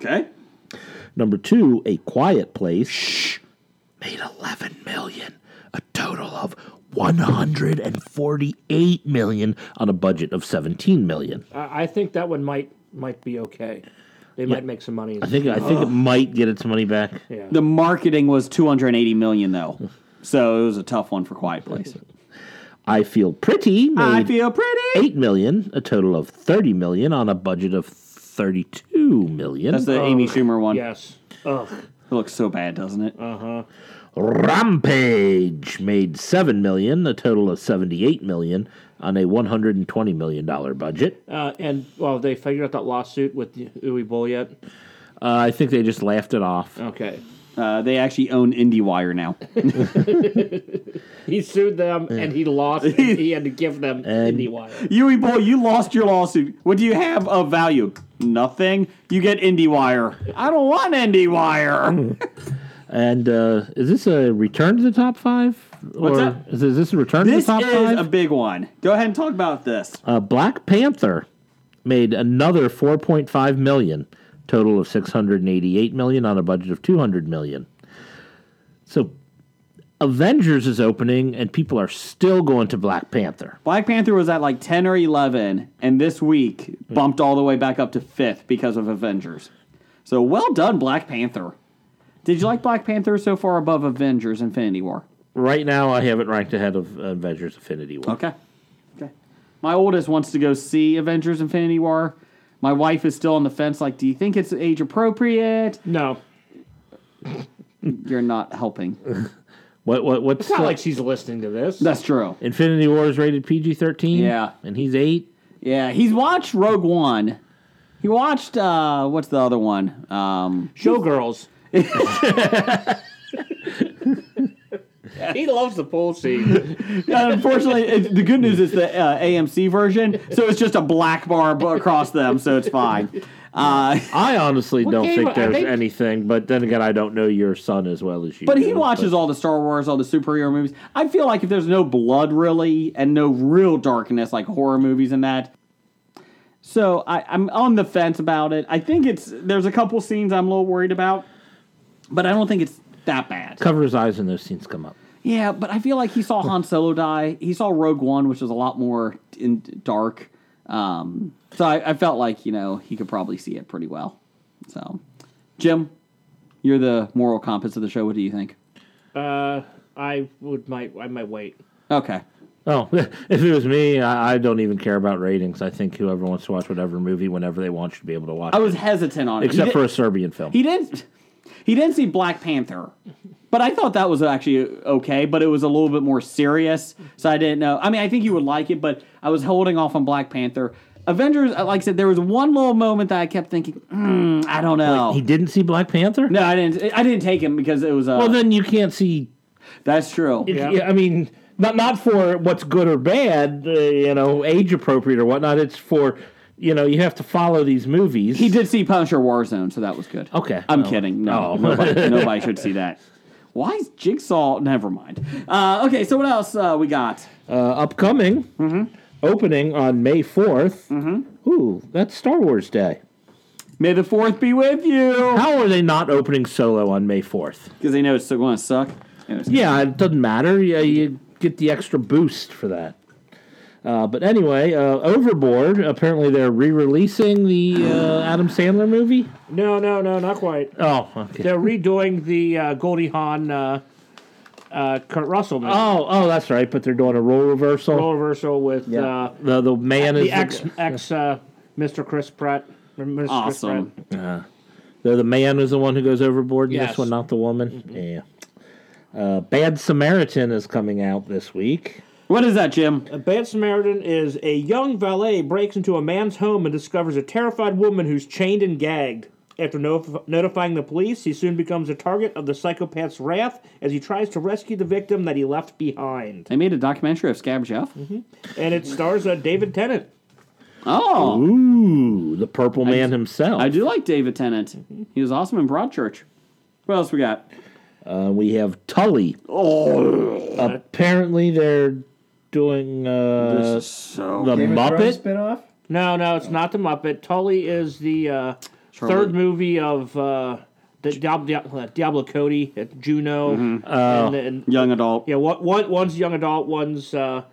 S7: Okay.
S8: Number two, A Quiet Place. Made 11 million, a total of 148 million on a budget of 17 million.
S5: I, I think that one might might be okay. They
S8: Yeah.
S5: might make some money.
S8: I think I think it might get its money back.
S5: Yeah.
S7: The marketing was two hundred and eighty million though, so it was a tough one for Quiet Place.
S8: I feel pretty.
S7: I
S8: made
S7: feel pretty.
S8: Eight million, a total of thirty million on a budget of thirty-two million.
S7: That's the Amy Schumer one.
S5: Yes. Ugh.
S7: It looks so bad, doesn't it?
S5: Uh huh.
S8: Rampage made seven million, a total of seventy-eight million on a one hundred and twenty million dollar budget.
S5: Uh, and well, they figured out that lawsuit with the Uwe Bull yet?
S8: Uh, I think they just laughed it off.
S5: Okay.
S7: Uh, they actually own IndieWire now.
S5: He sued them and he lost. and he had to give them IndieWire.
S7: Yui boy, you lost your lawsuit. What do you have of value? Nothing. You get IndieWire. I don't want IndieWire.
S8: And uh, is this a return to the top five?
S7: What's that?
S8: Is, is this a return
S7: this is
S8: to the top five?
S7: a big one. Go ahead and talk about this.
S8: Uh, Black Panther made another 4.5 million, total of 688 million on a budget of 200 million. So Avengers is opening and people are still going to Black Panther.
S7: Black Panther was at like 10 or 11, and this week bumped all the way back up to fifth because of Avengers. So well done, Black Panther. Did you like Black Panther so far above Avengers Infinity War?
S8: Right now I have it ranked ahead of Avengers Affinity War.
S7: Okay. Okay. My oldest wants to go see Avengers Infinity War. My wife is still on the fence, like, do you think it's age appropriate?
S5: No.
S7: You're not helping.
S8: What what what's
S5: It's not like she's listening to this.
S7: That's true.
S8: Infinity War is rated PG-13?
S7: Yeah.
S8: And he's 8?
S7: Yeah, he's watched Rogue One. He watched uh what's the other one? Um
S5: Showgirls. he loves the pool scene.
S7: Unfortunately, it, the good news is the uh, AMC version, so it's just a black bar b- across them, so it's fine. Uh,
S8: I honestly
S7: What
S8: don't
S7: game-
S8: think
S7: I
S8: there's
S7: think-
S8: anything, but then again I don't know your son as well as you.
S7: But he
S8: do,
S7: watches all the Star Wars, all the superhero movies. I feel like if there's no blood really and no real darkness like horror movies and that. So I, I'm on the fence about it. I think it's there's a couple scenes I'm a little worried about, but I don't think it's that bad.
S8: cover his eyes when those scenes come up.
S7: Yeah, but I feel like he saw Han Solo die. He saw Rogue One, which was a lot more in dark. Um, so I, I felt like you know he could probably see it pretty well. So, Jim, you're the moral compass of the show. What do you think?
S5: Uh, I would might I might wait.
S7: Okay.
S8: Oh, if it was me, I, I don't even care about ratings. I think whoever wants to watch whatever movie whenever they want should be able to watch.
S7: I was
S8: it.
S7: hesitant on it.
S8: except
S7: He
S8: for a
S7: did-
S8: Serbian film.
S7: He didn't. He didn't see Black Panther, but I thought that was actually okay. But it was a little bit more serious, so I didn't know. I mean, I think you would like it, but I was holding off on Black Panther. Avengers, uh, like I said, there was one little moment that I kept thinking, mm, I don't know.
S8: Wait, he didn't see Black Panther?
S7: No, I didn't. I didn't take him because it was. Uh,
S8: Well, then you can't see.
S7: That's true.
S8: It- yeah, I mean, not not for what's good or bad, uh, you know, age appropriate or whatnot. It's for, you know, you have to follow these movies. He
S7: did see Punisher Warzone, so that was good.
S8: Okay,
S7: I'm
S8: Oh.
S7: kidding. No,
S8: Oh.
S7: nobody, nobody should see that. Why is Jigsaw? Never mind. Uh, okay, so what else uh, we got?
S8: Uh, upcoming opening on May 4th. Mm-hmm. Ooh, that's Star Wars Day.
S7: May the 4th be with you.
S8: How are they not opening solo on May 4th?
S7: Because they know it's going to suck.
S8: Yeah, it doesn't matter. Yeah, you get the extra boost for that. Uh, but anyway, uh, Overboard. Apparently, they're re-releasing the uh, Adam Sandler movie.
S5: No, no, no, not quite.
S8: Oh, okay.
S5: They're redoing the uh, Goldie Hawn, uh, uh, Kurt Russell movie.
S8: Oh, oh, that's right. But they're doing a role reversal.
S5: Role reversal with uh,
S8: the the man is
S5: the ex ex uh, Mr. Chris Pratt. Remember Mr. Chris
S8: Awesome.
S5: Pratt?
S8: Uh, the the man is the one who goes overboard in
S5: Yes. Mm-hmm.
S8: this one, not the woman. Yeah. Uh, Bad Samaritan is coming out this week.
S7: What is that, Jim?
S5: A bad Samaritan is a young valet breaks into a man's home and discovers a terrified woman who's chained and gagged. After nof- notifying the police, he soon becomes a target of the psychopath's wrath as he tries to rescue the victim that he left behind.
S7: They made a documentary of Scab Jeff.
S5: And it stars uh, David Tennant.
S7: Oh,
S8: ooh, the Purple Man himself.
S7: I do like David Tennant. He was awesome in Broadchurch. What else we got?
S8: Uh, we have Tully.
S7: Oh,
S8: Apparently, they're doing uh,
S7: This is so-
S8: the
S5: Game of Thrones
S8: Muppet.
S6: spinoff?
S5: No, no, it's not the Muppet. Tully is the uh,
S8: Charlie.
S5: third movie of uh, the Diablo, Diablo, Diablo Cody, uh, Juno,
S8: Mm-hmm.
S7: Mhm.
S5: and,
S7: Oh.
S5: and-
S7: Young adult.
S5: Yeah, one, one, one's young adult, one's uh,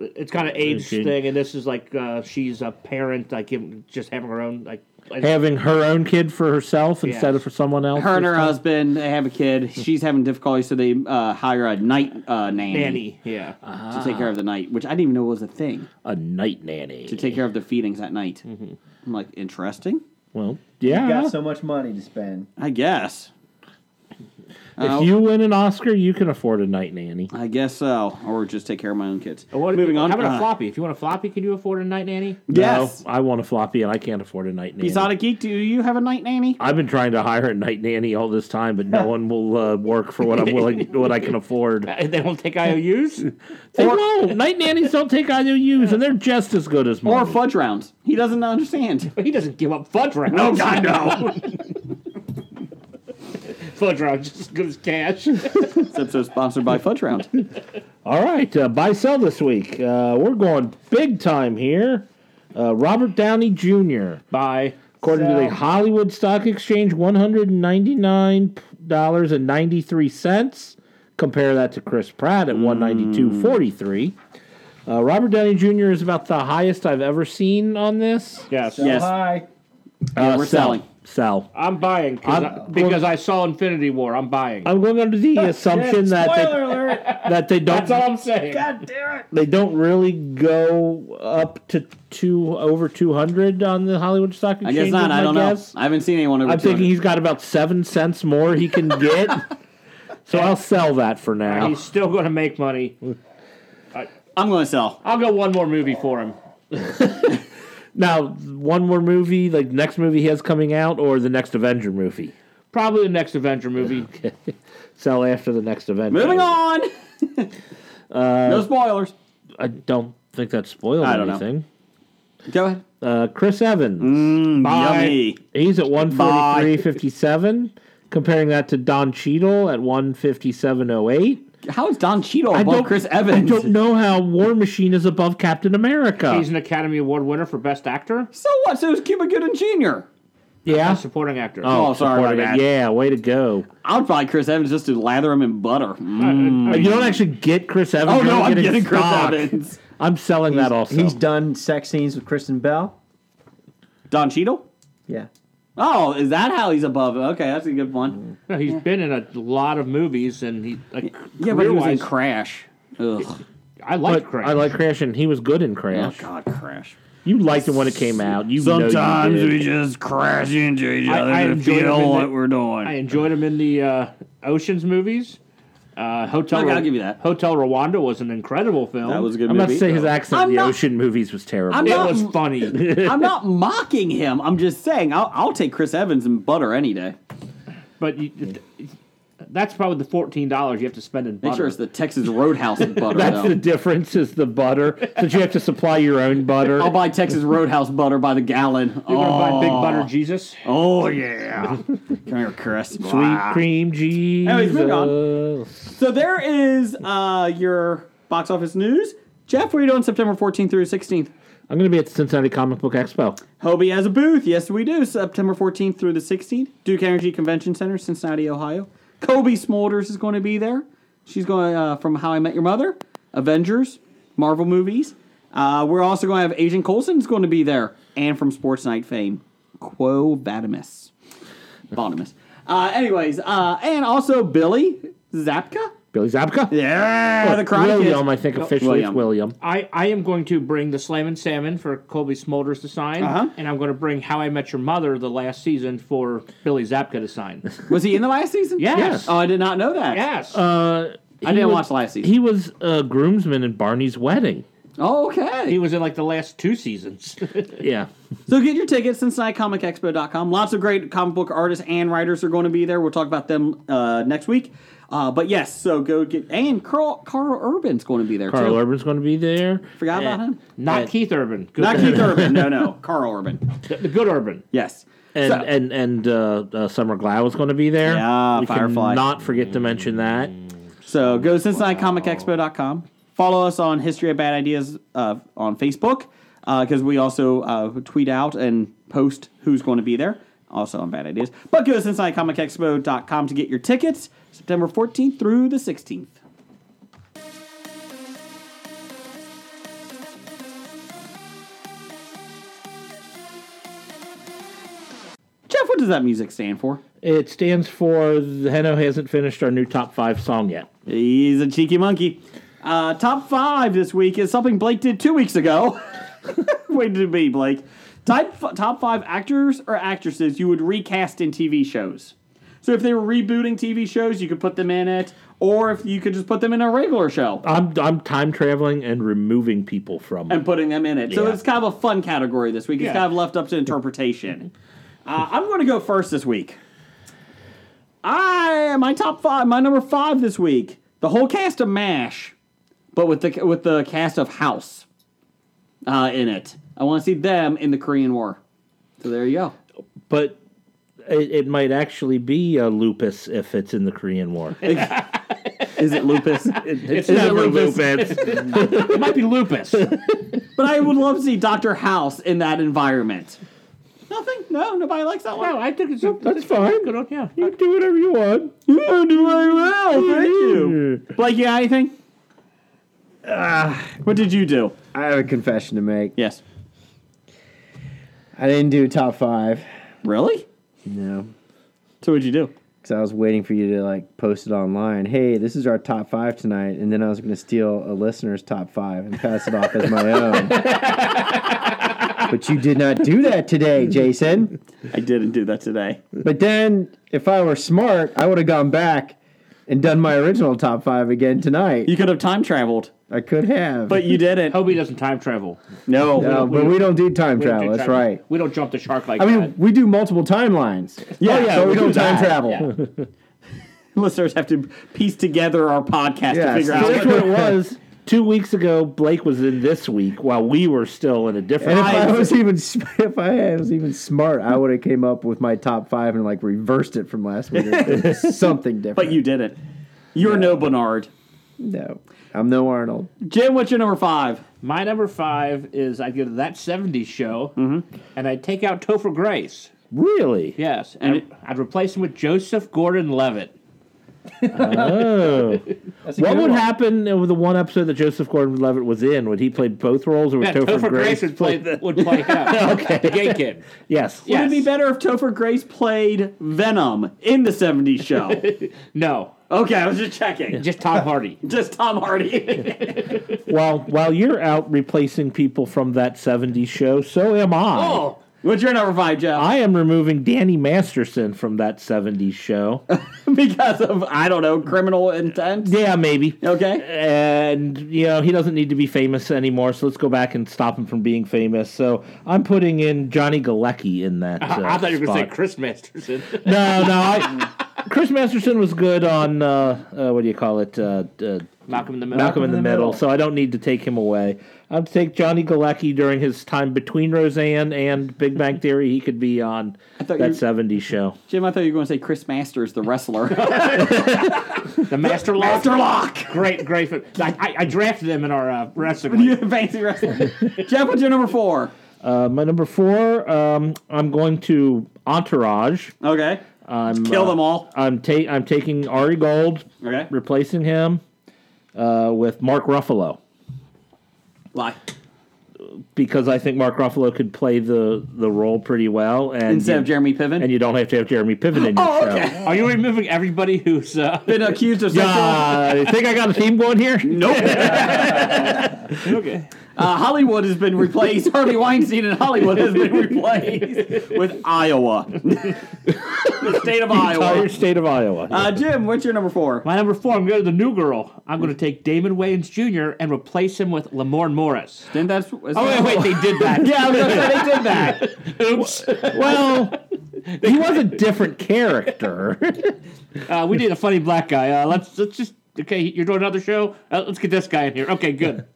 S5: it's kind of age
S8: Okay.
S5: thing, and this is like uh, she's a parent, like giving- just having her own like like-
S8: Having her own kid for herself
S5: Yeah.
S8: instead of for someone else.
S7: Her and
S8: this
S7: her
S8: time.
S7: husband, they have a kid. She's having difficulty, so they uh, hire a night uh, nanny,
S5: nanny. Yeah,
S7: to take care of the night, which I didn't even know was a thing.
S8: A night nanny
S7: to take care of their feedings at night.
S5: Mm-hmm.
S7: I'm like, interesting.
S8: Well,
S6: You got so much money to spend.
S7: I guess.
S8: If
S7: Oh.
S8: you win an Oscar, you can afford a night nanny.
S7: I guess so, or just take care of my own kids.
S5: What,
S7: Moving on.
S5: How about
S7: Uh,
S5: a floppy? If you want a floppy, can you afford a night nanny?
S7: Yes.
S8: No, I want a floppy, and I can't afford a night nanny.
S7: Besotted Geek, do you have a night nanny?
S8: I've been trying to hire a night nanny all this time, but no one will uh, work for what I'm willing, what I can afford.
S5: They don't take IOUs.
S8: They won't. Night nannies don't take IOUs, and they're just as good as mine.
S7: Or fudge rounds. He doesn't understand.
S5: He doesn't give up fudge rounds.
S7: No, God, no.
S5: Fudge round just as good as cash.
S7: this episode's sponsored by Fudge Round.
S8: All right, uh, buy sell this week. Uh, we're going big time here. Uh, Robert Downey Jr.
S5: Buy.
S8: According to the Hollywood Stock Exchange, one hundred ninety nine dollars and ninety three cents. Compare that to Chris Pratt at one ninety two forty three. Uh, Robert Downey Jr. is about the highest I've ever seen on this.
S5: Yes,
S6: So high.
S8: Uh,
S5: we're
S8: sell.
S5: selling.
S8: Sell.
S5: I'm buying 'cause
S8: I'm-
S5: I, because I saw Infinity War. I'm buying.
S8: I'm going under the assumption that they,
S6: alert.
S8: that they don't
S5: That's all I'm saying.
S6: God damn it.
S8: they don't really go up to two over two hundred on the Hollywood Stock
S7: I
S8: Exchange.
S7: guess not.
S8: is
S7: I
S8: my
S7: don't
S8: guess.
S7: know. I haven't seen anyone over
S8: I'm thinking he's got about seven cents more he can get, so I'll sell that for now.
S5: He's still going to make money.
S7: I'm going to sell.
S5: I'll go one more movie for him.
S8: Now, one more movie, like next movie he has coming out, or the next Avenger movie.
S5: Probably the next Avenger movie.
S8: Sell after the next Avenger.
S7: Moving on.
S8: Uh,
S7: No spoilers.
S8: I don't think that spoiled
S7: I don't know.
S8: anything.
S7: Go ahead.
S8: Uh, Chris Evans.
S5: Mm,
S7: Bye. yummy.
S8: He's at one forty three fifty seven. Comparing that to Don Cheadle at one fifty seven oh eight.
S7: How is Don Cheadle
S8: I
S7: above
S8: don't-
S7: Chris Evans?
S8: I don't know how War Machine is above Captain America.
S5: He's an Academy Award winner for Best Actor.
S7: So what? So is Cuba Gooding Jr.
S8: yeah.
S5: Supporting Actor.
S8: Oh,
S7: sorry about
S8: supporting it.
S7: that.
S8: Yeah, way to go.
S7: I would buy Chris Evans just to lather him in butter. Mm.
S8: But you don't actually get Chris Evans.
S7: Oh, no,
S8: You're
S7: I'm getting Chris
S8: stock.
S7: Evans.
S8: I'm selling that also.
S6: He's done sex scenes with Kristen Bell.
S7: Don Cheadle?
S6: Yeah.
S7: Oh, is that how he's above? Okay, that's a good
S8: Mm.
S7: one.
S5: No, he's been in a lot of movies, and he like
S7: Yeah, but he was in
S5: career-wise,
S7: Crash. Ugh.
S5: I like
S8: But
S5: Crash.
S8: I like Crash, and he was good in Crash.
S7: Oh God, Crash.
S8: You liked it when it came out. You know you
S13: Sometimes
S8: did.
S13: we just crash into each other to
S5: enjoyed
S13: feel
S5: him in
S13: what
S5: the-
S13: we're doing.
S5: I enjoyed him in the uh, Ocean's movies. Uh, Hotel.
S7: Okay, I'll
S5: give you that. Hotel Rwanda was an incredible film.
S7: That was a good I'm about to movie. say his accent in I'm the not-
S8: Ocean movies was terrible.
S7: I'm
S5: it
S7: not-
S5: was funny.
S7: I'm not mocking him. I'm just saying I'll, I'll take Chris Evans and butter any day.
S5: But you, th- that's probably the fourteen dollars you have to spend in butter.
S7: Make sure it's the Texas Roadhouse and butter.
S8: That's
S7: though.
S8: the difference is the butter. that you have to supply your own butter.
S7: I'll buy Texas Roadhouse butter by the gallon. You're
S8: You're gonna buy Big Butter
S5: Jesus?
S7: Oh yeah, come here, Chris. Sweet
S8: cream cheese.
S7: Anyways, moving on. So there is uh, your box office news. Jeff, what are you doing September 14th through 16th?
S8: I'm going to be at the Cincinnati Comic Book Expo.
S7: Hobie has a booth. Yes, we do. September 14th through the 16th. Duke Energy Convention Center, Cincinnati, Ohio. Kobe Smolders is going to be there. She's going uh, from How I Met Your Mother, Avengers, Marvel movies. Uh, we're also going to have Agent Coulson's going to be there, and from Sports Night fame, Quo Vadimus. Vadimus. Uh, anyways, uh, and also Billy Zapka.
S8: Billy Zabka?
S7: Yeah,
S8: Or
S7: the Karate Kid.
S8: William, I think officially it's William.
S5: I, I am going to bring the Slam and Salmon for Colby Smolders to sign,
S7: Uh-huh.
S5: and I'm going to bring How I Met Your Mother the last season for Billy Zabka to sign.
S7: Was he in the last season?
S5: Yes.
S7: Oh, I did not know that.
S5: Yes.
S8: Uh,
S7: I
S8: he
S7: didn't
S8: was-
S7: watch last season.
S8: He was a groomsman in Barney's wedding.
S7: Oh, okay.
S5: He was in like the last two seasons.
S8: Yeah.
S7: So get your tickets, CincinnatiComicExpo.com. Lots of great comic book artists and writers are going to be there. We'll talk about them uh, next week. Uh, but yes, so go get and Carl Carl Urban's going to be there
S8: Carl
S7: too.
S8: Urban's going to be there.
S7: Forgot about
S8: And-
S7: him.
S5: Not
S8: and-
S5: Keith Urban. Good
S7: Not
S5: Urban.
S7: Keith Urban. No, no, Carl Urban.
S5: The, the good Urban.
S7: Yes.
S8: And
S7: So-
S8: and and uh, uh, Summer Glau is going to be there.
S7: Yeah,
S8: we
S7: Firefly.
S8: Not forget to mention that.
S7: So go to CincinnatiComicExpo.com. Follow us on History of Bad Ideas uh, on Facebook because we also uh, tweet out and post who's going to be there. Also on Bad Ideas. But go to CincinnatiComicExpo.com to get your tickets September 14th through the 16th. Jeff, what does that music stand for?
S8: It stands for the Heno hasn't finished our new top five song yet.
S7: He's a cheeky monkey. Uh, top five this week is something Blake did two weeks ago. Way to be, Blake. Type f- top five actors or actresses you would recast in TV shows. So if they were rebooting TV shows, you could put them in it, or if you could just put them in a regular show
S8: I'm I'm time traveling and removing people from.
S7: and putting them in it. So
S8: Yeah.
S7: it's kind of a fun category this week. It's
S8: Yeah.
S7: kind of left up to interpretation. uh, I'm going to go first this week. I my top five, my number five this week. The whole cast of Mash, but with the with the cast of House uh, in it. I want to see them in the Korean War. So there you go.
S8: But it, it might actually be uh, lupus if it's in the Korean War.
S7: Is it lupus?
S8: it's never lupus.
S5: it might be lupus.
S7: but I would love to see Doctor House in that environment. Nothing. No, nobody likes that one.
S5: No, I think it's a,
S8: That's fine.
S5: good one. Yeah.
S8: You do whatever you want.
S7: You do very well. Thank you. Blake, you got anything? Ah, what did you do?
S6: I have a confession to make.
S7: Yes.
S6: I didn't do top five.
S7: Really?
S6: No.
S7: So what'd you do?
S6: Because I was waiting for you to like post it online. Hey, this is our top five tonight, and then I was going to steal a listener's top five and pass it off as my own. but you did not do that today, Jason.
S7: I didn't do that today.
S6: But then, if I were smart, I would have gone back and done my original top five again tonight.
S7: You could have time traveled,
S6: I could have.
S7: but you didn't.
S5: Hobie doesn't time travel.
S7: No.
S6: no, but we don't do time
S5: We don't
S6: travel.
S5: do
S6: That's
S5: time-
S6: right.
S5: We don't jump the shark like
S6: I
S5: that.
S6: mean, we do multiple timelines. Oh,
S7: Yeah,
S6: yeah, but we don't time travel.
S5: Yeah.
S7: Listeners have to piece together our podcast to
S6: Yes.
S7: figure
S8: So that's
S7: out.
S8: what it was. Two weeks ago, Blake was in this week while we were still in a
S6: And
S8: different.
S6: if I, was even sm- if I was even smart, I would have came up with my top five and like reversed it from last week. It's Something different.
S7: But you didn't. You're no Bernard.
S6: no, I'm no Arnold.
S7: Jim, what's your number five?
S5: My number five is I go to that 70s show
S8: Mm-hmm.
S5: and I take out Topher Grace.
S8: really?
S5: Yes. And I, would replace him with Joseph Gordon Levitt.
S8: Oh. What
S6: good
S8: would
S6: one.
S8: happen with the one episode that Joseph Gordon-Levitt was in? Would he play both roles, or would
S5: Yeah,
S8: Topher, Grace,
S5: would play, would play him. okay. The gay kid.
S8: Yes.
S7: Would it
S5: Yes.
S7: be better if Topher Grace played Venom in the 70s show?
S5: No.
S7: Okay, I was just checking.
S8: Just Tom Hardy.
S7: just Tom Hardy.
S8: While while you're out replacing people from that '70s show, so am I.
S7: oh, what's your number five, Jeff?
S8: I am removing Danny Masterson from that '70s show.
S7: because of I don't know criminal intent.
S8: yeah, maybe.
S7: Okay.
S8: And you know he doesn't need to be famous anymore, so let's go back and stop him from being famous. So I'm putting in Johnny Galecki in that. Uh,
S5: I thought you were going to say
S8: spot.
S5: Chris Masterson.
S8: No, no. I, Chris Masterson was good on uh, uh, what do you call it? Uh, uh,
S5: Malcolm in the Middle.
S8: Malcolm in the Middle. So I don't need to take him away. I'd take Johnny Galecki during his time between Roseanne and Big Bang Theory. He could be on
S7: thought
S8: that
S7: you-
S8: '70s show.
S7: Jim, I thought you were going to say Chris Masters, the wrestler.
S5: The Master Lock.
S7: Master Lock.
S5: Great, great. fi- I, I, I drafted him in our uh, wrestling.
S7: You
S5: league.
S7: fancy wrestler. Jeff, what's your number four?
S8: Uh, my number four. Um, I'm going to Entourage.
S7: Okay.
S8: I'm,
S7: Kill
S8: uh,
S7: them all.
S8: I'm ta- I'm taking Ari Gold,
S7: Okay.
S8: replacing him uh, with Mark Ruffalo
S7: Lie.
S8: because I think Mark Ruffalo could play the, the role pretty well. And
S7: Instead
S8: you,
S7: of Jeremy Piven.
S8: and you don't have to have Jeremy Piven in your
S7: Oh,
S8: show.
S7: okay.
S5: Are you removing everybody who's uh,
S7: Been accused of sexual.
S8: Yeah, you think I got a theme going here?
S7: Nope.
S5: okay?
S7: Uh, Hollywood has been replaced. Harvey Weinstein in Hollywood has been replaced with Iowa. the state of
S8: Entire
S7: Iowa.
S8: state of Iowa.
S7: Uh, Jim, what's your number four?
S5: My number four, I'm going to the new girl. I'm going to take Damon Wayans Jr. and replace him with Lamorne Morris.
S7: Then that's. Oh,
S5: Oh wait, wait, they did that.
S7: Yeah, I was gonna say they did that.
S5: Oops.
S8: well, he was a different character.
S5: Uh, we need a funny black guy. Uh, let's let's just okay. You're doing another show. Uh, let's get this guy in here. Okay, good.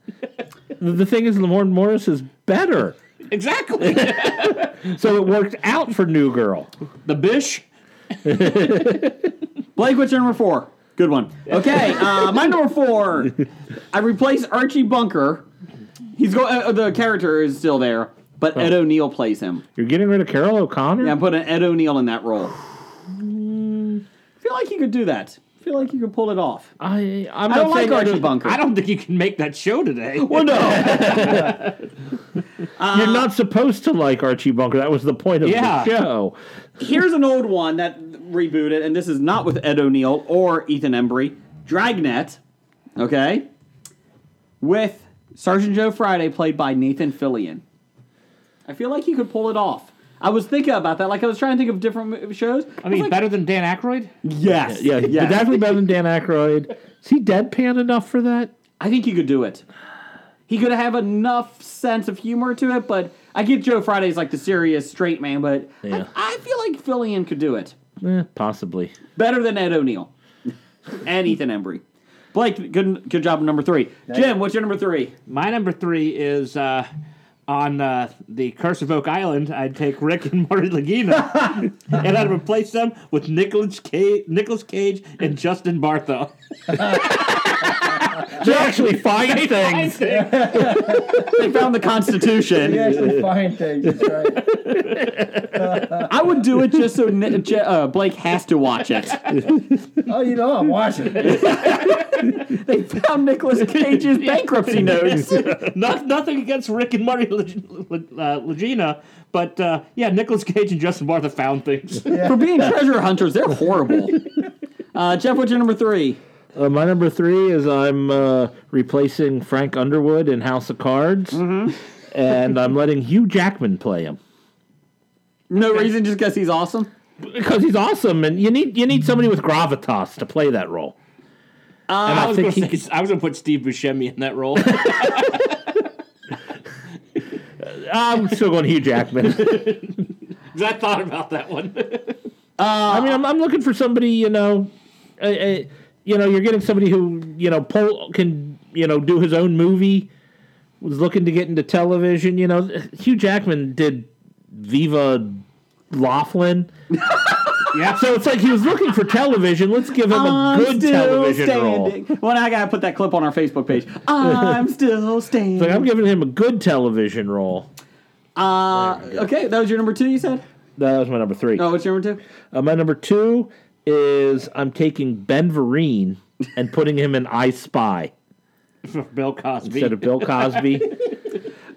S8: the the thing is, Lamorne Morris is better.
S5: exactly.
S8: So it worked out for New Girl.
S5: the Bish.
S7: Blake, what's your number four? Good one. Okay, uh, my number four. I replace Archie Bunker. He's go. Uh, the character is still there, but Ed O'Neill plays him.
S8: You're getting rid of Carol O'Connor?
S7: Yeah, I'm putting Ed O'Neill in that role.
S8: Mm.
S7: feel like he could do that. feel like he could pull it off.
S8: I, I'm
S7: I
S8: not
S7: don't like
S8: saying I
S7: Archie
S8: don't-
S7: Bunker.
S5: I don't think you can make that show today.
S7: Well, no.
S8: You're not supposed to like Archie Bunker. That was the point of
S5: Yeah.
S8: the show.
S7: Here's an old one that rebooted, and this is not with Ed O'Neill or Ethan Embry. Dragnet, okay, with Sergeant Joe Friday played by Nathan Fillion. I feel like he could pull it off. I was thinking about that. Like I was trying to think of different mo- shows.
S5: I mean,
S7: was like,
S5: better than Dan Aykroyd.
S7: Yes.
S8: Yeah, but definitely better than Dan Aykroyd. Is he deadpan enough for that?
S7: I think he could do it. He could have enough sense of humor to it, but I get Joe Friday's like the serious straight man, but I-
S8: Yeah.
S7: I, feel like Fillion could do it
S8: Eh, possibly.
S7: better than Ed O'Neill and Ethan Embry. Blake, good good job on number three. Jim, what's your number three?
S5: My number three is uh, on uh, the Curse of Oak Island. I'd take Rick and Marty Lagina, and I'd replace them with Nicholas Cage, Nicholas Cage, and Justin Bartho.
S8: They actually find things.
S7: They found the Constitution.
S9: actually find things. That's right.
S7: I would do it just so Ni- Je- uh, Blake has to watch it.
S9: Oh, you know I'm watching.
S7: They found Nicolas Cage's bankruptcy notes.
S5: Not, nothing against Rick and Marty Lag- Lag- uh, Lagina, but uh, yeah, Nicholas Cage and Justin Bartha found things.
S7: For being treasure hunters, they're horrible. Uh, Jeff, what's your number three?
S8: Uh, my number three is I'm uh, replacing Frank Underwood in House of Cards, and I'm letting Hugh Jackman play him
S7: No reason, just because he's awesome.
S8: because he's awesome, and you need you need somebody with gravitas to play that role. and
S5: Uh, I was
S8: think he
S5: going to put Steve Buscemi in that role.
S8: I'm still going Hugh Jackman.
S5: 'Cause I thought about that one.
S8: I mean, I'm, I'm looking for somebody, you know, uh, uh, you know, you're getting somebody who, you know, Paul can, you know, do his own movie. Was looking to get into television, you know. Hugh Jackman did Viva Laughlin. yeah, so it's like he was looking for television. Let's give
S7: Um,
S8: him a
S7: I'm
S8: good television role.
S7: Well, now I gotta put that clip on our Facebook page. I'm still standing.
S8: Like I'm giving him a good television role.
S7: uh, okay, that was your number two. You said.
S8: That was my number three.
S7: No, what's your number two?
S8: Uh, my number two is I'm taking Ben Vereen and putting him in I Spy.
S5: For Bill Cosby.
S8: instead of Bill Cosby.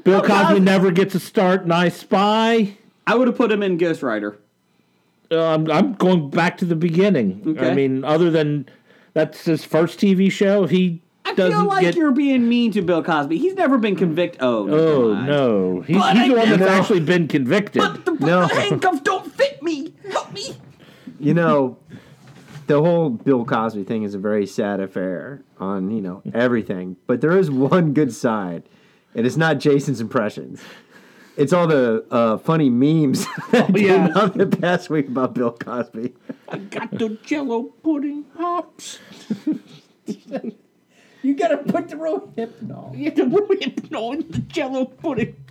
S8: Bill Cosby never gets a start. and I Spy.
S7: I would have put him in Ghost Rider.
S8: Um, I'm going back to the beginning. I
S7: Okay.
S8: mean, other than That's his first TV show. He
S7: I
S8: doesn't
S7: feel like
S8: get.
S7: you're being mean to Bill Cosby. He's never been convicted. Oh,
S8: oh no, he's,
S7: But
S8: he's the
S7: I
S8: one that's
S7: know.
S8: actually been convicted.
S6: No.
S7: handcuffs don't fit me. Help me.
S6: you know, the whole Bill Cosby thing is a very sad affair on, you know, everything. But there is one good side, and it's not Jason's impressions. It's all the uh, funny memes that
S7: Oh,
S5: yeah.
S6: came out the past week about Bill Cosby.
S5: Got the jello pudding pops.
S7: you gotta put the real hypnol.
S5: Yeah, the real hypnol in the jello pudding pops.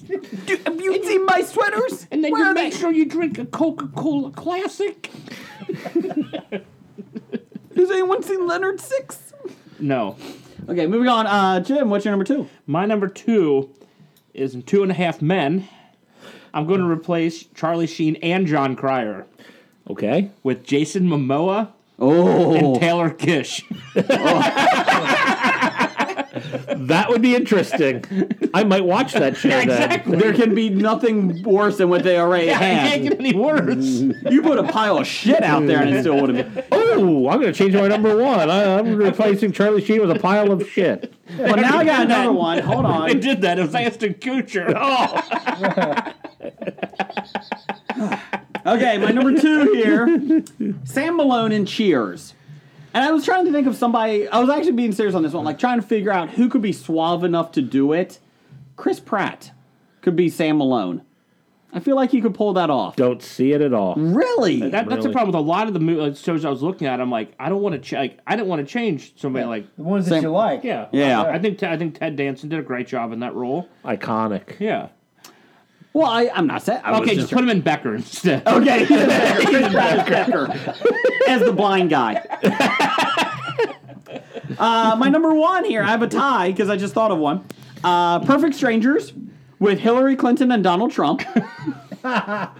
S5: Do,
S7: have you seen my sweaters?
S5: And then
S7: Where
S5: you
S7: are
S5: make
S7: they?
S5: sure you drink a Coca Cola classic.
S7: Has anyone seen Leonard Six?
S5: No.
S7: Okay, moving on. Uh, Jim, what's your number two?
S5: My number two is in Two and a Half Men. I'm going to replace Charlie Sheen and John Cryer.
S8: Okay.
S5: With Jason Momoa.
S7: Oh.
S5: And Taylor Kish.
S8: that would be interesting. I might watch that show.
S5: Exactly.
S7: There can be nothing worse than what they already
S8: Yeah, it
S7: had.
S8: can't
S5: get any worse.
S7: You put a pile of shit out there and it still would have been.
S8: Then. Oh, I'm gonna change my number one. I, I'm replacing Charlie Sheen with a pile of shit.
S7: Well, now I got another one. Hold on.
S5: I did that. It was Aston Kutcher. Oh.
S7: Okay, my number two here Sam Malone in Cheers. And I was trying to think of somebody, I was actually being serious on this one, like trying to figure out who could be suave enough to do it. Chris Pratt could be Sam Malone. I feel like he could pull that off.
S8: Don't see it at all.
S7: Really?
S5: That, that's the problem with a lot of the mo- uh, shows I was looking at. I'm like, I don't want to ch- like, I didn't want to change somebody like the
S6: ones that Same- you like.
S5: Yeah,
S7: Yeah.
S5: I think Te- I think Ted Danson did a great job in that role.
S8: Iconic.
S5: Yeah.
S7: Well, I, I'm not saying. I was
S5: Okay, just put him in Becker instead.
S7: Okay, he's a Becker. He's a Travis Becker as the blind guy. uh, my number one here, I have a tie because I just thought of one. Uh, Perfect Strangers with Hillary Clinton and Donald Trump.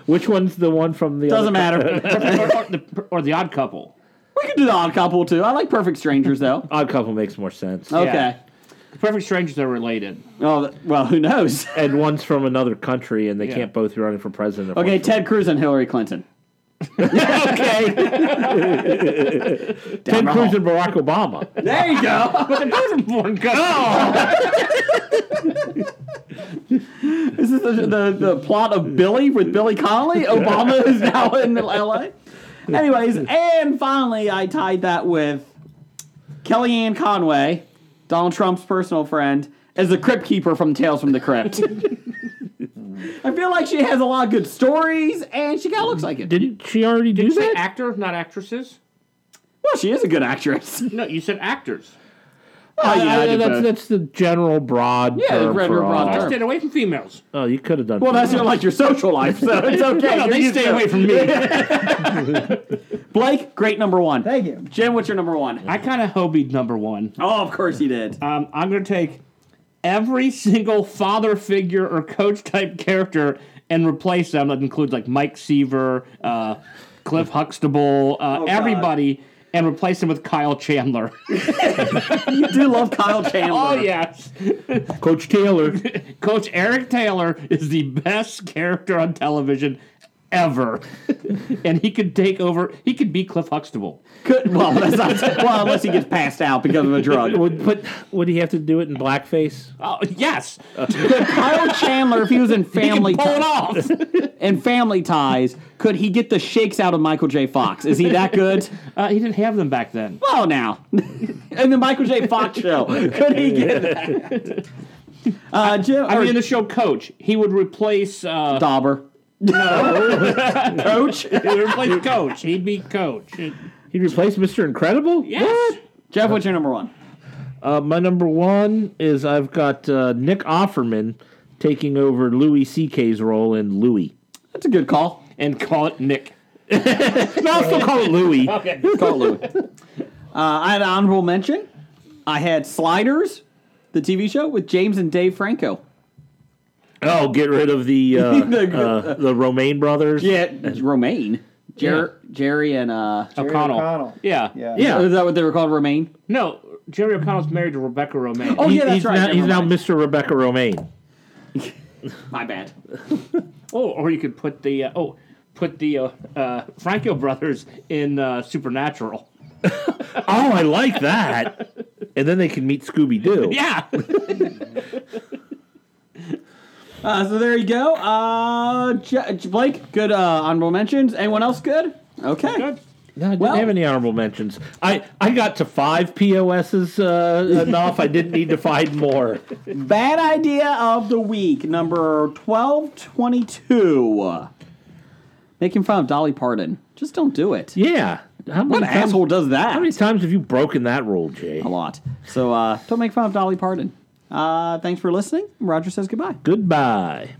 S8: Which one's the one from the?
S7: Doesn't
S8: other-
S7: matter.
S5: or, the, or the Odd Couple.
S7: we could do the Odd Couple too. I like Perfect Strangers though.
S8: Odd Couple makes more sense.
S7: Okay.
S5: The Perfect Strangers are related.
S7: Oh well, who knows?
S8: And one's from another country, and they
S7: Yeah.
S8: can't both be running for president.
S7: Okay, Ted Cruz and Hillary Clinton.
S8: okay. Ted
S7: the
S8: Cruz and Barack Obama.
S7: There you go.
S5: but it doesn't born
S7: Is this the, the, the plot of Billy with Billy Connolly? Obama is now in LA. Anyways, and finally, I tied that with Kellyanne Conway, Donald Trump's personal friend, as the crypt keeper from Tales from the Crypt. I feel like she has a lot of good stories, and she kind of looks like it.
S8: Didn't she already
S5: Did you say actor, not actresses?
S7: Well, she is a good actress.
S5: No, you said actors.
S8: Oh,
S7: yeah, I did
S8: that's,
S7: both.
S8: that's the general broad
S7: Yeah, the
S8: term
S7: general
S8: for all.
S7: broad
S5: I stayed away from females.
S8: Oh, you could have done.
S7: Well, that's not like your social life, so it's okay.
S5: No, no,
S7: You're
S5: they
S7: used
S5: stay
S7: to it.
S5: away from me.
S7: Blake, great number one.
S6: Thank you.
S7: Jim, what's your number one?
S5: I kind of hobied number one.
S7: Oh, of course you did.
S5: Um, I'm going to take every single father figure or coach type character and replace them. That includes like Mike Seaver, uh, Cliff Huxtable, uh,
S8: Oh,
S7: God.
S5: everybody, and replace them with Kyle Chandler.
S7: you do love Kyle Chandler.
S5: oh yes,
S8: Coach Taylor.
S5: Coach Eric Taylor is the best character on television ever, and he could take over. He could be Cliff Huxtable.
S7: Could, well, that's not, well, unless he gets passed out because of a drug.
S8: Would, but would he have to do it in blackface?
S5: Oh yes,
S7: Could Kyle Chandler, if he was in Family
S5: he could pull it
S7: Ties,
S5: off.
S7: in Family Ties, could he get the shakes out of Michael J. Fox? Is he that good?
S5: Uh, he didn't have them back then.
S7: Well, Oh, now, in the Michael J. Fox show, could he get that? Uh, Jim,
S5: I
S7: or
S5: mean, in the show Coach, he would replace uh,
S7: Dauber. Coach.
S5: he would replace Coach. He'd be Coach.
S8: He replaced Mr. Incredible?
S5: Yes.
S7: Jeff, what's your number one?
S8: Uh, my number one is I've got uh, Nick Offerman taking over Louis C.K.'s role in Louis.
S7: That's a good call.
S5: And call it Nick.
S8: no, I'll still call it Louis.
S5: Okay.
S7: Call Louis. Uh, I had an honorable mention. I had Sliders, the TV show with James and Dave Franco.
S8: Oh, get rid of the uh,
S7: The-
S8: uh, the Romaine brothers.
S7: Yeah, Romaine. Jer- Jerry and uh,
S5: O'Connell.
S6: O'Connell.
S5: Yeah.
S7: yeah, is that what they were called? Romaine.
S5: No, Jerry O'Connell's married to Rebecca Romaine.
S7: Oh,
S8: He-
S7: yeah, that's
S8: he's
S7: right,
S8: Now,
S7: never
S8: he's now
S7: mind.
S8: Mr. Rebecca Romaine.
S7: My bad.
S5: Oh, or you could put the uh, oh, put the uh, uh, Franco brothers in uh, Supernatural. oh, I like that. And then they can meet Scooby Doo.
S7: Ah!
S2: Yeah. Uh, so there you go. Uh, J- J- Blake, good uh, honorable mentions. Anyone else good? Okay.
S5: No, I didn't have any honorable mentions. I, I got to five POSs uh, enough. I didn't need to find more.
S2: Bad idea of the week, number 1222. Making fun of Dolly Parton. Just don't do it.
S5: Yeah.
S2: what
S5: many times-
S2: asshole does that? How many
S5: times have you broken that rule, Jay? A
S2: lot. So uh, don't make fun of Dolly Parton. Uh, thanks for listening. Roger says goodbye.
S5: Goodbye.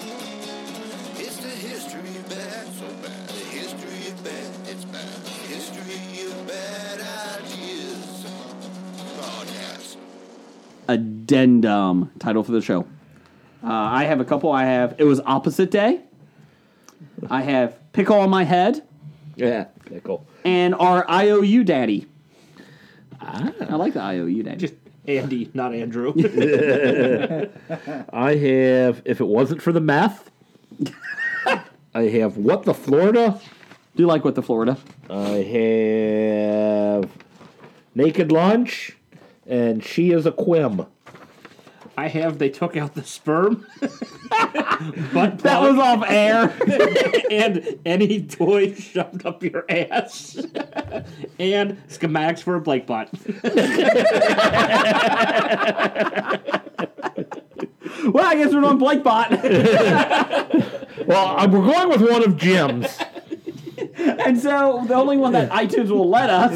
S3: It's the history of bad, so bad. The history of bad, it's bad. The history of bad ideas. Podcast.
S2: addendum title for the show. Uh, I have a couple. I have it was opposite day. I have pickle on my head.
S5: Yeah, pickle.
S2: And our IOU daddy.
S5: Ah.
S2: I like the IOU daddy. Just
S14: Andy, not Andrew.
S5: I have, if it wasn't for the meth, I have What the Florida.
S2: Do you like What the Florida?
S5: I have Naked Lunch, and She is a Quim.
S14: I have they took out the sperm. but
S2: that was off air.
S14: and any toy shoved up your ass. and schematics for a Blake bot.
S2: well, I guess we're on Blakebot.
S5: well, I- we're going with one of Jim's.
S2: and so the only one that iTunes will let us.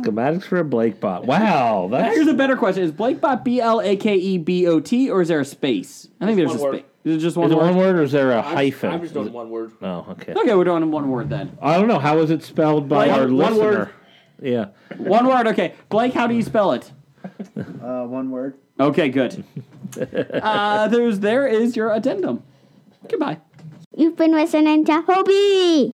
S5: Schematics for a Blake bot. Wow, that's
S2: Here's a better question: Is Blakebot B L A K E B O T or is there a space? I think there's
S5: one
S2: a
S5: word.
S2: space. Is it just one
S5: is it
S2: word?
S5: one word or is there a hyphen? Is it-
S14: one word.
S5: Oh, okay.
S2: Okay, we're doing one word then.
S5: I don't know. How is it spelled by
S2: Like,
S5: our
S2: one
S5: listener?
S2: word.
S5: Yeah.
S2: One word, okay. Blake, how do you spell it?
S6: Uh, one word.
S2: Okay, good. Uh, there's there is your addendum. Goodbye.
S8: You've been listening to Hobie.